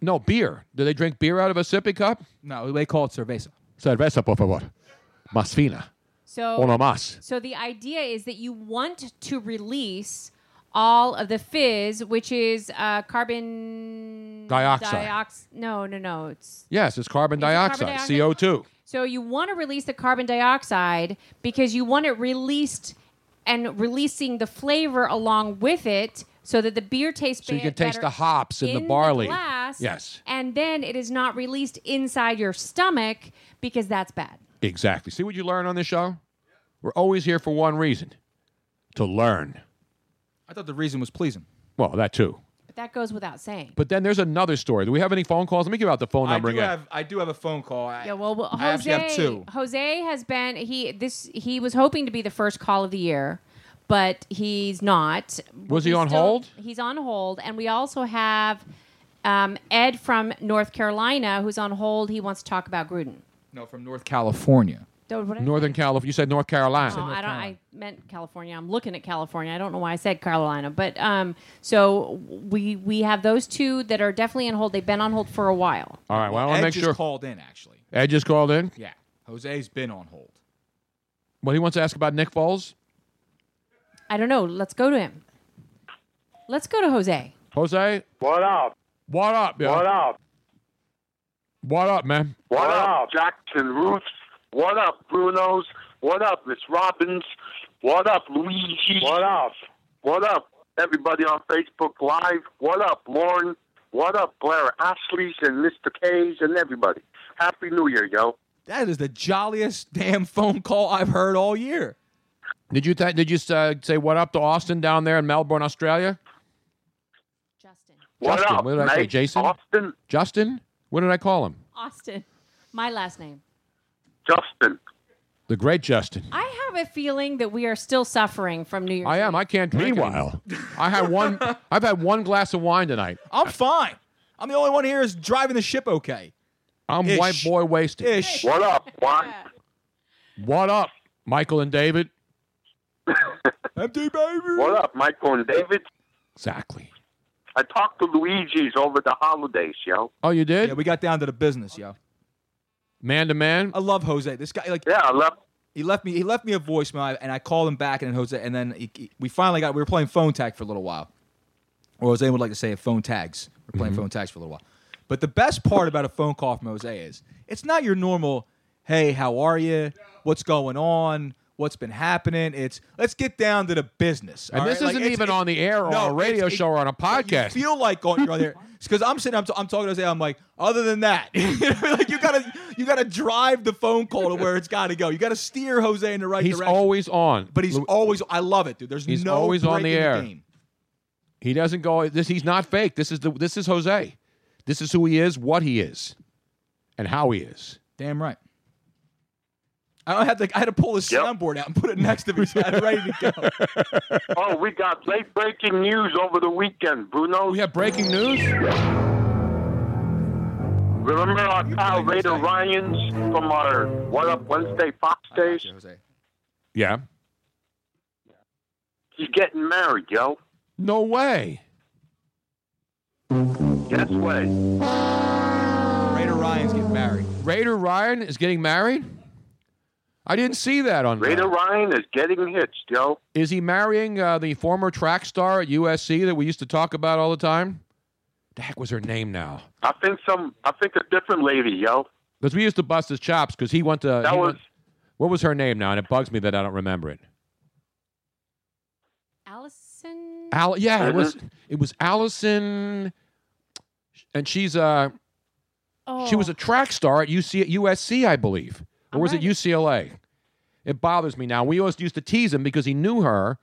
D: No, beer. Do they drink beer out of a sippy cup?
E: No, they call it cerveza.
D: Cerveza, por favor. Más fina.
F: So
D: Uno más.
F: So the idea is that you want to release all of the fizz, which is uh, carbon
D: Dioxide.
F: diox- no, no, no. It's
D: Yes, it's carbon
F: it carbon
D: dioxide,
F: dioxide?
D: CO2.
F: so you want to release the carbon dioxide because you want it released and releasing the flavor along with it, so that the beer tastes.
D: So you
F: be-
D: can taste
F: better
D: the hops and the
F: in
D: barley.
F: glass,
D: Yes.
F: and then it is not released inside your stomach because that's bad.
D: Exactly. See what you learn on this show? We're always here for one reason to learn.
E: I thought the reason was pleasing.
D: Well, that too.
F: But that goes without saying.
D: But then there's another story. Do we have any phone calls? Let me give out the phone number
E: I do
D: again.
E: have I do have a phone call. I,
F: Yeah, well, well,
E: I
F: Jose.
E: actually have two.
F: Jose has been he this he was hoping to be the first call of the year, but he's not.
D: Was he
F: We
D: on hold?
F: He's on hold, and we also have um, Ed from North Carolina who's on hold. He wants to talk about Gruden.
E: No, from North California.
F: Don't- what I-
D: Northern California. You said North Carolina.
F: no, Oh, I don't. I meant California. I'm looking at California. I don't know why I said Carolina, but um, so we we have those two that are definitely on hold. They've been on hold for a while.
D: All right. Well, I want
E: Ed
D: to make
E: just
D: sure.
E: called in actually.
D: Ed just called in.
E: Yeah, Jose's been on hold.
D: Well, he wants to ask about Nick Foles.
F: I don't know. Let's go to him. Let's go to Jose.
D: Jose,
H: What up?
D: what up? yo?
H: What up?
D: What up, man?
H: What, up? Jackson Roofs? What up, Brunos? What up, Miss Robbins? What up, Luigi? What up?
N: What up, everybody on Facebook Live? What up, Lauren? What up, Blair Ashley's and Mr. K's and everybody? Happy New Year, yo.
E: That is the jolliest damn phone call I've heard all year.
D: Did you th- did you uh, say what up to Austin down there in Melbourne, Australia?
N: What
D: Justin,
N: up,
D: what did I say?
N: mate?
D: Jason?
N: Austin?
D: Justin? What did I call him?
F: Austin, my last name.
N: Justin.
D: The great Justin.
F: I have a feeling that we are still suffering from New Year's.
D: I am. I can't drink. Meanwhile, I had one. I've had one glass of wine tonight.
E: I'm fine. I'm the only one here is driving the ship okay.
D: I'm
E: Ish.
D: white boy wasted.
E: Ish.
N: What up, Juan?
D: What up, Michael and David?
E: Empty baby.
N: What up, Michael and David?
D: Exactly.
N: I talked to Luigi's over the holidays, yo.
D: Oh, you did?
E: Yeah, we got down to the business, yo.
D: Man to man.
E: I love Jose. This guy, like,
N: yeah, I love.
E: He left me. He left me a voicemail, and I called him back, and then Jose, and then he, he- we finally got. We were playing phone tag for a little while, or Jose would like to say, phone tags. We're playing
A: Mhm.
D: Mm-hmm.
E: phone tags for a little while. But the best part about a phone call from Jose is it's not your normal, "Hey, how are you? What's going on? What's been happening?" It's let's get down to the business.
D: And
E: all
D: this
E: right? Like,
D: isn't
E: it's-
D: even
E: it's-
D: on the air or
E: no,
D: on a radio
E: it's-
D: show or on a podcast.
E: feel like going you're on
D: [LAUGHS]
E: there because I'm sitting. I'm, t- I'm talking to Jose. I'm like, other than that, [LAUGHS] You know, like you gotta you gotta drive the phone call to where it's got to go. You gotta steer Jose in the right
D: he's
E: direction.
D: always on.
E: but he's always. I love it, dude. There's
D: He's
E: no
D: always on
E: break
D: the
E: in
D: air.
E: game.
D: He doesn't go. This he's not fake. This is the this is Jose. This is who he is, what he is, and how he is.
E: Damn right. I don't have to. I had to pull his soundboard out and put it next to me so I had it ready to go.
N: Oh, we got late breaking news over the weekend, Bruno. We
D: have breaking news?
N: Remember our pal Raider
D: eh?
N: Ryans from our What Up Wednesday Fox Days?
D: Yeah.
N: He's getting married, yo.
D: No way.
N: Guess what?
E: Raider Ryan's getting married.
D: Raider Ryan is getting married. I didn't see that on.
N: Raider Ryan is getting hitched, yo.
D: Is he marrying uh, the former track star at USC that we used to talk about all the time? The heck was her name now?
N: I think some. I think a different lady, yo.
D: Because we used to bust his chops because he went to.
N: That
D: he
N: was-
D: went- what was her name now? And it bugs me that I don't remember it.
F: Allison.
D: Al- yeah, it was
N: Mm-hmm.
D: it was Allison, and she's uh she was a track star at UC at USC, I believe, or was it UCLA? It bothers me now. We always used to tease him because he knew her,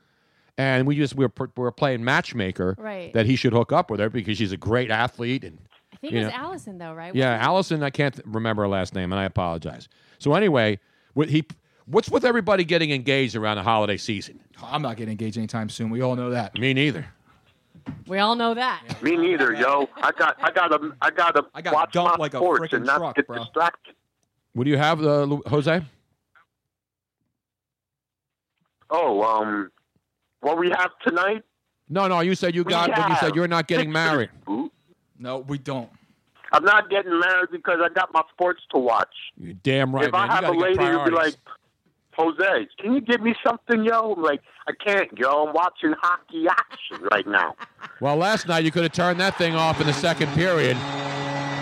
D: and we just we were, we were playing matchmaker
F: Right.
D: that he should hook up with her because she's a great athlete and
F: I think
D: you
F: it was
D: know.
F: Allison though, right?
D: Yeah, Allison. I can't th- remember her last name, and I apologize. So anyway, what he what's with everybody getting engaged around the holiday season?
E: I'm not getting engaged anytime soon. We all know that.
D: Me neither.
F: We all know that.
N: Me neither, yo. I got. I got to. I got to watch my
D: like a
N: sports
D: frickin'
N: and not
D: truck,
N: get
D: bro.
N: distracted.
D: What do you have, uh, Lu- Jose?
N: Oh, um, what we have tonight?
D: No, no. You said you
N: We
D: got. When you
N: have
D: said you're not getting married.
E: [LAUGHS] No, we don't.
N: I'm not getting married because I got my sports to watch.
D: You're damn right,
N: if
D: man.
N: I have
D: you
N: a
D: gotta get
N: lady who'd be
D: priorities.
N: like, Jose, can you give me something, yo? I'm like, I can't, yo. I'm watching hockey action right now.
D: Well, last night you could have turned that thing off in the second period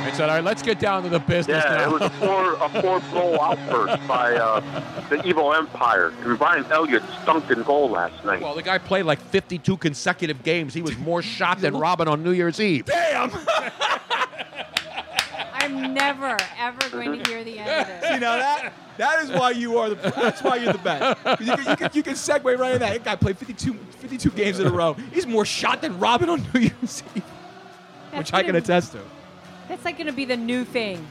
D: and said, all right, let's get down to the business
N: Yeah, it
D: now.
N: was a four a four goal outburst by uh, the evil empire, and Brian Elliott Oh, stunk in goal last night.
D: well, the guy played like 52 consecutive games. He was more shot
N: [LAUGHS]
D: than Robin on New Year's Eve.
E: Damn!
F: [LAUGHS] I'm never ever going to hear the end of this.
E: See now that that is why you are the that's why you're the best. 'Cause You can, you can, you can segue right in that. That guy played 52, 52 games in a row. He's more shot than Robin on New Year's Eve,
F: That's
E: which I can
F: gonna-
E: attest to.
F: That's like going to be the new thing.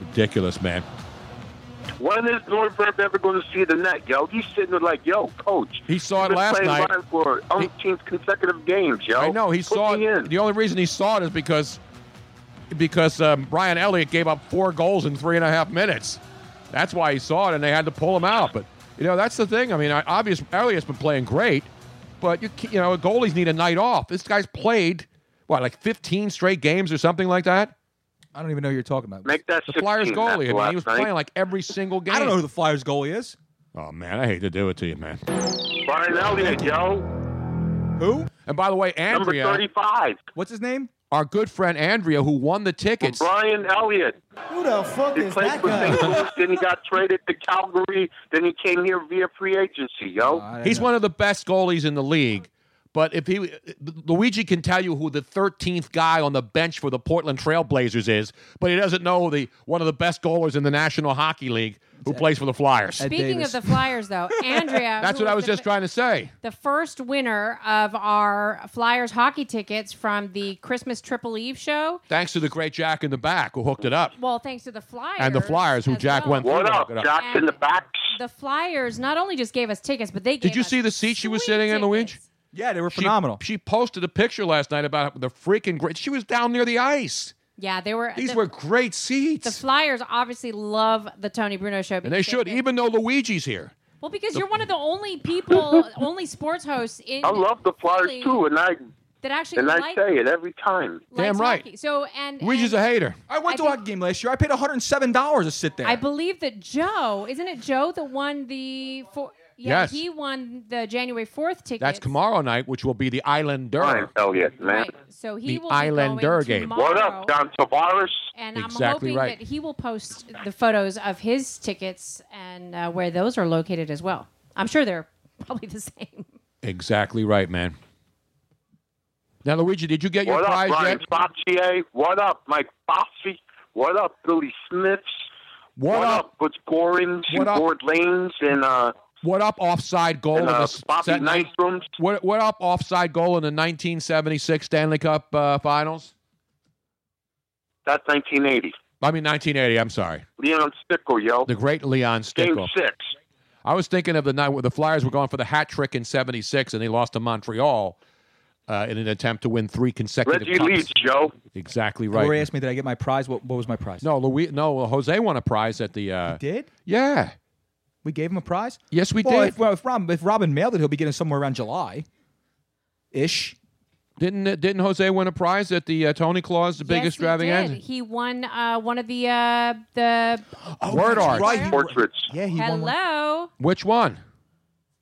D: Ridiculous, man.
N: When is Northrop ever going to see the net, yo? He's sitting there like, yo, coach.
D: He saw it
N: you've been
D: last
N: playing
D: night.
N: Ryan for umpteenth consecutive games, yo.
D: I know he saw it. The only reason he saw it is because because um, Brian Elliott gave up four goals in three and a half minutes. That's why he saw it, and they had to pull him out. But you know that's the thing. I mean, I, obvious Elliott's been playing great, but you ca- you know goalies need a night off. This guy's played what like 15 straight games or something like that.
E: I don't even know who you're talking about.
N: Make that
D: The Flyers
N: 16, that's
D: goalie. I mean,
N: last
D: he was
N: night.
D: playing like every single game.
E: I don't know who the Flyers goalie is.
D: Oh man, I hate to do it to you, man.
N: Brian Elliott, yo.
E: Who?
D: And by the way,
N: Number
D: Andrea,
N: 35.
E: What's his name?
D: our good friend Andrea, who won the tickets.
N: Brian Elliott.
E: Who the fuck
N: He played for St. Louis, then he got traded to Calgary, then he came here via free agency, yo.
D: He's one of the best goalies in the league, But if he Luigi can tell you who the 13th guy on the bench for the Portland Trailblazers is, but he doesn't know the one of the best goalers in the National Hockey League who plays for the Flyers.
F: Speaking of the Flyers,
D: [LAUGHS]
F: though, Andrea.
D: That's
F: who
D: what I was
F: the-
D: just trying to say.
F: The first winner of our Flyers hockey tickets from the Christmas Triple Eve show.
D: Thanks to the great Jack in the back who hooked it up.
F: Well, thanks to the Flyers.
D: And the Flyers who Jack went through. to hook it up.
F: in the back. The Flyers not only just gave us tickets, but they gave
D: Did you see the seat she was sitting in, Luigi?
E: Yeah, they were
D: phenomenal. She posted a picture last night about the freaking great. She was down near the ice.
F: Yeah, they were.
D: These
F: the,
D: were great seats.
F: the Flyers obviously love the Tony Bruno show.
D: and they
F: because
D: should, even though Luigi's here.
F: Well, because
D: The-
F: you're
D: [LAUGHS]
F: one of the only people, only sports hosts in.
H: I love the Flyers
F: Really?
H: too, and I
F: that actually
H: and I
F: like,
H: say it every time.
F: likes hockey. So and
E: Luigi's
F: and
E: a hater. I went to a hockey game last year. I paid $107 to sit there.
F: I believe that Joe, isn't it Joe that won the four? Yeah,
D: Yes.
F: he won the January fourth ticket.
D: That's tomorrow night, which will be the Islander.
H: Ryan Elliott, man.
F: right. So he
D: The
F: will be
D: Islander
F: going
D: game.
F: tomorrow,
H: What up, John Tavares?
F: And I'm
D: Exactly
F: hoping
D: right.
F: that he will post the photos of his tickets and uh, where those are located as well. I'm sure they're [LAUGHS] probably the same.
D: Exactly right, man. Now, Luigi, did you get your
H: What up,
D: prize
H: Ryan
D: yet?
H: Spatier? What up, Mike Bossy? What up, Billy Smiths?
D: What,
H: up? Butch Gorins and
D: What up?
H: Gord Lanes and uh,
D: What up, offside goal?
H: and,
D: in
H: uh,
D: the s-
H: Bobby
D: set-
H: Nystrom's?
D: What, what up, offside goal in the 1976 Stanley Cup uh, Finals?
H: That's 1980.
D: I mean, 1980. I'm sorry.
H: Leon Stickle, yo.
D: The great Leon
H: Game
D: Stickel.
H: six.
D: I was thinking of the night where the Flyers were going for the hat trick in '76, and they lost to Montreal uh, in an attempt to win three consecutive.
H: Reggie
D: cups.
H: Leeds, yo.
D: Exactly
E: Corey
D: right.
E: asked me, did I get my prize? What, what was my prize?
D: No, Louis, no, Jose won a prize at the. Uh,
E: Did?
D: Yeah.
E: We gave him a prize?
D: Yes, we
E: well,
D: did.
E: If, well, if, Rob, if Robin mailed it, he'll be getting somewhere around July ish.
D: Didn't uh, didn't Jose win a prize at the uh, Tony Claus the big
F: yes,
D: extravaganza?
F: He, did. he won uh, one of the uh, the.
D: Word art.
H: Portraits.
E: Yeah, Oh, he
F: Hello.
D: Which one?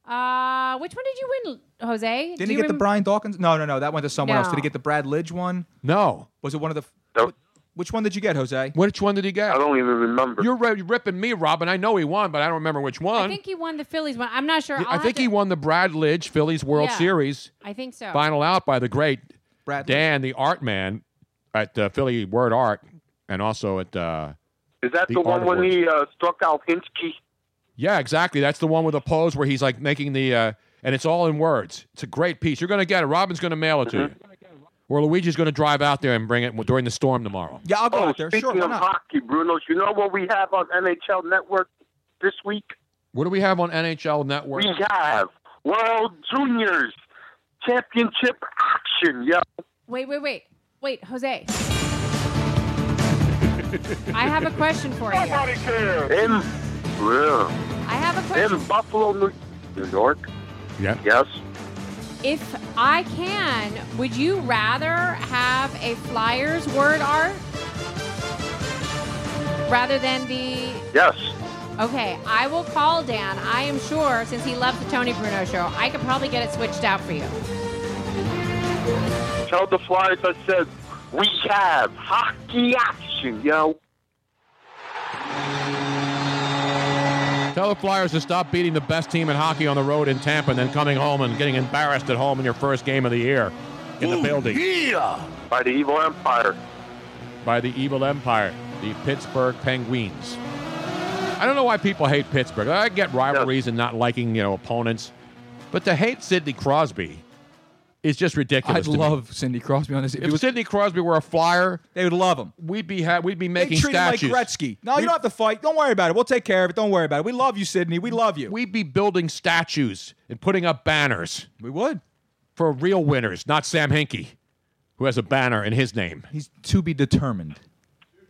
F: Uh, which one did you win, Jose?
E: Didn't
F: Do
E: he
F: you
E: get the
F: remem-
E: Brian Dawkins? No, no, no. That went to someone else. Did
F: No.
E: he get the Brad Lidge one?
D: No.
E: Was it one of the.
H: Nope.
E: Which one did you get, Jose?
D: Which one did he get?
H: I don't even remember.
D: You're ri- ripping me, Robin. I know he won, but I don't remember which
F: I
D: one.
F: think he won the Phillies one. I'm not sure.
D: I
F: I'll have
D: think he
F: to-
D: won the Brad Lidge Phillies World
F: Yeah.
D: Series
F: I think so.
D: final out by the great
E: Brad
D: Dan, the art man at uh, Philly Word Art, and also at uh,
H: Is that
D: The
H: the,
D: Art
H: one
D: of
H: when
D: Words.
H: he uh, struck out Hinsky?
D: yeah, exactly. That's the one with the pose where he's like making the uh, and it's all in words. It's a great piece. You're going to get it. Robin's going to mail it to
H: Mm-hmm.
D: you, or Luigi's going to drive out there and bring it during the storm tomorrow.
E: Yeah, I'll go
H: Oh,
E: out there. Sure,
H: speaking
E: why
H: of
E: not?
H: hockey, Bruno, you know what we have on NHL Network this week?
D: What do we have on NHL Network?
H: We have World Juniors Championship action, yo.
F: Wait, wait, wait. Wait, Jose. I
H: [LAUGHS]
F: have a question for you. I
H: In, well,
F: have a question.
H: in Buffalo, New, New York.
D: Yeah.
H: Yes.
F: If I can, would you rather have a Flyers word art rather than the.
H: Yes.
F: Okay, I will call Dan. I am sure, since he loves the Tony Bruno show, I could probably get it switched out for you.
H: Tell the Flyers I said we have hockey action, yo.
D: Tell the Flyers to stop beating the best team in hockey on the road in Tampa and then coming home and getting embarrassed at home in your first game of the year in the building
H: By the evil empire.
D: by the evil empire, the Pittsburgh Penguins. I don't know why people hate Pittsburgh. I get rivalries and not liking, you know, opponents. But to hate Sidney Crosby is just ridiculous.
E: I'd
D: to me.
E: love Cindy Crosby on this. If it
D: if
E: was,
D: Sidney Crosby were a flyer,
E: they would love him.
D: we'd be ha- we'd be
E: They
D: making
E: treat
D: statues.
E: him like Gretzky. No, you don't have to fight. Don't worry about it. We'll take care of it. Don't worry about it. We love you, Sydney. We love you.
D: We'd be building statues and putting up banners.
E: we would.
D: for real winners, not Sam Hinkie, who has a banner in his name.
E: He's to be determined,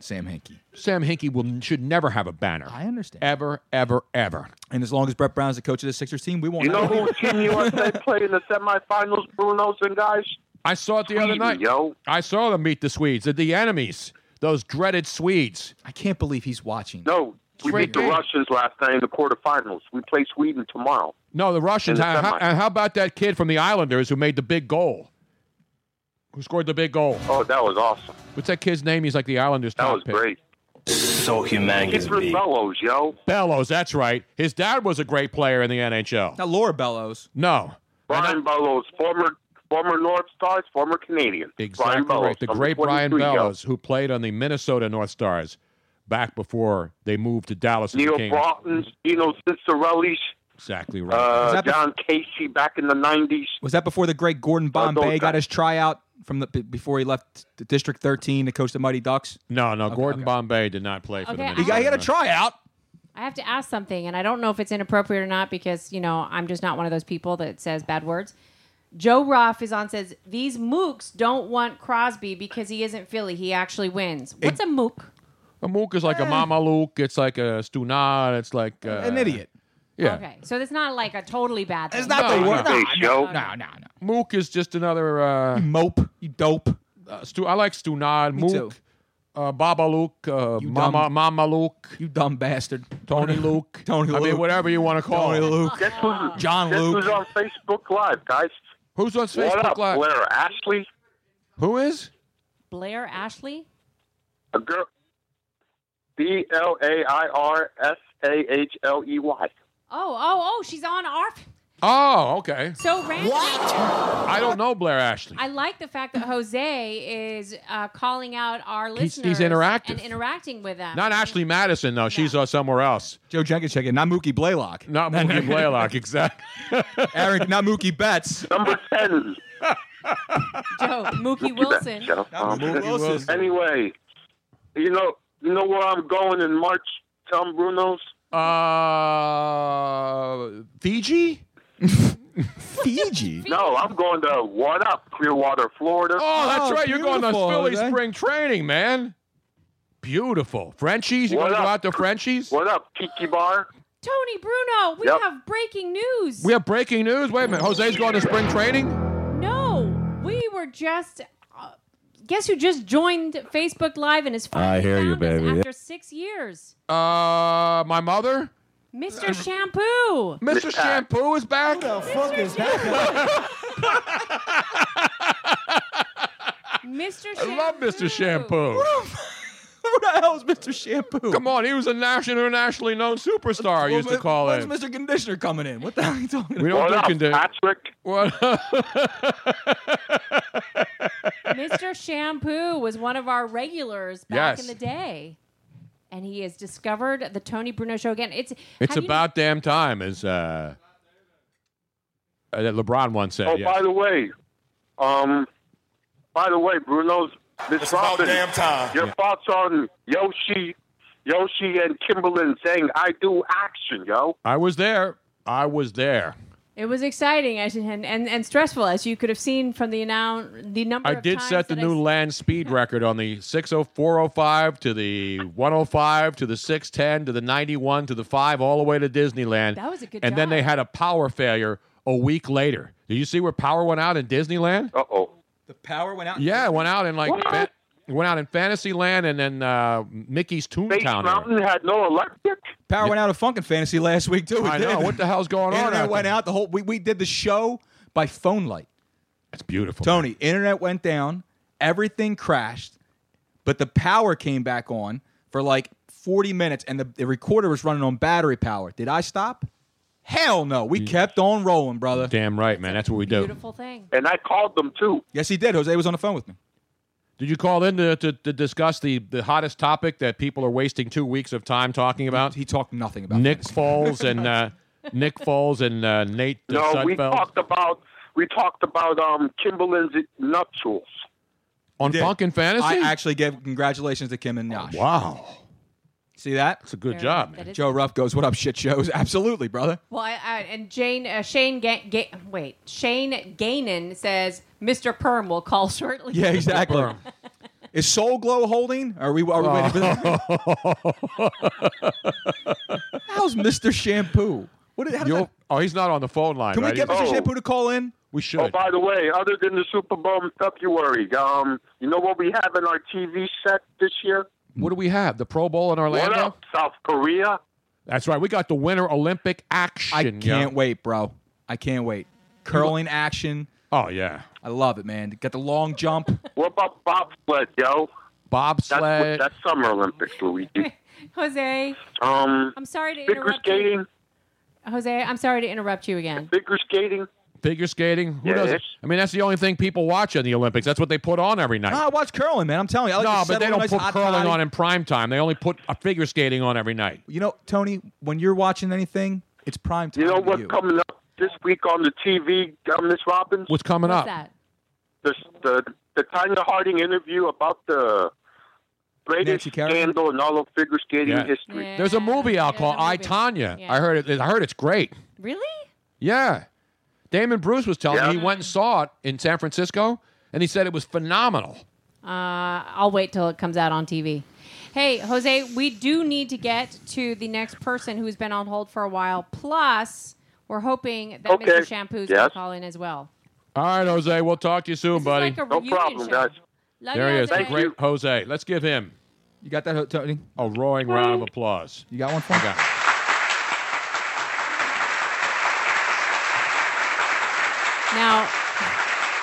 E: Sam Hinkie.
D: Sam Hinkie will should never have a banner.
E: I understand.
D: Ever, ever, ever.
E: And as long as Brett Brown's the coach of the Sixers team, we won't.
H: You know
E: have
D: [LAUGHS]
H: who Team USA played in the semifinals, Brunos and guys?
D: I saw it the other
H: Sweden,
D: night.
H: yo.
D: I saw them meet the Swedes, the, the enemies, those dreaded Swedes.
E: I can't believe he's watching.
H: No, we
D: Great
H: beat the
D: game.
H: Russians last night in the quarterfinals. We play Sweden tomorrow.
D: No, the Russians.
H: In the
D: How- how,
H: semi.
D: and how about that kid from the Islanders who made the big goal? Who scored the big goal?
H: Oh, that was awesome.
D: What's that kid's name? He's like the Islanders
H: That
D: top
H: was
D: pick.
H: great.
J: So
H: Get
J: humongous,
H: your fellows, yo.
D: Bellows, that's right. His dad was a great player in the NHL.
E: Now Laura Bellows.
D: No.
H: Brian Bellows, former
N: former North Stars, former Canadian.
D: Exactly
N: Brian Bellows,
D: right. The
N: number
D: great Brian
N: 23 guy.
D: Bellows, who played on the Minnesota North Stars back before they moved to Dallas and
N: Neil
D: became
N: Broughton's, Dino Cicerelli's,
D: exactly right.
N: uh,
E: that the-
N: John Casey back in the 90s.
E: Was that before the great Gordon
N: Uh, those
E: Bombay got
N: guys.
E: his tryout from the b- before he left the District 13 to coach the Mighty Ducks?
D: No, no, Gordon Bombay did not play
F: for the Okay,
E: He got, he got a
F: Minnesota.
E: tryout.
F: I have to ask something, and I don't know if it's inappropriate or not because, you know, I'm just not one of those people that says bad words. Joe Ruff is on says, These mooks don't want Crosby because he isn't Philly. He actually wins. What's a mook?
D: a mook is
E: Eh.
D: like a mama Luke. It's like a stunad. It's like uh,
F: An idiot.
D: Yeah.
F: Okay. So that's not like a totally bad thing. It's
D: not the No, worst. no.
N: Hey, Joe.
E: No, no,
D: Mook is just another uh,
E: mope. You dope.
D: Uh, stu- I like stunad.
E: Me
D: mook.
E: too.
D: Uh, Baba Luke, uh, Mama
E: dumb-
D: Mama Luke,
E: you dumb bastard,
D: Tony Luke,
E: [LAUGHS] Tony
D: I mean,
E: Luke.
D: whatever you want to call
E: Tony
D: him.
E: Luke.
N: Guess who's,
E: John
N: guess
E: Luke.
N: who's on Facebook Live, guys?
D: Who's on
N: what
D: Facebook
N: up,
D: Live?
N: Blair Ashley,
D: Who is?
F: Blair Ashley?
N: a girl. B L A I R S A H L E Y.
F: Oh, oh, oh, she's on our.
D: Oh, okay.
F: So randomly.
D: I don't know Blair Ashley.
F: I like the
D: [LAUGHS]
F: fact that Jose is uh, calling out our
D: He's- he's
F: listeners
D: interactive.
F: and interacting with them.
D: Not Ashley Madison, though. She's uh, somewhere else.
E: Joe Jenkins checking. Not Mookie Blaylock. [LAUGHS]
D: Not Mookie Blaylock, exactly.
E: Aaron, not Mookie Betts.
N: Number 10.
F: Joe, Mookie Wilson.
N: Joe. Um,
E: Mookie Wilson.
N: Anyway, you know, you know where I'm going in March, Tom Bruno's?
D: Uh, Fiji? [LAUGHS]
E: Fiji?
N: No, I'm going to What Up, Clearwater, Florida.
D: Oh, that's right. You're going to
E: beautiful,
D: Philly
E: Jose.
D: spring training, man. Beautiful. Frenchies? You're
N: What
D: going to go
N: up?
D: out to Frenchies?
N: What Up, Tiki Bar?
F: Tony Bruno, we
N: Yep.
F: have breaking news.
D: We have breaking news. Wait a minute. Jose's going to spring training?
F: no, we were just. Uh, guess who just joined Facebook Live and is finally
D: hear you,
F: found us
D: baby.
F: After six years,
D: Uh, my mother?
F: Mr. Shampoo.
D: Mr. Shampoo is back?
F: fuck is that? Mr.
D: [LAUGHS] [LAUGHS] I love Mr. Shampoo.
E: Who the hell is Mr. Shampoo?
D: Come on. He was a national, internationally known superstar, I used to call
E: When's
D: him.
E: Mr. Conditioner coming in? What the hell are you talking
D: We
E: about?
D: don't
N: What
D: do
N: up,
D: condi-
N: Patrick?
F: Mr. Shampoo was one of our regulars back
D: Yes.
F: in the day. And he has discovered the Tony Bruno show again. It's
D: It's
F: have you-
D: about damn time, as uh, uh, that LeBron once said.
N: Oh,
D: yes.
N: by the way, um, by the way, Bruno's Miss Robin. damn time. Your thoughts on Yoshi, Yoshi and Kimberlin saying "I do action," yo?
D: I was there. I was there.
F: It was exciting as- and, and, and stressful, as you could have seen from the announ- the number
D: I
F: of
D: did
F: times
D: set the
F: that I
D: new land speed record on the 60405 to the 105 to the 610 to the 91 to the 5 all the way to Disneyland.
F: That was a good
D: And then
F: job.
D: they had a power failure a week later. Did you see where power went out in Disneyland?
N: Uh oh.
E: [LAUGHS] The power went out.
D: Yeah, it went out in like fa- it went out in Fantasyland and then uh, Mickey's
N: Base
D: Toontown. area.
N: Mountain had no electric.
E: Power went out of Funkin' Fantasy last week too. It
D: I know
E: did.
D: what the hell's going on.
E: Internet
D: out
E: went
D: there?
E: out. The whole we, we did the show by phone light.
D: That's beautiful.
E: Tony, internet went down, everything crashed, but the power came back on for like 40 minutes and the, the recorder was running on battery power. Did I stop? Hell no. We kept on rolling, brother.
D: Damn right, man. That's what we do.
F: beautiful thing.
N: And I called them too.
E: Yes, he did. Jose was on the phone with me.
D: Did you call in to, to, to discuss the, the hottest topic that people are wasting two weeks of time talking about?
E: He talked nothing about
D: Nick
E: fantasy.
D: Foles and
E: [LAUGHS]
D: uh, Nick Foles and uh, Nate uh,
N: No, we
D: Sudfeld
N: talked about we talked about um Kimberlin's nuptials.
D: on
E: did.
D: Funk and Fantasy.
E: I actually gave congratulations to Kim and Yash.
D: wow,
E: See that?
D: it's a good
F: Fair
D: job,
F: enough. That
D: man.
F: is-
E: Joe Ruff goes, "What up, shit shows?" [LAUGHS]
F: [LAUGHS]
E: Absolutely, brother.
F: Well, I, I, and Jane uh, Shane Ga- Ga- wait Shane Gainan says Mr. Perm will call shortly.
E: Yeah, exactly. Is Soul Glow holding? Are we? Are we waiting for
D: [LAUGHS]
E: that? How's Mister Shampoo? What? Did, how does
D: You'll-
E: that-
D: oh, he's not on the phone line.
E: can we
D: right?
E: get
D: He-
E: Mister
N: Oh.
E: Shampoo to call in?
D: we should.
N: Oh, by the way, other than the Super Bowl in February, um, you know what we have in our TV set this year?
E: Hmm.
D: what do we have? The Pro Bowl in
N: What
D: Orlando.
N: up, South Korea?
D: That's right. We got the Winter Olympic action.
E: I can't
D: yeah.
E: wait, bro. I can't wait. Curling action.
D: Oh yeah,
E: I love it, man. Got the long jump.
N: What about bobsled, yo? That's
D: bobsled.
N: that's Summer Olympics, Luigi.
F: Jose,
N: Um,
F: I'm sorry to
N: figure
F: interrupt. You.
N: skating,
F: Jose, I'm sorry to interrupt you again.
N: figure skating.
D: Figure skating. Who
E: Yeah,
D: does
E: it's-
D: it? I mean, that's the only thing people watch in the Olympics. That's what they put on every night.
E: No, I watch curling, man. I'm telling you. I like
D: no,
E: to
D: but
E: settle
D: they
E: in
D: don't
E: a nice
D: put
E: hot
D: curling
E: toddy.
D: on in prime time. They only put uh, figure skating on every night.
E: You know, Tony, when you're watching anything, it's prime time.
H: You know
E: to
H: what's coming up this week on the TV, um, Miss Robbins?
D: What's coming
E: What's up?
H: That? The, the, the Tanya Harding interview about the greatest scandal in all of figure skating
D: Yeah.
H: history.
D: There's a movie out called I Tanya. I heard it. I heard it's great.
F: Really?
D: Yeah. Damon Bruce was telling me he went and saw it in San Francisco, and he said it was phenomenal.
F: Uh, I'll wait till it comes out on TV. Hey, Jose, we do need to get to the next person who's been on hold for a while. Plus, we're hoping that
D: Okay.
F: Mr. Shampoo's
D: Yes.
F: going to call in as well.
D: All right, Jose. We'll talk to you soon, buddy.
F: like a No reunion problem, show. guys. Love
D: there
F: you,
D: he is.
F: Jose.
D: The great Jose. Let's give him.
E: You got that, Tony?
D: A roaring round of applause.
E: You got one for me?
F: Now,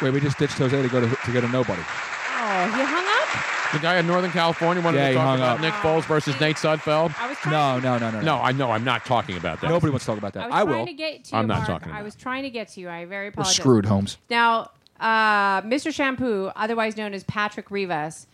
E: Wait, we just ditched Jose to go to, to go to nobody.
F: oh, you hung up?
D: The guy in Northern California wanted
E: Yeah,
D: to
E: he
D: talk
E: hung
D: about
E: up.
D: Nick Foles versus Nate Sudfeld.
E: No, no, no, no,
D: No, I know. I'm not talking about that.
E: Nobody wants to talk about that.
F: I was trying to get to
D: I'm
F: you,
D: not
F: Mark.
D: talking about
F: I was trying to get to you. I very
E: We're
F: apologize.
E: screwed, Holmes.
F: Now, uh, Mr. Shampoo, otherwise known as Patrick Rivas,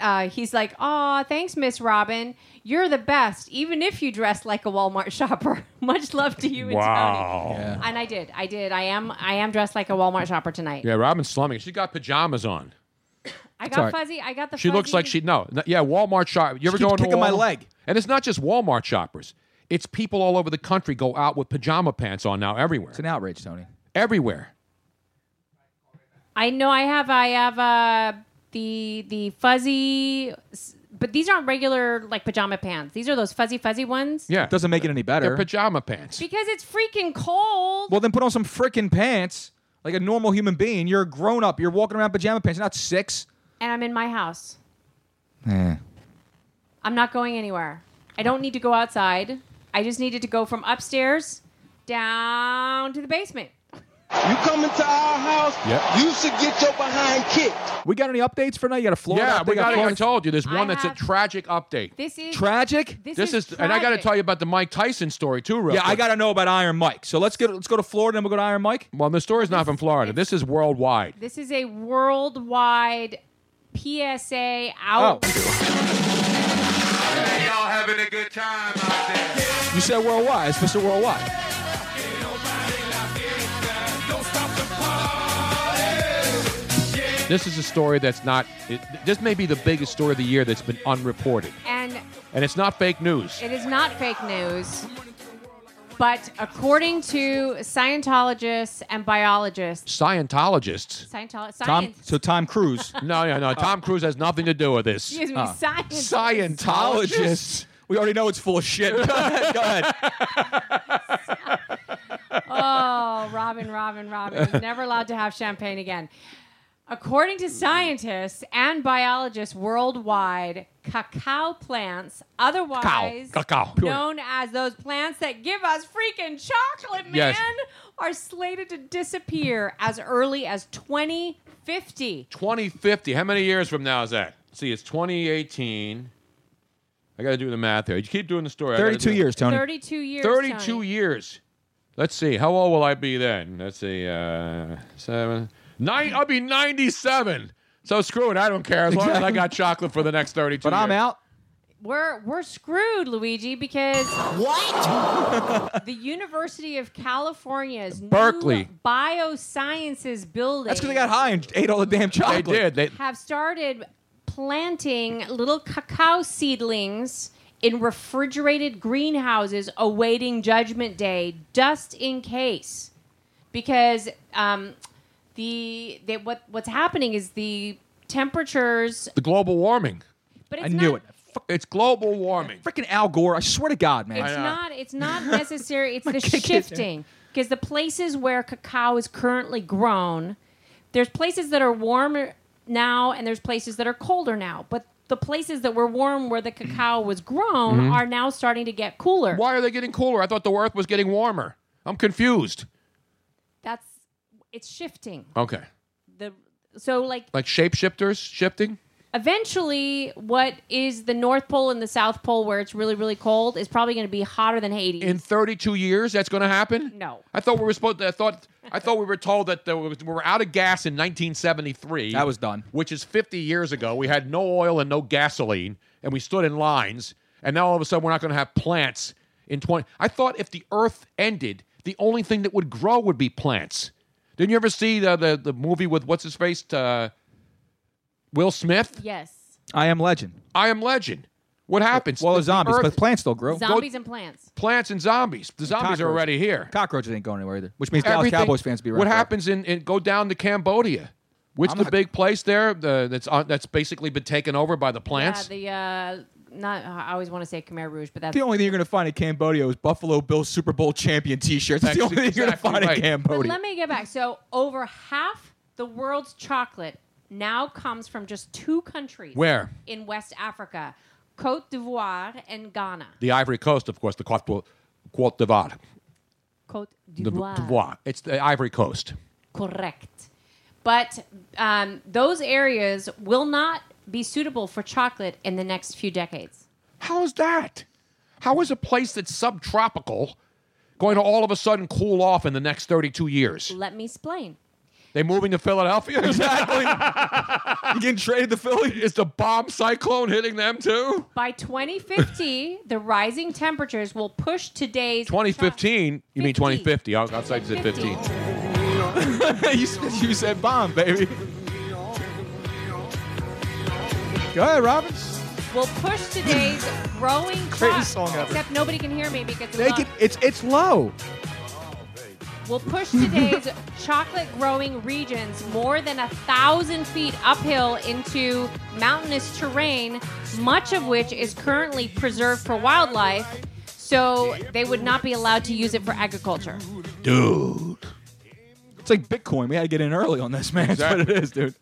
F: uh, he's like, "Oh, thanks, Miss Robin. You're the best, even if you dress like a Walmart [LAUGHS] shopper. Much love to you and
D: Wow.
F: Tony."
D: Yeah.
F: And I did. I did. I am. I am dressed like a Walmart shopper tonight.
D: Yeah, Robin's slumming. She got pajamas on.
F: I
D: It's
F: got
D: all right.
F: fuzzy. I got the.
D: She looks
F: fuzzy-
D: like she no. no, Yeah, Walmart shop. You ever go
E: keeps
D: into
E: picking my
D: Walmart?
E: leg.
D: And it's not just Walmart shoppers. It's people all over the country go out with pajama pants on now everywhere. It's
E: an outrage, Tony.
D: Everywhere.
F: I know. I have. I have uh, the the fuzzy. But these aren't regular like pajama pants. These are those fuzzy fuzzy ones.
D: Yeah.
E: doesn't make it any better.
D: They're pajama pants.
F: Because it's freaking cold.
E: Well, then put on some freaking pants like a normal human being. You're a grown up. You're walking around pajama pants. You're not six.
F: and I'm in my house.
E: Eh.
F: I'm not going anywhere. I don't need to go outside. I just needed to go from upstairs down to the basement.
M: You come into our house,
D: Yep.
M: you should get your behind kicked.
E: We got any updates for now? You got a Florida
D: yeah,
E: update?
D: we
E: A
D: got it. I
E: Florida-
D: told you. There's one that's a tragic update.
F: This is
E: Tragic?
D: This, is, and I got to tell you about the Mike Tyson story too. Real
E: Yeah, I
D: quick.
E: got to know about Iron Mike. So let's go. Let's go to Florida, and we'll go to Iron Mike.
D: Well, the story's not from Florida. This is worldwide.
F: This is a worldwide PSA out.
E: Oh.
C: Y'all having a good time out there.
E: You said worldwide. It's Mr. Worldwide.
D: This is a story that's not. It, this may be the biggest story of the year that's been unreported,
F: And
D: and it's not fake news.
F: it is not fake news. But according to Scientologists and biologists,
D: Scientologists.
F: Scientolo- science,
D: so Tom Cruise. [LAUGHS] no, no,
E: Oh.
D: no. Tom Cruise has nothing to do with this.
F: excuse me,
D: Uh,
F: science,
D: Scientologists.
E: We already know it's full of shit.
D: [LAUGHS]
E: Go ahead. Go ahead.
F: oh, Robin, Robin, Robin. He's never allowed to have champagne again. According to scientists and biologists worldwide, cacao plants, otherwise
D: Cacao.
F: known as those plants that give us freaking chocolate, man,
D: Yes.
F: are slated to disappear as early as 2050.
D: 2050. How many years from now is that? See, it's 2018. I got to do the math here. You keep doing the story. I gotta
E: 32
D: do it.
E: years, Tony.
F: 32 years.
D: 32
F: Tony.
D: years. Let's see. How old will I be then? Let's see. Uh, seven. Nine. I'll be 97. So screw it. I don't care as long as I got chocolate for the next 32 But I'm
E: out.
F: We're we're screwed, Luigi, because
E: [LAUGHS]
F: what? the University of California's new
E: Berkeley.
F: biosciences building
E: That's because they got high and ate all the damn chocolate.
D: They did. They,
F: have started planting little cacao seedlings in refrigerated greenhouses awaiting judgment day just in case because um, the, the what what's happening is the temperatures
D: the global warming.
F: but it's
E: I knew
F: not,
E: it.
D: It's global warming.
E: Freaking Al Gore. I swear to God, man.
F: It's
D: uh,
F: not.
D: [LAUGHS]
F: It's not necessary. It's the
E: kick is-
F: shifting because the places where cacao is currently grown, there's places that are warmer now and there's places that are colder now. But the places that were warm where the cacao was grown
E: Mm-hmm.
D: Mhm.
F: are now starting to get cooler.
D: Why are they getting cooler? I thought the Earth was getting warmer. I'm confused.
F: That's it's shifting.
D: Okay.
F: The so like
D: Like shapeshifters shifting?
F: eventually, what is the North Pole and the South Pole, where it's really, really cold, is probably going to be hotter than Haiti.
D: In 32 years, that's going to happen.
F: No.
D: I thought we were supposed. To, I thought. I thought we were told that there was, we were out of gas in 1973. That was done, which is 50 years ago. We had no oil and no gasoline, and we stood in lines. And now all of a sudden, we're not going to have plants in 20. I thought if the Earth ended, the only thing that would grow would be plants. Didn't you ever see the the, the movie with what's his face, uh, Will Smith?
F: Yes,
E: I am Legend.
D: I am Legend. What happens?
E: Well,
D: The- the
E: it's zombies,
D: Earth-
E: but plants still grow.
F: zombies and plants.
D: plants and zombies. The zombies are already here.
E: Cockroaches ain't going anywhere either, which means Dallas
D: Everything-
E: Cowboys fans be right.
D: What
E: there.
D: happens in, in go down to Cambodia? Which the big place there the, that's on, that's basically been taken over by the plants?
F: Yeah, the uh, not. I always want to say Khmer Rouge, but that's
E: The only thing you're going to find in Cambodia is Buffalo Bills Super Bowl champion T-shirts. That's the only thing you're going to find in
F: But
E: Cambodia.
F: let me get back. So over half the world's chocolate now comes from just two countries.
D: Where?
F: In West Africa, Cote d'Ivoire and Ghana.
D: the Ivory Coast, of course, the Cote d'Ivo- Cote d'Ivoire.
F: Cote
D: The-
F: d'Ivoire.
D: d'Ivoire. It's the Ivory Coast.
F: Correct. But um, those areas will not be suitable for chocolate in the next few decades.
D: How is that? How is a place that's subtropical going to all of a sudden cool off in the next 32 years?
F: Let me explain.
D: They moving to Philadelphia? [LAUGHS] Exactly.
E: [LAUGHS]
D: you getting traded to Philly? Is the bomb cyclone hitting them too?
F: By 2050, the rising temperatures will push today's
D: 2015? You mean 2050? Out- Outside you said 15. [LAUGHS]
E: you, said- you said bomb, baby. Go ahead, Robin.
F: will push today's
E: [LAUGHS]
F: growing
E: Greatest
F: crop-
E: song ever.
F: Except nobody can hear me because it's
E: They
F: low.
E: can- it's it's low.
F: will push
E: [LAUGHS]
F: today's chocolate growing regions more than a thousand feet uphill into mountainous terrain, much of which is currently preserved for wildlife. So they would not be allowed to use it for agriculture.
D: Dude.
E: It's like Bitcoin. We had to get in early on this, man. [LAUGHS] That's what it is, dude.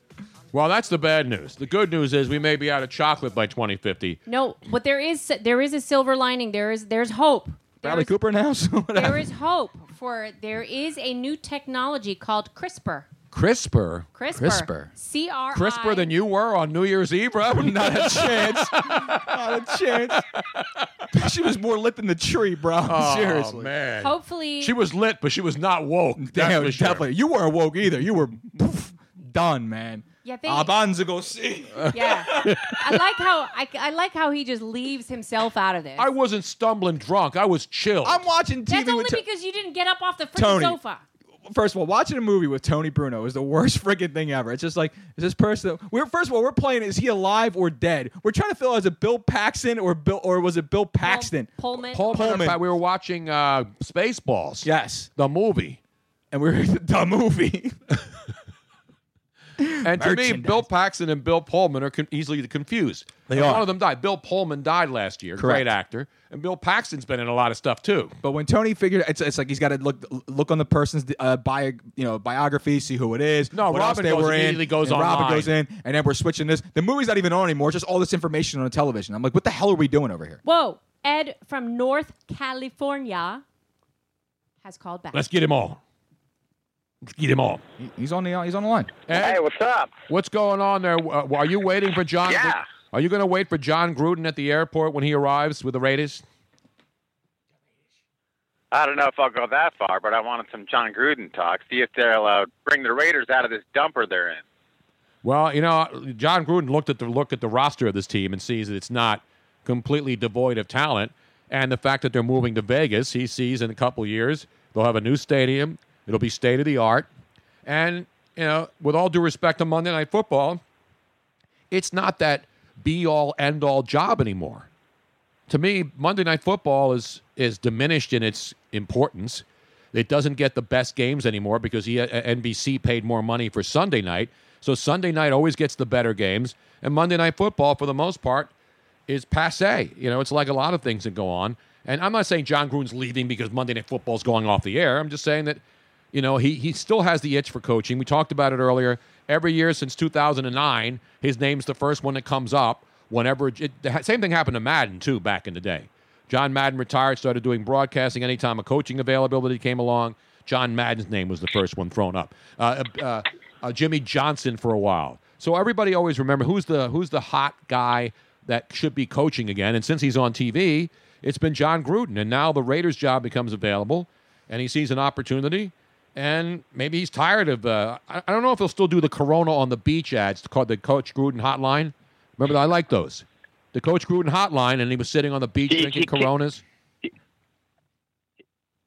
D: Well, that's the bad news. The good news is we may be out of chocolate by 2050.
F: No, but there is there is a silver lining. There is there's hope.
E: Bradley Cooper now. So [LAUGHS] what
F: There
E: happened?
F: is hope for there is a new technology called CRISPR.
D: CRISPR.
F: CRISPR.
D: CRISPR.
F: C R I.
D: Crisper than you were on New Year's Eve, bro. [LAUGHS]
E: Not a chance. Not a chance. she was more lit than the tree, bro. [LAUGHS]
D: Oh,
E: Seriously.
D: man.
F: Hopefully,
D: She was lit, but she was not woke. That's
E: Damn,
D: for sure.
E: definitely. You weren't woke either. You were poof, done, man.
D: Uh,
F: Yeah, they-
E: Abanza go see.
F: Yeah, I like how I, I like how he just leaves himself out of this.
D: I wasn't stumbling drunk. I was chill.
E: I'm watching TV
F: That's only
E: with To-
F: because you didn't get up off the freaking
E: Tony.
F: sofa.
E: First of all, watching a movie with Tony Bruno is the worst [LAUGHS] freaking thing ever. It's just like, is this person? We're first of all, we're playing. Is he alive or dead? We're trying to feel out, is it Bill Paxton or Bill or was it Bill Paxton?
F: Pullman.
D: Paul Pullman.
E: Pullman.
D: We were watching uh, Spaceballs.
E: Yes,
D: The movie.
E: and we're [LAUGHS] the movie.
D: And to me,
E: Merchandise.
D: Bill Paxton and Bill Pullman are con- easily confused.
E: They
D: And
E: are.
D: One of them died. Bill Pullman died last year.
E: Correct.
D: Great actor. And Bill Paxton's been in a lot of stuff too.
E: But when Tony figured, it's, it's like he's got to look look on the person's uh, bio, you know, biography, see who it is.
D: No,
E: what else they
D: Robin goes-
E: were in,
D: immediately goes
E: and Robin
D: online.
E: goes in, and then we're switching this. The movie's not even on anymore. Just all this information on television. I'm like, what the hell are we doing over here?
F: Whoa, Ed from North California has called back.
D: Let's get him on. Let's get him on.
E: He- He's on the he's on the line.
D: Ed,
L: what's up?
D: what's going on there? Uh, are you waiting for John? Gru-
L: Yeah.
D: Are you going to wait for John Gruden at the airport when he arrives with the Raiders?
L: I don't know if I'll go that far, but I wanted some John Gruden talk. See if they're allowed uh, bring the Raiders out of this dumper they're in.
D: Well, you know, John Gruden looked at the look at the roster of this team and sees that it's not completely devoid of talent, and the fact that they're moving to Vegas, he sees in a couple years they'll have a new stadium. It'll be state of the art, and you know, with all due respect to Monday Night Football, it's not that be all end all job anymore. To me, Monday Night Football is is diminished in its importance. It doesn't get the best games anymore because he, uh, NBC paid more money for Sunday night. So Sunday night always gets the better games, and Monday Night Football, for the most part, is passe. You know, it's like a lot of things that go on. And I'm not saying John Gruden's leaving because Monday Night Football's going off the air. I'm just saying that, you know, he, he still has the itch for coaching. We talked about it earlier. Every year since 2009, his name's the first one that comes up whenever it, the ha- same thing happened to Madden, too, back in the day. John Madden retired, started doing broadcasting anytime a coaching availability came along. John Madden's name was the first one thrown up. Uh, uh, uh, Jimmy Johnson for a while. So everybody always remember who's the who's the hot guy that should be coaching again. And since he's on TV, it's been John Gruden. And now the Raiders job becomes available, and he sees an opportunity. And maybe he's tired of. Uh, I, I don't know if he'll still do the Corona on the beach ads called the Coach Gruden Hotline. Remember, I like those. The Coach Gruden Hotline, and he was sitting on the beach drinking Coronas.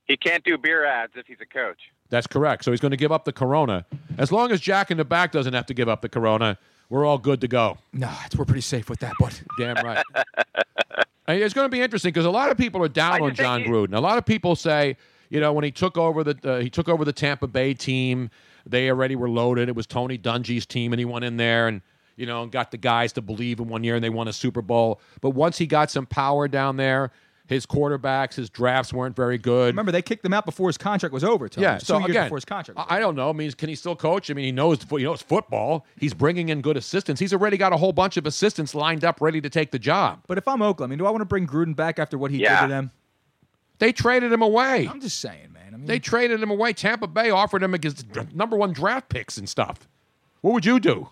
L: He can't do beer ads if he's a coach.
D: That's correct. So he's going to give up the Corona. As long as Jack in the back doesn't have to give up the Corona, we're all good to go.
E: No, it's- we're pretty safe with that, but
D: damn right. I mean, it's going to be interesting because a lot of people are down on John Gruden. A lot of people say, you know, when he took over the uh, he took over the Tampa Bay team, they already were loaded. It was Tony Dungy's team, and he went in there and you know got the guys to believe in one year, and they won a Super Bowl. But once he got some power down there, his quarterbacks, his drafts weren't very good.
E: Remember, they kicked him out before his contract was over. Tony.
D: Yeah,
E: Two
D: so
E: years
D: again,
E: before his contract.
D: I I don't know. I mean, can he still coach? I mean, he knows he knows football. He's bringing in good assistants. He's already got a whole bunch of assistants lined up, ready to take the job.
E: But if I'm Oakland, I mean, do I want to bring Gruden back after what he
D: Yeah.
E: did to them?
D: They traded him away.
E: I'm just saying, man. I mean,
D: They traded him away. Tampa Bay offered him his number one draft picks and stuff. What would you do?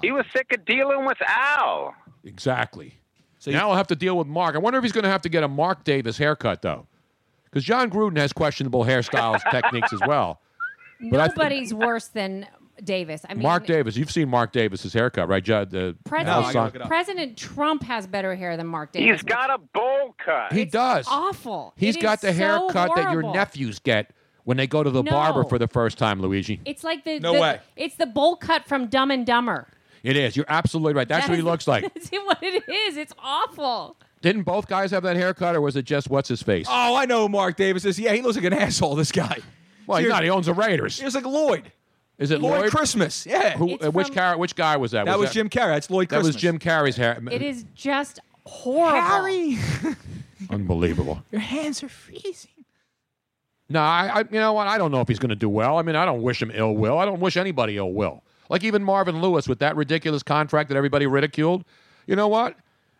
L: He was sick of dealing with Al.
D: Exactly. So now I'll have to deal with Mark. I wonder if he's going to have to get a Mark Davis haircut though, because John Gruden has questionable
E: [LAUGHS]
D: hairstyles techniques as well. But I think-
F: Nobody's worse than Davis. I mean,
D: Mark Davis, you've seen Mark Davis's haircut, right, Judd? The Al's
F: President,
D: son?
F: President Trump has better hair than Mark Davis.
L: He's got a bowl cut.
D: He does.
F: Awful.
D: He's
F: It
D: got
F: is
D: the haircut
F: so
D: that your
F: horrible.
D: nephews get when they go to the barber
F: No.
D: for the first time, Luigi.
F: It's like the,
D: No
F: the-
D: way.
F: It's the bowl cut from Dumb and Dumber.
D: It is. You're absolutely right. That's
F: That
D: what he
F: is- [LAUGHS]
E: [LAUGHS]
D: looks like.
F: That's what it is. It's awful.
D: Didn't both guys have that haircut, or was it just what's his face?
E: oh, I know who Mark Davis is. Yeah, he looks like an [LAUGHS] asshole. This guy.
D: well, he's
E: Seriously.
D: not. He owns the Raiders.
E: He was like Lloyd.
D: Is it
E: Lloyd
D: Lloyd?
E: Christmas, yeah.
D: Who,
F: It's
D: uh, which
F: from-
D: car- Which guy was that?
E: That was Jim Carrey. That's Lloyd
D: That was
E: Christmas.
D: Jim Carrey's hair.
F: It is just horrible. Harry, [LAUGHS]
D: unbelievable.
F: your hands are freezing.
D: No, I, I. You know what? I don't know if he's going to do well. I mean, I don't wish him ill will. I don't wish anybody ill will. Like even Marvin Lewis with that ridiculous contract that everybody ridiculed. You know what?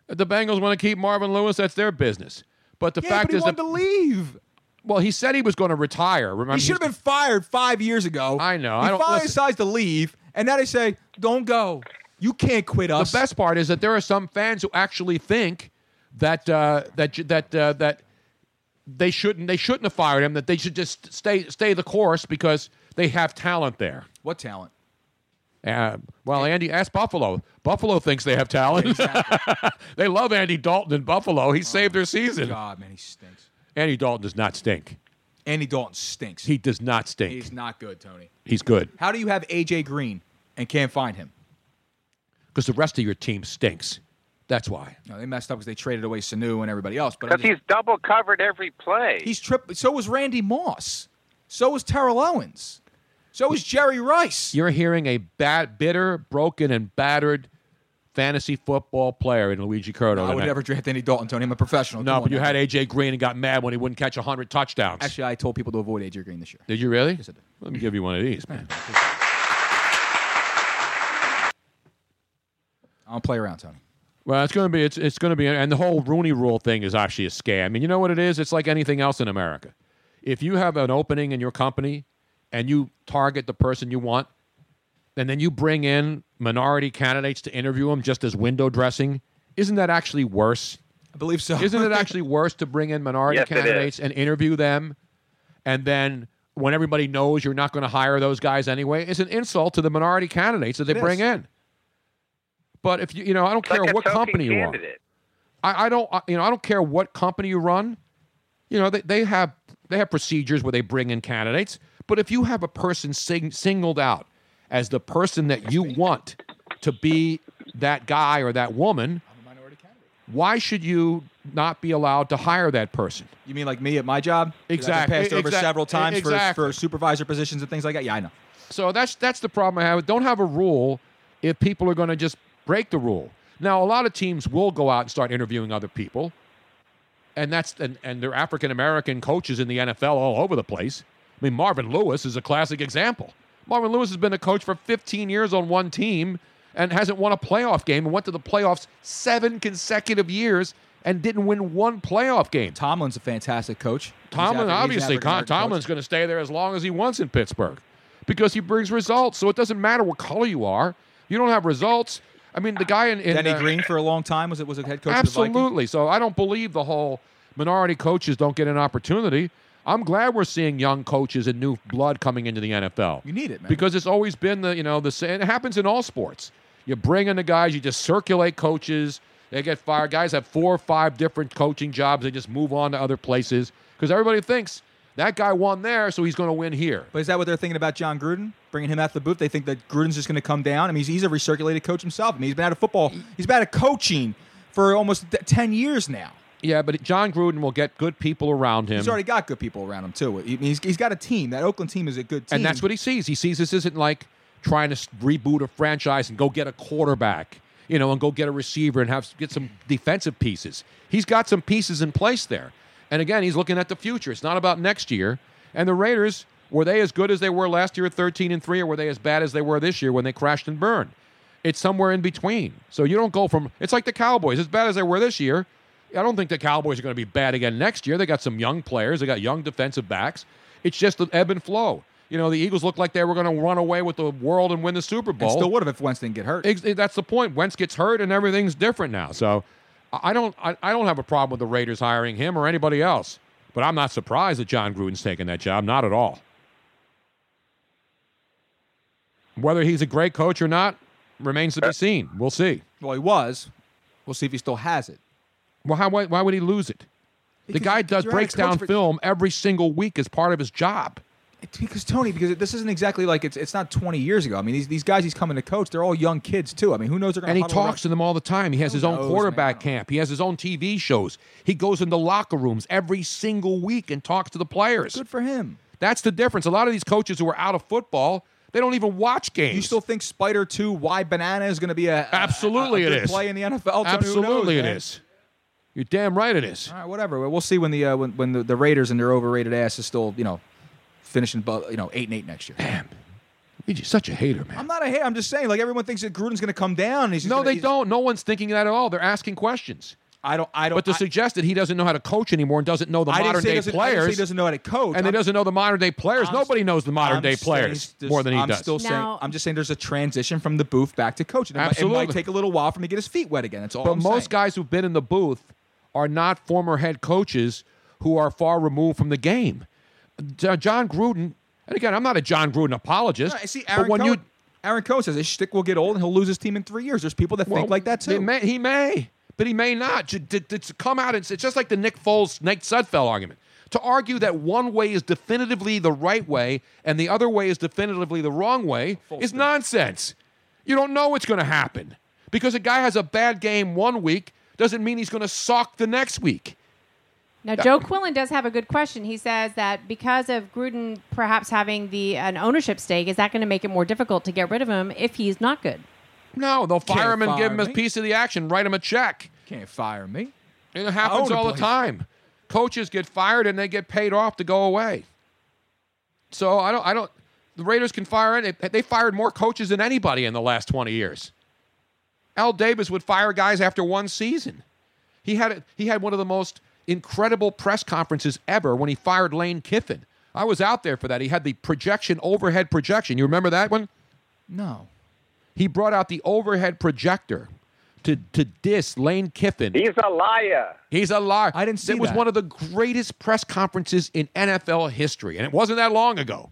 D: If the Bengals want to keep Marvin Lewis. That's their business. But the
E: yeah,
D: fact
E: but he
D: is,
E: wanted
D: that,
E: to leave.
D: well, he said he was going to retire. Remember,
E: He should have been fired five years ago. I
D: know.
E: He
D: I don't-
E: finally
D: listen.
E: decides to leave, and now they say, "Don't go. You can't quit us."
D: The best part is that there are some fans who actually think that uh, that that uh, that they shouldn't they shouldn't have fired him. That they should just stay stay the course because they have talent there.
E: What talent?
D: Uh, well, Andy, ask Buffalo. Buffalo thinks they have talent. [LAUGHS] they love Andy Dalton in Buffalo. He saved their season.
E: Oh God, man, he stinks.
D: Andy Dalton does not stink.
E: Andy Dalton stinks.
D: He does not stink.
E: He's not good, Tony.
D: He's good
E: How do you have AJ Green and can't find him?
D: because the rest of your team stinks. That's why.
E: No, they messed up because they traded away Sanu and everybody else. But I'm
L: Because
E: just-
L: he's double covered every play.
E: he's tripped. So was Randy Moss. So was Terrell Owens. So was Jerry Rice.
D: You're hearing a bad, bitter, broken, and battered fantasy football player in Luigi Curto.
E: I would
D: tonight.
E: never draft Andy Dalton, Tony. I'm a professional.
D: No,
E: Come
D: but
E: on
D: you
E: now.
D: had AJ Green and got mad when he wouldn't catch 100 touchdowns.
E: Actually, I told people to avoid AJ Green this year.
D: did you really? Let me give you one of these, man.
E: I don't play around, Tony.
D: Well, it's going to be it's it's going to be and the whole Rooney Rule thing is actually a scam. And you know what it is? It's like anything else in America. If you have an opening in your company and you target the person you want, and then you bring in minority candidates to interview them just as window dressing, isn't that actually worse?
E: I believe so. [LAUGHS]
D: Isn't it actually worse to bring in minority
E: Yes, it is.
D: candidates and interview them, and then when everybody knows you're not going to hire those guys anyway, it's an insult to the minority candidates that they
L: It
D: bring
L: is.
D: in. But if you, you know, I don't
L: It's
D: care
L: like a
D: what
L: token
D: company you are.
L: candidate.
D: I, I don't, I, you know, I don't care what company you run. You know, they, they have they have procedures where they bring in candidates. But if you have a person sing, singled out as the person that you want to be that guy or that woman, why should you not be allowed to hire that person?
E: You mean like me at my job? 'Cause I've been
D: Exact-
E: Passed over
D: exact- e-
E: several times
D: exactly.
E: for, for supervisor positions and things like that. Yeah, I know.
D: So that's that's the problem I have. Don't have a rule if people are going to just break the rule. Now a lot of teams will go out and start interviewing other people, and that's and, and they're African American coaches in the NFL all over the place. I mean Marvin Lewis is a classic example. Marvin Lewis has been a coach for 15 years on one team and hasn't won a playoff game and went to the playoffs seven consecutive years and didn't win one playoff game.
E: Tomlin's a fantastic coach. He's Afri-
D: Tomlin,
E: he's
D: obviously,
E: African
D: Con-
E: American coach.
D: Tomlin's going to stay there as long as he wants in Pittsburgh because he brings results. So it doesn't matter what color you are. You don't have results. I mean, the guy in, in
E: Denny
D: uh,
E: Green for a long time was it was a head coach of the Vikings.
D: Absolutely. So I don't believe the whole minority coaches don't get an opportunity. I'm glad we're seeing young coaches and new blood coming into the NFL.
E: You need it, man.
D: Because it's always been the you know the sa- and it happens in all sports. You bring in the guys, you just circulate coaches. They get fired. Guys have four or five different coaching jobs. They just move on to other places because everybody thinks that guy won there, so he's going to win here.
E: But is that what they're thinking about John Gruden bringing him out the booth? They think that Gruden's just going to come down. I mean, he's, he's a recirculated coach himself. I mean, he's been out of football. He's been out of coaching for almost th- ten years now.
D: Yeah, but John Gruden will get good people around him.
E: He's already got good people around him too. I mean, he's, he's got a team. That Oakland team is a good team,
D: And that's what he sees. He sees this isn't like trying to s- reboot a franchise and go get a quarterback, you know, and go get a receiver and have s- get some defensive pieces. He's got some pieces in place there. And again, he's looking at the future. It's not about next year. And the Raiders, were they as good as they were last year at 13 and 3 or were they as bad as they were this year when they crashed and burned? It's somewhere in between. So you don't go from it's like the Cowboys, as bad as they were this year, I don't think the Cowboys are going to be bad again next year. They got some young players. They got young defensive backs. It's just the ebb and flow. You know, the Eagles looked like they were going to run away with the world and win the Super Bowl.
E: and still would have if Wentz didn't get hurt.
D: Ex- eh, that's the point. Wentz gets hurt and everything's different now. So I I don't I, I don't have a problem with the Raiders hiring him or anybody else. But I'm not surprised that John Gruden's taking that job. Not at all. Whether he's a great coach or not remains to be seen. We'll see.
E: Well, he was. We'll see if he still has it.
D: Well, how why, why would he lose it? The
E: Because-
D: guy
E: because
D: does
E: you're out of
D: breaks
E: coach
D: down
E: for-
D: film every single week as part of his job.
E: because Tony, because this isn't exactly like it's it's not 20 years ago. I mean, these, these guys he's coming to coach, they're all young kids too. I mean, who knows they're going
D: And he talks to them all the time. He has his own
E: knows,
D: quarterback camp. He has his own TV shows. He goes into locker rooms every single week and talks to the players. Good
E: for him.
D: That's the difference. A lot of these coaches who are out of football, they don't even watch games.
E: You still think Spider 2 Why Banana is going to be a
D: Absolutely
E: a, a
D: it
E: good
D: is.
E: play in the NFL? Tony, who knows,
D: Absolutely it
E: man?
D: is. You're damn right it is.
E: All right, whatever. We'll see when the uh, when, when the, the Raiders and their overrated ass is still you know finishing bu- you know eight and eight next year. Damn,
D: you're just such a hater, man.
E: I'm not a hater. I'm just saying like everyone thinks that Gruden's going to come down. And he's
D: No, they don't. No one's thinking that at all. They're asking questions.
E: I don't. I don't.
D: But to
E: I-
D: suggest that he doesn't know how to coach anymore and doesn't know the
E: I didn't
D: modern
E: say he
D: day
E: doesn't- I didn't say
D: players,
E: he doesn't know how to coach.
D: and he
E: I'm-
D: doesn't know the modern day players.
E: I'm-
D: Nobody knows the modern
E: I'm
D: day
E: saying
D: players
E: there's-
D: more than he
E: I'm
D: does.
E: still saying. I'm just saying there's a transition from the booth back to coaching. It might- It might
D: Absolutely.
E: take a little while for him to get his feet wet again. That's all.
D: But
E: I'm
D: most
E: saying.
D: guys who've been in the booth are not former head coaches who are far removed from the game. Jo- John Gruden, and again, I'm not a John Gruden apologist.
E: I see
D: but
E: Aaron
D: when
E: Cohen.
D: you
E: Aaron Cohen says his shtick will get old and he'll lose his team in three years. There's people that
D: Well,
E: think like that
D: they
E: too.
D: may- he may, but he may not. To, to- to- to come out and say- it's just like the Nick Foles, Nate Sudfeld argument. To argue that one way is definitively the right way and the other way is definitively the wrong way is nonsense. You don't know what's going to happen because a guy has a bad game one week doesn't mean he's going to suck the next week.
F: Now,
D: Yeah.
F: Joe Quillen does have a good question. He says that because of Gruden perhaps having the an ownership stake, is that going to make it more difficult to get rid of him if he's not good?
D: No, they'll fire
F: Can't
D: him and give
F: fire
D: him
F: me.
D: a piece of the action, write him a check.
E: Can't fire me.
D: It happens
E: own a
D: all the
E: place.
D: time. Coaches get fired and they get paid off to go away. So I don't. I don't. The Raiders can fire any. They fired more coaches than anybody in the last twenty years. Al Davis would fire guys after one season. He had he had one of the most incredible press conferences ever when he fired Lane Kiffin. I was out there for that. He had the projection overhead projection. You remember that one?
E: No.
D: He brought out the overhead projector to to diss Lane Kiffin.
O: He's a liar.
D: He's a liar. I didn't
O: see
D: It was
O: that.
D: one of the greatest press conferences in NFL history, and it wasn't that long ago.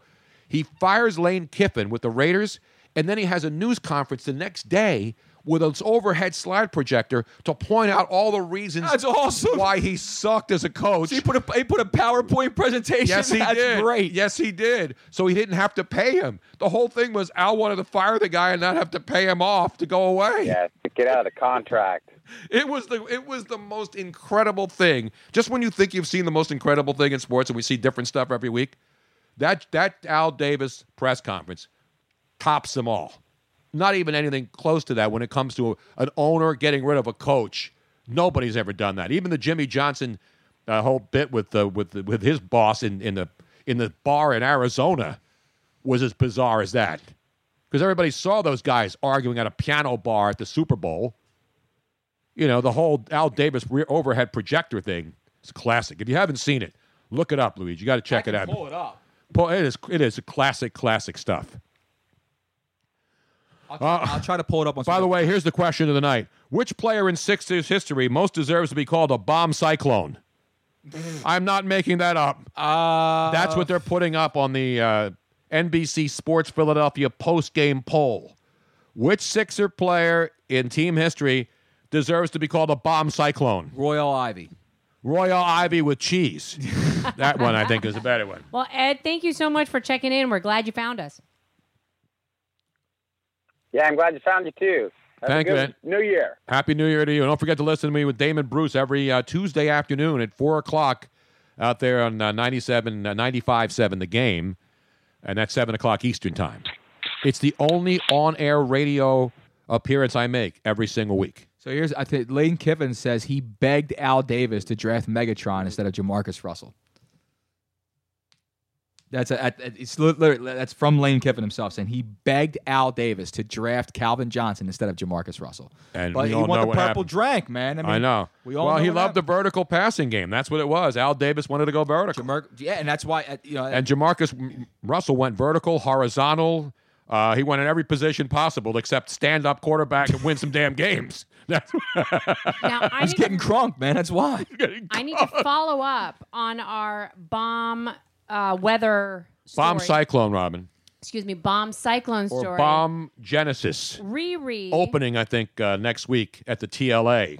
D: He fires Lane Kiffin with the Raiders, and then he has a news conference the next day with an overhead slide projector to point out all the reasons
E: That's awesome.
D: why he sucked as a coach. he put
E: a he put a PowerPoint presentation.
D: Yes, he
E: That's
D: did.
E: great.
D: Yes, he did. So he didn't have to pay him. The whole thing was Al wanted to fire the guy and not have to pay him off to go away.
O: Yeah, to get out of the contract.
D: It was the it was the most incredible thing. Just when you think you've seen the most incredible thing in sports, and we see different stuff every week, that that Al Davis press conference tops them all. Not even anything close to that when it comes to a- an owner getting rid of a coach. Nobody's ever done that. Even the Jimmy Johnson uh, whole bit with the, with the, with his boss in, in the in the bar in Arizona was as bizarre as that. Because everybody saw those guys arguing at a piano bar at the Super Bowl. You know, the whole Al Davis rear overhead projector thing is classic. If you haven't seen it, look it up, Luigi. You got to check it out.
E: it up.
D: Paul, it is it is classic, classic stuff.
E: I'll, I'll try to pull it up on.
D: By the way, here's the question of the night: Which player in Sixers history most deserves to be called a
E: [LAUGHS]
D: bomb cyclone? I'm not making that up.
E: Uh,
D: That's what they're putting up on the uh, NBC Sports Philadelphia post-game poll. Which Sixer player in team history deserves to be called a bomb cyclone?
E: Royal Ivy.
D: Royal Ivy
E: [LAUGHS]
D: with cheese. that one I think is a better one.
F: Well, Ed, thank you so much for checking in. We're glad you found us.
O: Yeah, I'm glad you found you too. Have
D: Thank
O: a
D: you,
O: good New
D: man.
O: Year.
D: Happy New Year to you. And don't forget to listen to me with Damon Bruce every uh, Tuesday afternoon at 4 o'clock out there on uh, 97, uh, 95 7, the game. And that's 7 o'clock Eastern Time. It's the only on air radio appearance I make every single week.
E: So here's I think Lane Kiffin says he begged Al Davis to draft Megatron instead of Jamarcus Russell. That's a, at- at- it's literally, that's from Lane Kiffin himself saying he begged Al Davis to draft Calvin Johnson instead of Jamarcus Russell.
D: And
E: but
D: we
E: he
D: all
E: won
D: know
E: the
D: what
E: purple
D: happened.
E: drank, man. I,
D: I,
E: mean,
D: know.
E: We all
D: well,
E: know
D: he
E: what
D: loved the vertical passing game. That's what it was. Al Davis wanted to go vertical.
E: happened. yeah, and that's why uh, you know.
D: and Jamarcus M- Russell went vertical, horizontal. Uh, he went in every position possible except stand up quarterback and win some damn games. [LAUGHS] That's
F: Now, I
E: He's
F: need,
E: getting crunk, man. That's why.
F: I need to follow up on our bomb uh, weather story.
D: bomb cyclone, Robin,
F: Excuse me, bomb cyclone
D: or
F: story.
D: bomb Genesis
F: Riri.
D: opening. I think uh, next week at the TLA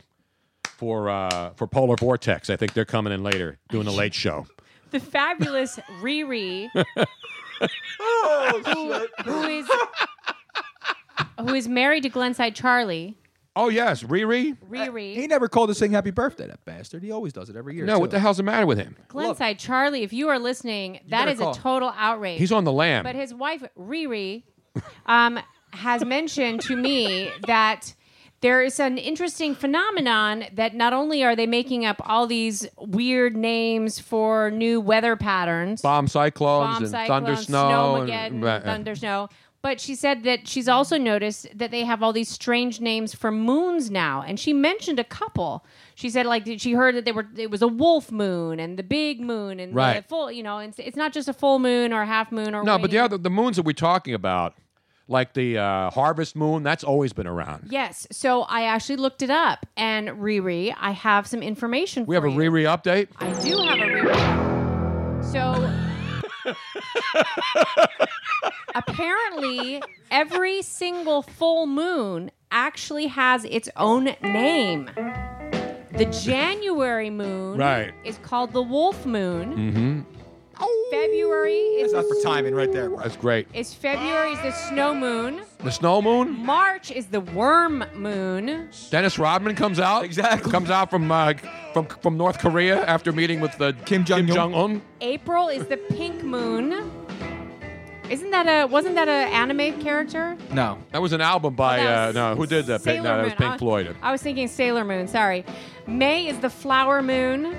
D: for uh, for Polar Vortex. I think they're coming in later doing a late show. [LAUGHS]
F: The fabulous Riri,
D: Oh,
F: [LAUGHS] who is who is married to Glenside Charlie.
D: oh yes, Riri.
F: Riri.
E: He never called to sing happy birthday, that bastard. He always does it every year.
D: No, what the hell's the matter with him?
F: Glenside Charlie, if you are listening, that
E: better
F: is
E: call.
F: a total outrage.
D: He's on the lam.
F: But his wife Riri um, has mentioned to me that there is an interesting phenomenon that not only are they making up all these weird names for new weather patterns,
D: Bomb cyclones
F: bomb
D: and
F: cyclone,
D: thunder snow.
F: snowmageddon,
D: and, right, right.
F: thunder snow. But she said that she's also noticed that they have all these strange names for moons now, and she mentioned a couple. She said like that she heard that they were it was a wolf moon and the big moon and the
D: Right.
F: full. You know, and it's, it's not just a full moon or a half moon or
D: No, but the
F: waning-
D: other the moons that we're talking about, like the uh, harvest moon, that's always been around.
F: Yes, so I actually looked it up, and Riri, I have some information.
D: We have a Riri update.
F: I do have a Riri. So apparently, every single full moon actually has its own name. The January moon
E: Right.
F: is called the Wolf Moon.
D: Mm-hmm.
F: February is
E: That's not for timing right there. Bro.
D: That's great.
F: is February is the Snow Moon.
D: The snow moon.
F: March is the Worm Moon.
D: Dennis Rodman comes out. Exactly. Comes out from uh, from from North Korea after meeting with the Kim Jong Un.
F: April is the Pink Moon. Isn't that a wasn't that a anime character?
E: No,
D: that was an album by
F: that
D: uh,
F: was
D: no who did that? Pink,
F: Sailor
D: no, that was
F: Moon.
D: Pink
F: I-
D: Floyd.
F: I was thinking Sailor Moon. Sorry. May is the flower moon.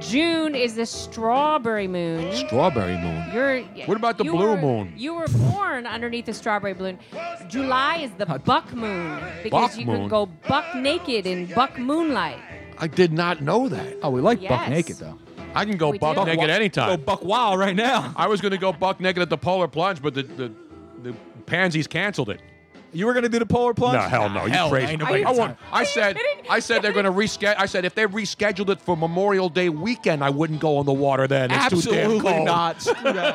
F: June is the strawberry moon.
D: Strawberry moon.
F: You're,
D: What about the
F: you
D: blue
F: were-
D: moon?
F: You were born underneath the strawberry balloon. July is the buck moon because
D: Buck
F: you
D: moon?
F: can go buck naked in buck moonlight.
D: I did not know that.
E: Oh, we like
F: Yes. naked,
E: though.
D: I can go
F: We
D: buck
F: do.
D: naked
E: Buck-
D: anytime.
E: go buck wild right now.
D: [LAUGHS] I was going to go buck naked at the polar plunge, but the the, the pansies canceled it.
E: You were gonna do the polar plunge?
D: No, hell no. You
E: Hell,
D: crazy.
E: ain't
D: I,
E: nobody got
D: won't-
E: time.
D: I said I said they're going to reschedule. I said if they rescheduled it for Memorial Day weekend, I wouldn't go on the water then. It's too damn
E: Absolutely
D: cold. [LAUGHS]
E: not. Screw that.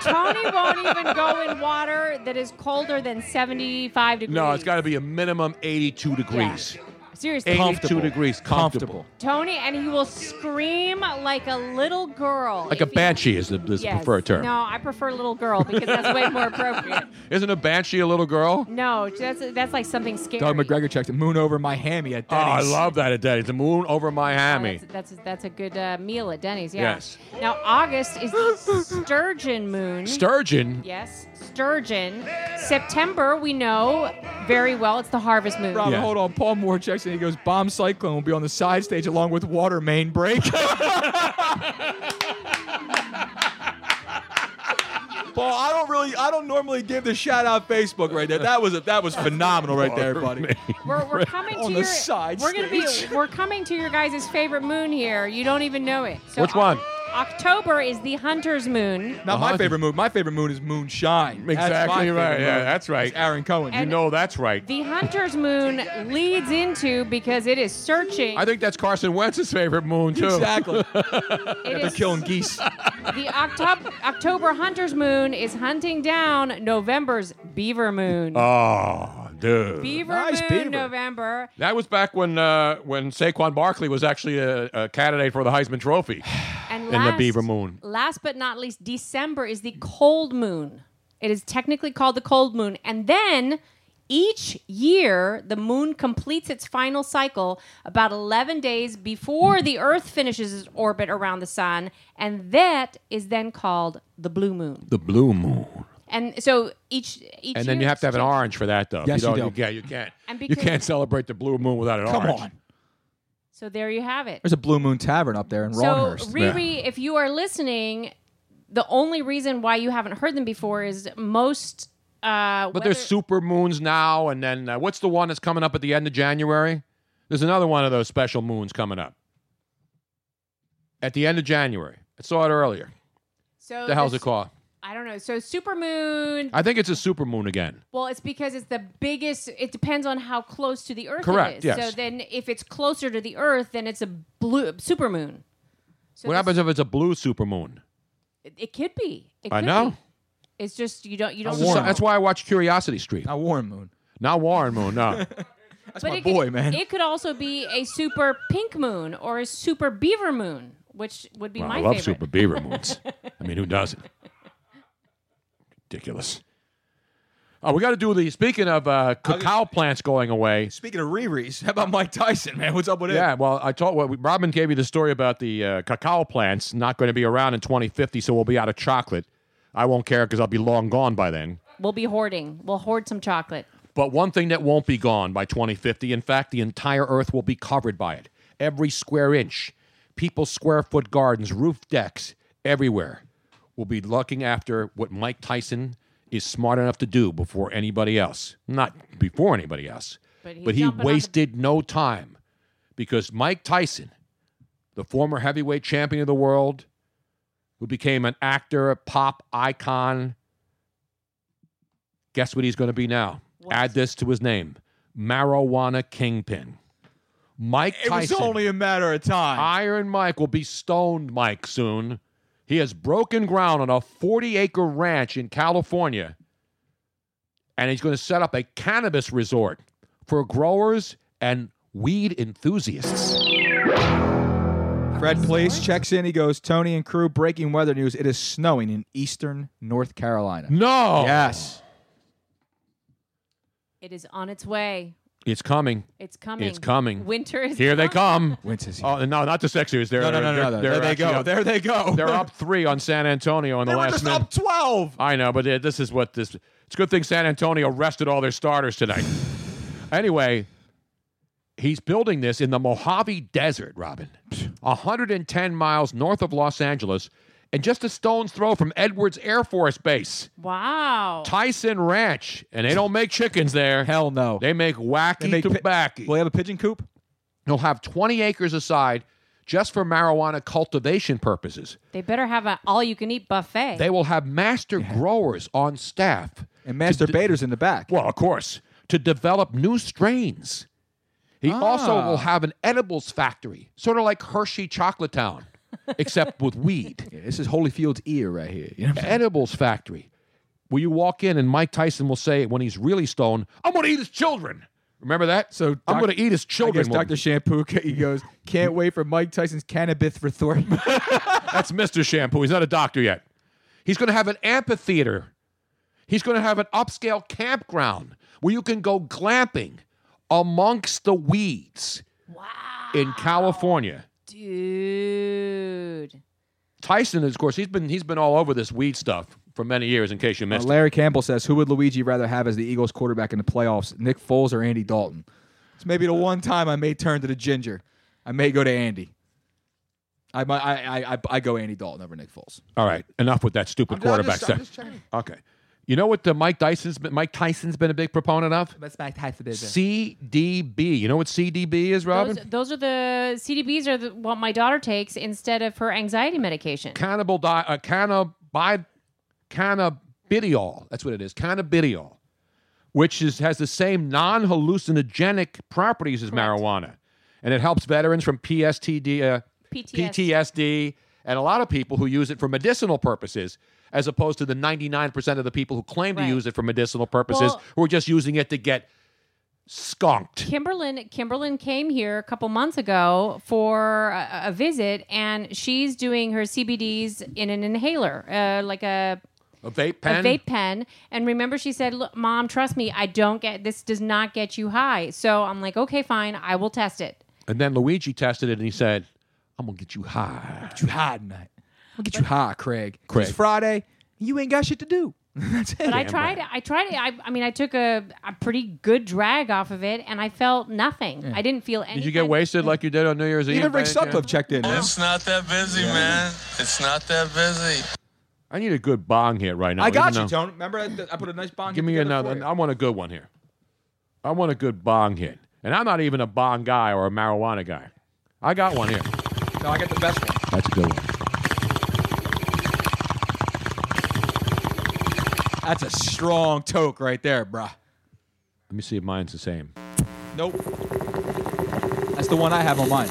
F: Tony won't even go in water that is colder than 75 degrees.
D: No, it's got to be a minimum 82 degrees.
F: Seriously.
D: 82 degrees, comfortable.
F: Tony, and he will scream like a little girl.
D: Like a
F: if he-
D: banshee is the, is the
F: Yes.
D: preferred term.
F: No, I prefer little girl because that's way more appropriate.
D: Isn't a banshee a little girl?
F: No, that's that's like something scary.
E: Doug McGregor checked the moon over my hammy at
D: Oh, I
E: Denny's.
D: love that at Denny's. The moon over Miami.
F: That's a, that's a good uh, meal at Denny's. Yeah.
D: Yes.
F: Now August is the sturgeon moon.
D: Sturgeon?
F: Yes, sturgeon. September we know very well. It's the harvest moon.
E: Rob, hold on. Paul Moore checks in. He goes, "Bomb Cyclone will be on the side stage along with Water Main Break." [LAUGHS] Paul, I don't really, I don't normally give the shout out Facebook right there. That was a, that was phenomenal right there, buddy.
F: We're, we're coming
E: On
F: to
E: the
F: your.
E: side
F: we're gonna be.
E: stage.
F: We're coming to your guys' favorite moon here. You don't even know it. So
D: Which one? Uh-huh.
F: Au- October is the hunter's moon.
E: Not my favorite moon. My favorite moon is Moonshine. That's my
D: Exactly
E: favorite
D: right. Yeah,
E: moon.
D: that's right.
E: It's Aaron Cohen.
F: And-
D: you know that's right.
F: The hunter's moon leads into because it is searching.
D: I think that's Carson Wentz's favorite moon too. [LAUGHS]
E: Exactly.
F: It
D: They're
F: is-
D: killing geese.
F: the October October hunter's moon is hunting down November's beaver moon.
D: [LAUGHS] Oh, dude.
F: beaver moon November.
D: That was back when uh, when Saquon Barkley was actually a, a candidate for the Heisman
E: [SIGHS]
D: Trophy
F: And
D: in
F: last,
D: the Beaver Moon.
F: Last but not least, December is the cold moon. It is technically called the cold moon. And then each year, the moon completes its final cycle about 11 days before the Earth finishes its orbit around the sun. And that is then called the blue moon.
D: The blue moon.
F: And so each, each
D: And then you
F: year-
D: have to have an orange for that, though.
E: Yes, you
D: don't,
E: do.
D: yeah, you can't.
F: And
D: You
F: because-
D: can't celebrate the blue moon without an
E: Come
D: orange.
E: on.
F: So there you have it.
E: There's a Blue Moon Tavern up there in
F: So,
E: Rawhurst.
F: Riri, if you are listening, the only reason why you haven't heard them before is most. Uh,
D: But there's super moons now, and then uh, what's the one that's coming up at the end of January? There's another one of those special moons coming up at the end of January. I saw it earlier.
F: so
D: the hell's
F: this-
D: it called?
F: I don't know. So supermoon.
D: I think it's a super moon again.
F: Well, it's because it's the biggest. It depends on how close to the Earth
D: Correct,
F: it is.
D: yes.
F: So then, if it's closer to the Earth, then it's a blue supermoon. So
D: what
F: this-
D: happens if it's a blue super moon?
F: It, it could be. It
D: I
F: could
D: know.
F: be. It's just you don't. You
D: That's
F: don't.
D: the- that's why I watch Curiosity Street. Not
E: Warren Moon.
D: Not Warren Moon.
F: [LAUGHS]
D: No.
F: but
D: my
F: it could-
D: boy, man.
F: It could also be a super pink moon or a super beaver moon, which would be
D: Well,
F: my
D: I love
F: favorite.
D: super beaver moons. I mean, who doesn't? Ridiculous. Oh, we got to do the. Speaking of uh, cacao plants going away.
E: Speaking of Riri's, how about Mike Tyson, man? What's up with
D: yeah,
E: him?
D: well, I told well, Robin gave you the story about the uh, cacao plants not going to be around in 2050, so we'll be out of chocolate. I won't care because I'll be long gone by then.
F: [LAUGHS] We'll be hoarding. We'll hoard some chocolate.
D: But one thing that won't be gone by 2050, in fact, the entire Earth will be covered by it. Every square inch, people's square foot gardens, roof decks, everywhere will be looking after what Mike Tyson is smart enough to do before anybody else. Not before anybody else,
C: But he's
D: but he,
C: jumping on the-
D: wasted no time because Mike Tyson, the former heavyweight champion of the world, who became an actor, a pop icon, Guess what he's going to be now? Add this to his name marijuana kingpin. Mike
E: It was
D: Tyson.
E: only a matter of time.
D: Iron Mike will be stoned Mike soon. He has broken ground on a 40 acre ranch in California, and he's going to set up a cannabis resort for growers and weed enthusiasts.
E: Fred Place checks in. He goes, Tony and crew, breaking weather news. It is snowing in eastern North Carolina.
D: No.
E: Yes.
F: It is on its way.
D: It's coming.
F: It's coming.
D: It's coming.
F: Winter is
D: here. They come.
E: Winter's
D: here. Oh no, not the Sixers. They're,
E: No, no, no, no, no.
D: they're- they're
E: There they
D: actually
E: go.
D: Up,
E: There they go. [LAUGHS]
D: They're up three on San Antonio in the
E: They were
D: last
E: just
D: minute.
E: up 12.
D: I know, but uh, this is what this. It's a good thing San Antonio rested all their
E: [SIGHS]
D: starters tonight. anyway, he's building this in the Mojave Desert,
E: [SIGHS]
D: Robin, 110 miles north of Los Angeles, and just a stone's throw from Edwards Air Force Base.
F: Wow.
D: Tyson Ranch, and they don't make chickens there.
E: Hell no.
D: They make wacky tobacco.
E: Will they have a pigeon coop?
D: They'll have 20 acres aside just for marijuana cultivation purposes.
F: They better have an all-you-can-eat buffet.
D: They will have master growers on staff
E: and master baiters in the back.
D: Well, of course, to develop new strains. He also
E: Ah.
D: will have an edibles factory, sort of like Hershey
E: [LAUGHS]
D: Chocolate Town, except with weed.
E: this is Holyfield's ear right here. You know
D: edibles factory, where you walk in and Mike Tyson will say when he's really stoned, "I'm going to eat his children." Remember that? So I'm going to eat his children.
E: I guess Dr. Shampoo, [LAUGHS] he goes, can't wait for Mike Tyson's cannabis for
D: [LAUGHS]
E: Uh, Thornton.
D: That's Mr. Shampoo. He's not a doctor yet. He's going to have an amphitheater. He's going to have an upscale campground where you can go glamping amongst the weeds in California.
F: Dude.
D: Tyson, of course, he's been he's been all over this weed stuff for many years. In case you missed,
E: Larry Campbell says, who would Luigi rather have as the Eagles quarterback in the playoffs, Nick Foles or Andy Dalton? It's maybe the one time I may turn to the ginger. I may go to Andy. I might, I, I, I, I go Andy Dalton over Nick Foles.
D: it. all right, enough with that stupid
E: I'm
D: quarterback
E: just- I'm just
D: stuff.
E: checking.
D: Okay, You know what the Mike Dyson's been, Mike Tyson's been a big proponent of?
E: That's Mike Tyson.
D: CDB. You know what CDB is, Robin?
F: Those, those are the CDBs are the, what my daughter takes instead of her anxiety medication.
D: Cannibal di- uh, cannabi- cannabidiol. That's what it is. Cannabidiol, which is has the same non-hallucinogenic properties as marijuana, and it helps veterans from PSTD, uh,
F: PTSD.
D: PTSD, and a lot of people who use it for medicinal purposes. As opposed to the 99% of the people who claim to use it for medicinal purposes,
F: Well-
D: who are just using it to get skunked.
F: Kimberlyn Kimberlyn came here a couple months ago for a, a visit, and she's doing her CBDs in an inhaler, uh, like a
D: A vape pen?
F: a vape pen. And remember, she said, "Look, Mom, trust me, I don't get this. Does not get you high." So I'm like, "Okay, fine, I will test it."
D: And then Luigi tested it and he said, I'm going to get you high.
E: Get you high tonight. I'll get you high, Craig.
D: Craig.
E: It's Friday. You ain't got shit to do. [LAUGHS] That's it.
F: But I tried. it. I tried it. I, I mean, I took a, a pretty good drag off of it, and I felt nothing.
D: Yeah.
F: I didn't feel anything.
D: Did you get wasted like you did on New Year's Eve?
E: Even Rick
D: by any
E: Sutcliffe
D: chance?
E: checked in. man.
P: It's not that busy, man. It's not that busy.
D: I need a good bong here right now.
E: I got
D: even
E: you,
D: though-
E: Tony. Remember, I, I put a nice bond.
D: Give me
E: together for
D: another.
E: you.
D: I want a good one here. I want a good bong hit. And I'm not even a bong guy or a marijuana guy. I got one here.
E: No, I got the best one.
D: That's a good one.
E: That's a strong toke right there, bruh.
D: Let me see if mine's the same.
E: Nope. That's the one I have on mine.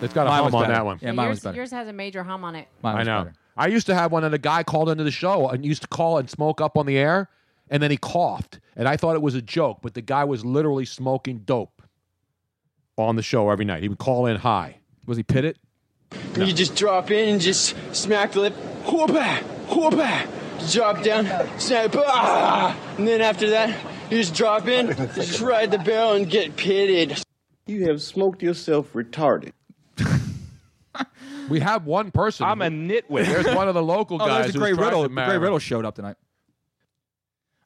D: It's got a
E: Mine
D: hum
E: was
D: on
E: better.
D: that one.
E: Yeah,
F: yours, yours has a major hum on it.
D: I know. I used to have one that a guy called into the show and used to call and smoke up on the air, and then he coughed, and I thought it was a joke, but the guy was literally smoking dope on the show every night. He would call in high. Was he pitted?
M: You just drop in and just smack the lip. Whoopah! Whoopah! Drop down, snap, ah! And then after that, you just drop in, just ride the barrel and get pitted.
G: You have smoked yourself retarded.
D: We have one person. I'm a nitwit. There's one of the
E: [LAUGHS]
D: local
E: Oh,
D: guys.
E: there's the
D: who's
E: Gray
D: tried
E: Riddle.
D: to
E: The
D: marry
E: Gray Riddle showed up tonight.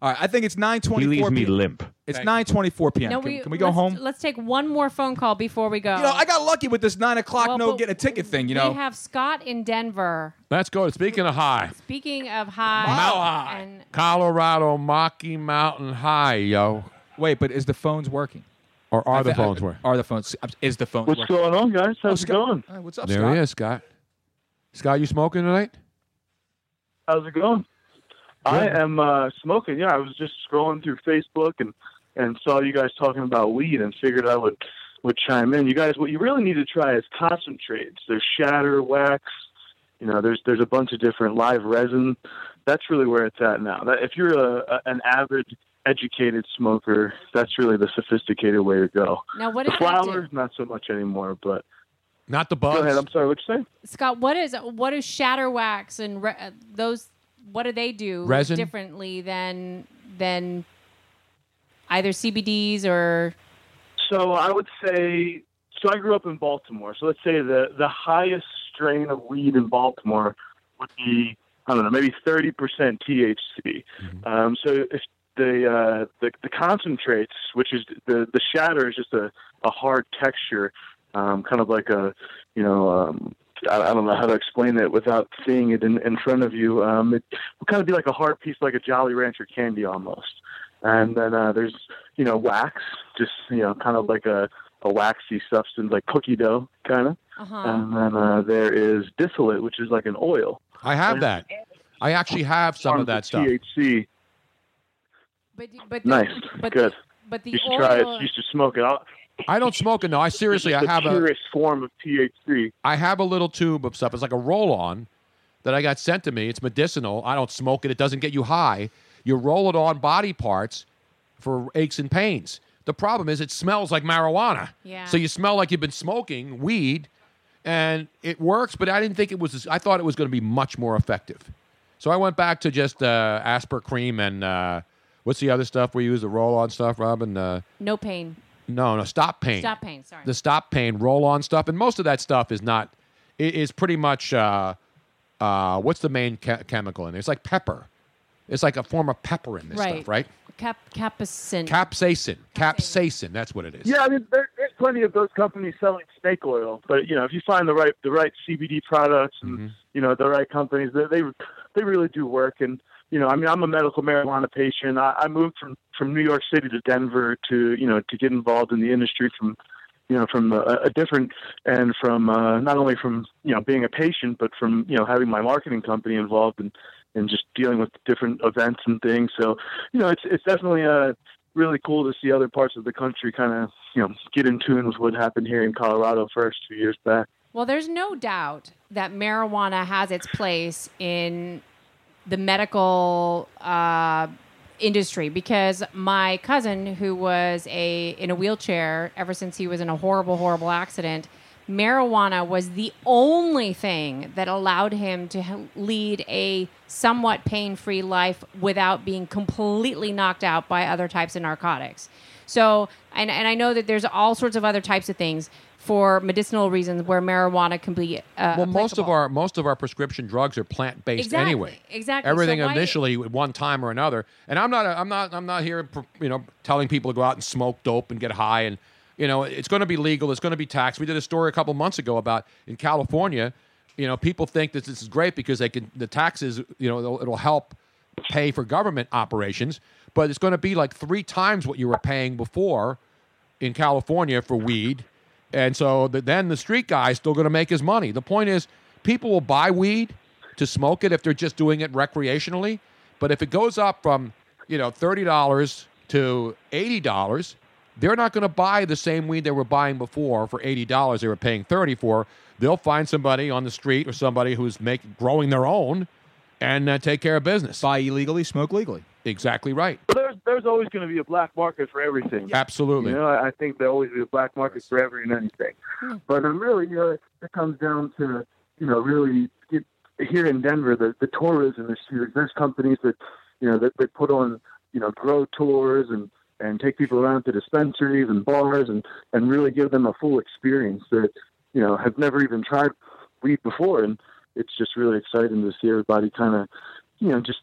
E: All right, I think it's 9:24.
Q: He leaves me
E: p.m.
Q: limp.
E: It's
Q: Thank you.
E: 9:24 p.m.
F: No,
E: can,
F: we,
E: can we go
F: let's-
E: home?
F: Let's take one more phone call before we go.
E: You know, I got lucky with this nine o'clock
F: Well,
E: no
F: but
E: getting a ticket thing. You
F: we
E: know,
F: have Scott in Denver.
D: Let's go. Speaking of high,
F: Speaking of high,
D: Mile high.
F: and
D: Colorado Mocky Mountain High, yo.
E: Wait, but is the phone's working?
D: Or are the
E: I- I-
D: phones working?
E: Are the phones? Is the phone?
D: What's
E: working?
D: going on, guys?
E: Oh,
D: How's it
E: Scott-
D: going?
E: Hey, what's up,
D: there
E: Scott?
D: he is, Scott. Scott, you smoking tonight?
N: How's it going? I am uh, smoking. Yeah, I was just scrolling through Facebook and and saw you guys talking about weed and figured I would would chime in. You guys, what you really need to try is concentrates. There's shatter wax. You know, there's there's a bunch of different live resin. That's really where it's at now. That, if you're a, a an avid educated smoker, that's really the sophisticated way to go.
F: Now, what
N: the
F: does that do?
N: flower, not so much anymore, but
D: not the
N: bugs. Go ahead. I'm sorry. What you say?
F: Scott, what is what is shatter wax and re- uh, those? What do they do
N: Resin?
F: differently than than either CBDs or
N: So I would say, so I grew up in Baltimore. So let's say the the highest strain of weed in Baltimore would be I don't know, maybe thirty percent THC. Um, so if the, uh, the the concentrates, which is the the shatter, is just a, a hard texture, um, kind of like a you know um, I, I don't know how to explain it without seeing it in, in front of you. Um, it would kind of be like a hard piece, like a Jolly Rancher candy almost. And then uh, there's you know wax, just you know kind of like a a waxy substance, like cookie dough kind of.
I: Uh-huh.
N: And then
I: Eh,
N: uh, there is distillate, which is like an oil.
D: I have that. I actually have some of that
N: Tons
D: stuff.
N: THC.
F: but but the,
N: Nice.
F: but
N: Good.
F: but the
N: you should
F: oil
N: try it. You should smoke it. I'll,
D: I don't smoke it. No, I seriously,
N: it's
D: I have
N: the
D: a.
N: purest form of THC.
D: I have a little tube of stuff. It's like a roll-on that I got sent to me. It's medicinal. I don't smoke it. It doesn't get you high. You roll it on body parts for aches and pains. The problem is it smells like marijuana.
C: Yeah.
D: So you smell like you've been smoking weed, and it works. But I didn't think it was. as- I thought it was going to be much more effective. So I went back to just uh, Asper cream and uh, what's the other stuff we use? The roll-on stuff, Robin. Uh,
F: no pain.
D: no, no, stop pain.
F: Stop pain, sorry.
D: The stop pain roll on stuff, and most of that stuff is not. It is pretty much. Uh, uh, what's the main che- chemical in there? It's like pepper. It's like a form of pepper in this
F: Right.
D: stuff, right?
F: Cap capsaicin.
D: Capsaicin. Capsaicin. That's what it is.
N: Yeah, I mean, there, there's plenty of those companies selling snake oil, but you know, if you find the right the right CBD products and you know, the right companies. They they, they really do work. And you know, I mean, I'm a medical marijuana patient. I, I moved from from New York City to Denver to you know to get involved in the industry from you know from a, a different and from uh, not only from you know being a patient but from you know having my marketing company involved and and just dealing with different events and things so you know it's it's definitely uh really cool to see other parts of the country kind of you know get in tune with what happened here in Colorado first few years back
F: Well, there's no doubt that marijuana has its place in the medical uh, industry because my cousin, who was a in a wheelchair ever since he was in a horrible, horrible accident, marijuana was the only thing that allowed him to h- lead a somewhat pain-free life without being completely knocked out by other types of narcotics. So, and, and I know that there's all sorts of other types of things for medicinal reasons where marijuana can be. Uh,
D: well, most of our most of our prescription drugs are plant based
F: Exactly,
D: anyway.
F: exactly. So
D: Everything
F: why-
D: initially at one time or another. And I'm not I'm not I'm not here you know telling people to go out and smoke dope and get high and you know it's going to be legal. It's going to be taxed. We did a story a couple months ago about in California. You know, people think that this is great because they can the taxes. You know, it'll, it'll help pay for government operations, but it's going to be like three times what you were paying before in California for weed. And so the, then the street guy is still going to make his money. The point is, people will buy weed to smoke it if they're just doing it recreationally. But if it goes up from, you know, $30 to $80, they're not going to buy the same weed they were buying before for $80 they were paying 30 for. They'll find somebody on the street or somebody who's making growing their own and uh, take care of business. Buy
E: illegally, smoke legally.
D: Exactly right.
N: Well, there's there's always going to be a black market for everything.
D: Absolutely.
N: You know, I I think there'll always be a black market for every and anything. But um, really, you know, it it comes down to you know really it, here in Denver, the the tourism is huge. There's companies that you know that, that put on you know grow tours and and take people around to dispensaries and bars and and really give them a full experience that you know have never even tried weed before and it's just really exciting to see everybody kind of you know just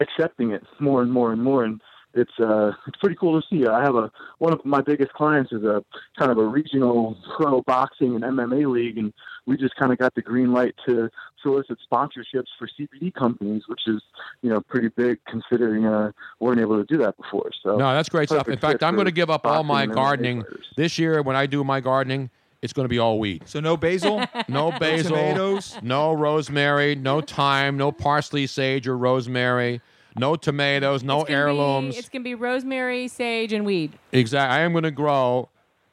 N: accepting it more and more and more and it's uh it's pretty cool to see i have a one of my biggest clients is a kind of a regional pro boxing and mma league and we just kind of got the green light to solicit sponsorships for cbd companies which is you know pretty big considering uh we weren't able to do that before so
D: No, that's great stuff. In
N: perfect
D: fact,
N: fit
D: I'm
N: for
D: going to give up all
N: boxing
D: my
N: and MMA.
D: gardening this year. When I do my gardening, it's going to be all weed.
E: So no basil,
D: [LAUGHS] no basil,
E: tomatoes?
D: no rosemary, no thyme, no parsley, sage, or rosemary, no tomatoes, no heirlooms.
F: It's gonna be rosemary, sage, and weed.
D: Exactly. I am going to grow.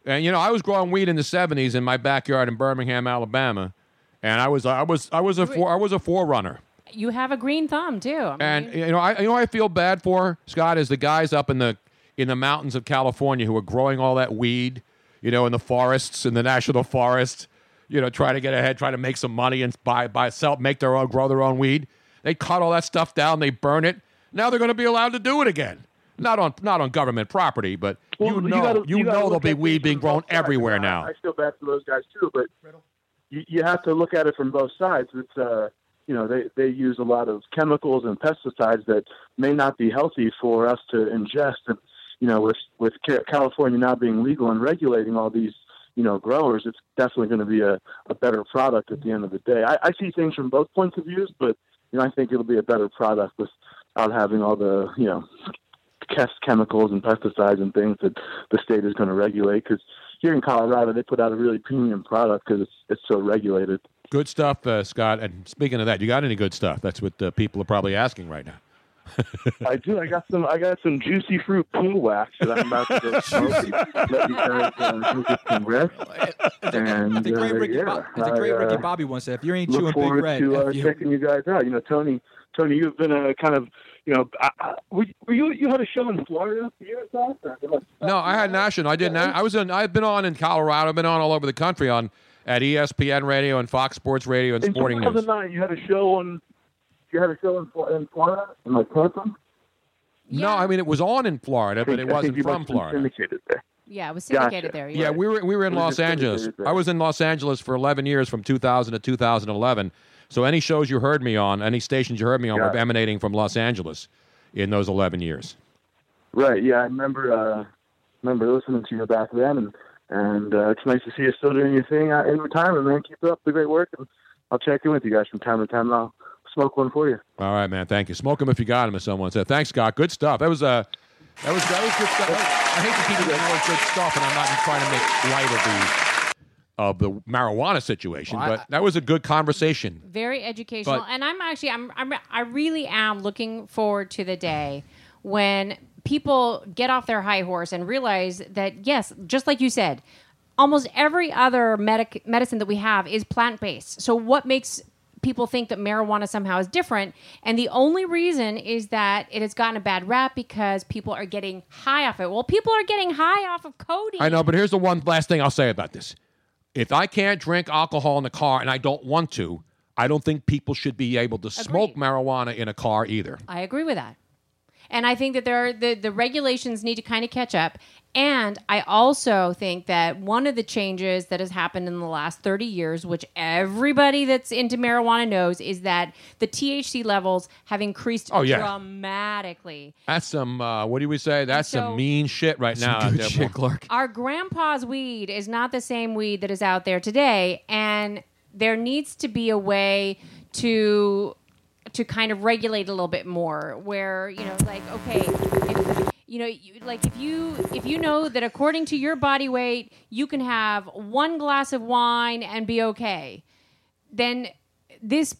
D: And you know, I was growing weed in the '70s in my backyard in Birmingham, Alabama, and I was I was I was a for, I was a forerunner.
F: You have a green thumb too. I mean,
D: And you know, I you know, I feel bad for Scott is the guys up in the in the mountains of California who are growing all that weed, you know, in the forests in the national forest, you know, trying to get ahead, trying to make some money and buy buy sell, make their own, grow their own weed. They cut all that stuff down, they burn it. Now they're going to be allowed to do it again. Not on not on government property, but you
N: Well,
D: know
N: you
D: you,
N: gotta- you gotta
D: know there'll
N: look
D: be
N: at
D: weed being grown everywhere
N: I-
D: now.
N: I feel bad for those guys too, but you, you have to look at it from both sides. It's uh, you know they they use a lot of chemicals and pesticides that may not be healthy for us to ingest. And you know with with Ca- California now being legal and regulating all these you know growers, it's definitely going to be a, a better product at the end of the day. I, I see things from both points of views, but you know I think it'll be a better product without having all the you know test chemicals and pesticides and things that the state is going to regulate. Because here in Colorado, they put out a really premium product because it's, it's so regulated.
D: Good stuff, uh, Scott. And speaking of that, you got any good stuff? That's what uh, people are probably asking right now.
N: I do. I got some. I got some juicy fruit pool wax that I'm about to go smoke. and Let you guys uh, go get some rest. And
E: The great
N: uh,
E: Ricky,
N: yeah,
E: Bob, the great
N: I, uh,
E: Ricky Bobby once said, "If you ain't chewing
N: look
E: big
N: forward
E: red,
N: to uh,
E: F you."
N: checking you guys out. You know, Tony. Tony, you've been a kind of, you know, I, I, were you- were you you had a show in Florida a few years back? or-
D: No, I had national. I didn't. I was in. I've been on in Colorado. I've been on all over the country on at E ESPN Radio and Fox Sports Radio and
N: In
D: Sporting News.
N: 2009, you had a show on. You had a show in, Fl- in Florida. In like Tampa.
D: No, I mean it was on in Florida, but
N: think- I
D: it
N: think
D: wasn't
N: you must
D: from
N: have
D: Florida.
F: yeah, it was syndicated
D: Gotcha.
F: there.
D: Yeah, we were we were in
F: It was
D: Los
F: just
D: Angeles.
F: syndicated there.
D: I was in Los Angeles for 11 years, from 2000 to 2011. So any shows you heard me on, any stations you heard me on, were
N: Got it.
D: emanating from Los Angeles in those 11 years.
N: Right. Yeah, I remember. Uh, remember listening to you back then, and and uh, it's nice to see you still doing your thing uh, in retirement, man. Keep up the great work, and I'll check in with you guys from time to time. and I'll smoke one for you.
D: All right, man. Thank you. Smoke them if you got them, as someone said. Thanks, Scott. Good stuff. That was uh, that was that was good stuff. I hate to keep it word good stuff, and I'm not trying to make light of the of the marijuana situation,
F: Well, I-
D: but that was a good conversation.
F: very educational
D: But-
F: and i'm actually I'm, I'm i really am looking forward to the day when people get off their high horse and realize that yes just like you said almost every other medic medicine that we have is plant-based so what makes people think that marijuana somehow is different and the only reason is that it has gotten a bad rap because people are getting high off it well people are getting high off of codeine
D: I know, but here's the one last thing I'll say about this. If I can't drink alcohol in the car and I don't want to, I don't think people should be able to smoke marijuana in a car either.
F: I agree with that. And I think that there are the, the regulations need to kind of catch up. And I also think that one of the changes that has happened in the last 30 years, which everybody that's into marijuana knows, is that the THC levels have increased
D: Oh, yeah.
F: dramatically.
D: That's some, uh, what do we say? That's
F: So-
D: some mean shit right now. out there, boy.
F: Our grandpa's weed is not the same weed that is out there today, and there needs to be a way to to kind of regulate a little bit more where you know like okay if, you know you, like if you if you know that according to your body weight you can have one glass of wine and be okay then this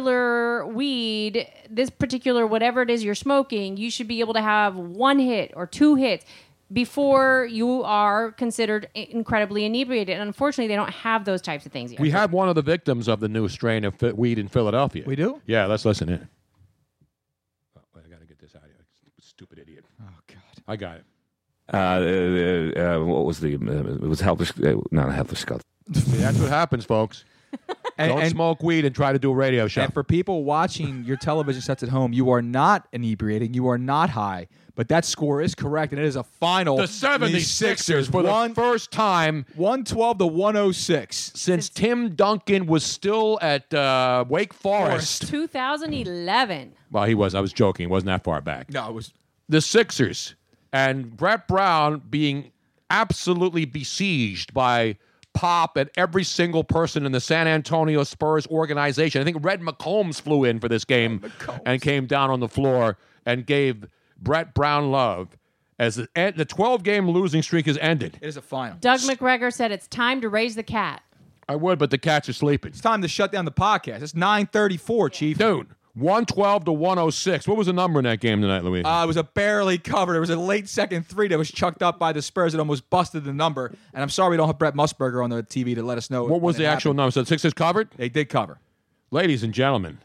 F: particular weed, this particular whatever it is you're smoking, you should be able to have one hit or two hits before you are considered i- incredibly inebriated. And unfortunately, they don't have those types of things yet.
D: We had one of the victims of the new strain of fi- weed in Philadelphia. We Oh,
E: do?
D: Yeah, let's listen in. Stupid idiot. Oh, God. I got it.
Q: Uh, uh, uh, what was the? Uh, it was helpless. Uh, not helpless Scott.
D: See, that's what [LAUGHS]
E: [LAUGHS]
D: happens, folks. don't smoke weed and try to do a radio show.
E: And for people watching your television sets at home, you are not inebriating. You are not high. But that score is correct, and it is a final.
D: The 76ers for the first time.
E: 112 to 106.
D: Since Tim Duncan was still at uh, Wake Forest.
F: 2011.
D: Well, he was. I was joking. It wasn't that far back.
E: No, it was.
D: The Sixers and Brett Brown being absolutely besieged by Pop and every single person in the San Antonio Spurs organization. I think Red McCombs flew in for this game and came down on the floor and gave Brett Brown love as the, and the 12 game losing streak is ended.
E: It is a final.
F: Doug McGregor said it's time to raise the cat.
D: I would, but the cats are sleeping. It's
E: time to shut down the podcast. It's 934, Chief.
D: Dude, 112 to 106. What was the number in that game tonight, Louis?
E: Uh, it was a barely covered. It was a late second three that was chucked up by the Spurs. It almost busted the number. And I'm sorry we don't have Brett Musburger on the TV to let us know.
D: What was the actual number? So the Sixers covered?
E: They did cover.
D: Ladies and gentlemen,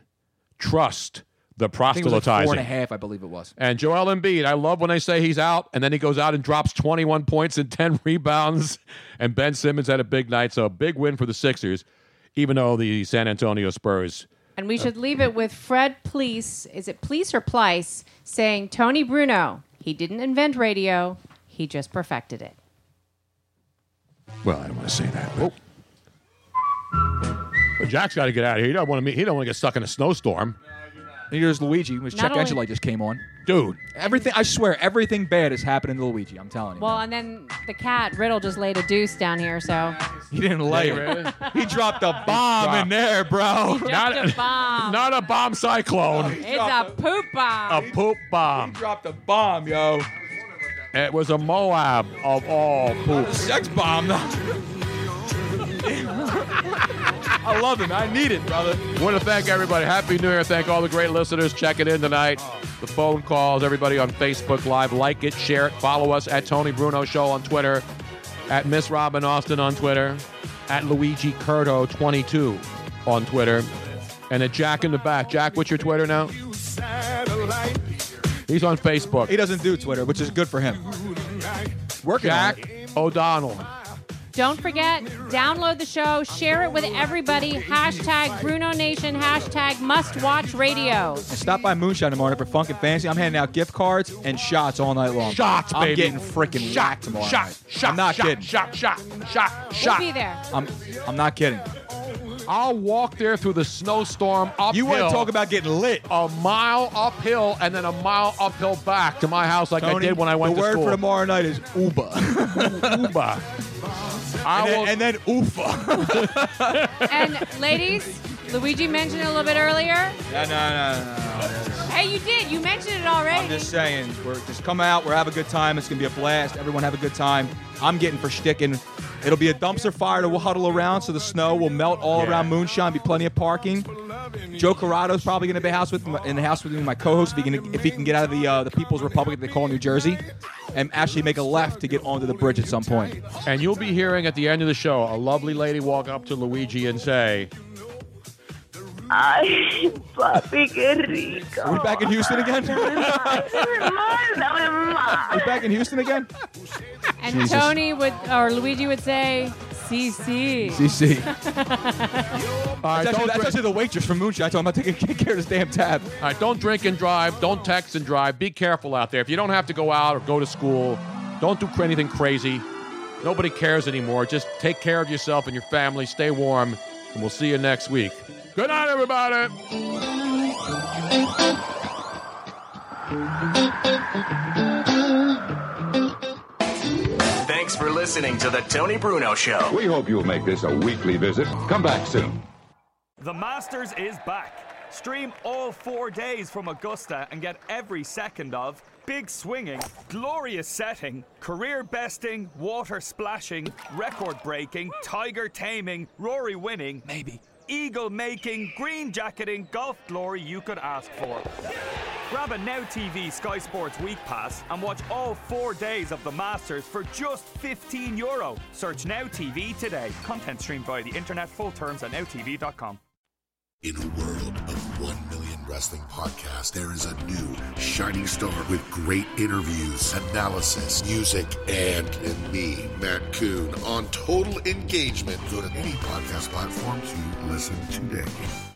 D: trust the
E: I think it was like four and
D: proselytizing.
E: a half, I believe it was.
D: And Joel Embiid, I love when they say he's out, and then he goes out and drops 21 points and [LAUGHS] 10 rebounds. And Ben Simmons had a big night, so a big win for the Sixers, even though the San Antonio Spurs.
F: And we should leave it with Fred Pleece. Is it Pleece or Plice? Saying Tony Bruno, he didn't invent radio, he just perfected it.
D: Well, I don't want to say that. But, but Jack's got to get out of here. He don't want to. He don't want to get stuck in a snowstorm.
E: Neither does Luigi. Was
F: Not
E: Chuck
F: only-
E: Angelo just came on,
D: dude?
E: Everything I swear, everything bad is happening to Luigi. I'm telling you. [LAUGHS]
F: Well, and then the cat Riddle just laid a deuce down here, so
E: He didn't lay it. he dropped a bomb in there, bro.
F: dropped a bomb.
D: Not a bomb cyclone.
F: it's a poop
D: A
F: bomb.
D: poop bomb.
E: dropped a bomb, yo.
D: It was a Moab of all poops.
E: Sex bomb. I love him. I need it, brother.
D: Want to thank everybody. Happy New Year. Thank all the great listeners checking in tonight. The phone calls, everybody on Facebook Live. Like it, share it, follow us at Tony Bruno Show on Twitter, at Miss Robin Austin on Twitter, at Luigi Curto22 on Twitter, and at Jack in the Back. Jack, what's your Twitter now?
N: Satellite
D: He's on Facebook.
E: He doesn't do Twitter, which is good for him. Working
D: Jack O'Donnell.
F: Don't forget, download the show, share it with everybody. Hashtag Bruno Nation, hashtag must watch radio.
E: And stop by Moonshine tomorrow night for Funk and Fancy. I'm handing out gift cards and shots all night long.
D: Shots,
E: I'm
D: baby.
E: getting freaking
D: Shot,
E: shot tomorrow.
D: shot,
E: night.
D: shot,
E: I'm not
D: shot,
E: kidding.
D: Shot, shot, shot,
F: We'll be there.
E: I'm, I'm not kidding.
D: I'll walk there through the snowstorm uphill.
E: You wanna talk about getting lit?
D: A mile uphill and then a mile uphill back to my house, like I
E: Tony,
D: did when I went
E: the
D: to
E: word
D: school.
E: for tomorrow night is Uber.
D: [LAUGHS] Uber.
E: and, then, and then Ufa.
F: And ladies, Luigi mentioned it a little bit earlier.
E: No, no, no, no, no.
F: Hey, you did. You mentioned it
E: I'm
F: already.
E: just saying, we're just come out. We're have a good time. It's gonna be a blast. Everyone have a good time. I'm getting for shticking. It'll be a dumpster fire to huddle around, so the snow will melt all around Moonshine. Be plenty of parking. Joe Corrado's probably gonna be house with my, in the house with me, my co-host, if he can, if he can get out of the uh, the People's Republic that they call New Jersey, and actually make a left to get onto the bridge at some point.
D: And you'll be hearing at the end of the show a lovely lady walk up to Luigi and say,
R: Ay, papi, qué rico.
E: Are we back in Houston [LAUGHS] again?
R: Dame más, dame más.
E: We're back in Houston again.
F: And
E: Jesus.
F: Tony would, or Luigi would say, CC. [LAUGHS]
E: CC. that's, actually, that's actually the waitress from Moonshine. I told him I'm [LAUGHS] taking care of this damn tab.
D: All right, don't drink and drive. Don't text and drive. Be careful out there. If you don't have to go out or go to school, don't do cra- anything crazy. Nobody cares anymore. Just take care of yourself and your family. Stay warm, and we'll see you next week. Good night, everybody.
S: Thanks for listening to The Tony Bruno Show.
T: We hope you'll make this a weekly visit. Come back soon.
A: The Masters is back. Stream all four days from Augusta and get every second of big swinging, glorious setting, career besting, water splashing, record breaking, tiger taming, Rory winning, maybe, eagle making, green jacketing, golf glory you could ask for. Grab a Now TV Sky Sports Week Pass and watch all four days of the Masters for just 15 euro. Search Now TV today. Content streamed via the internet, full terms at nowtv.com.
U: In a world of 1 million wrestling podcasts, there is a new shining star with great interviews, analysis, music, and, and me, Matt Coon, on total engagement. Go to any podcast platform to listen today.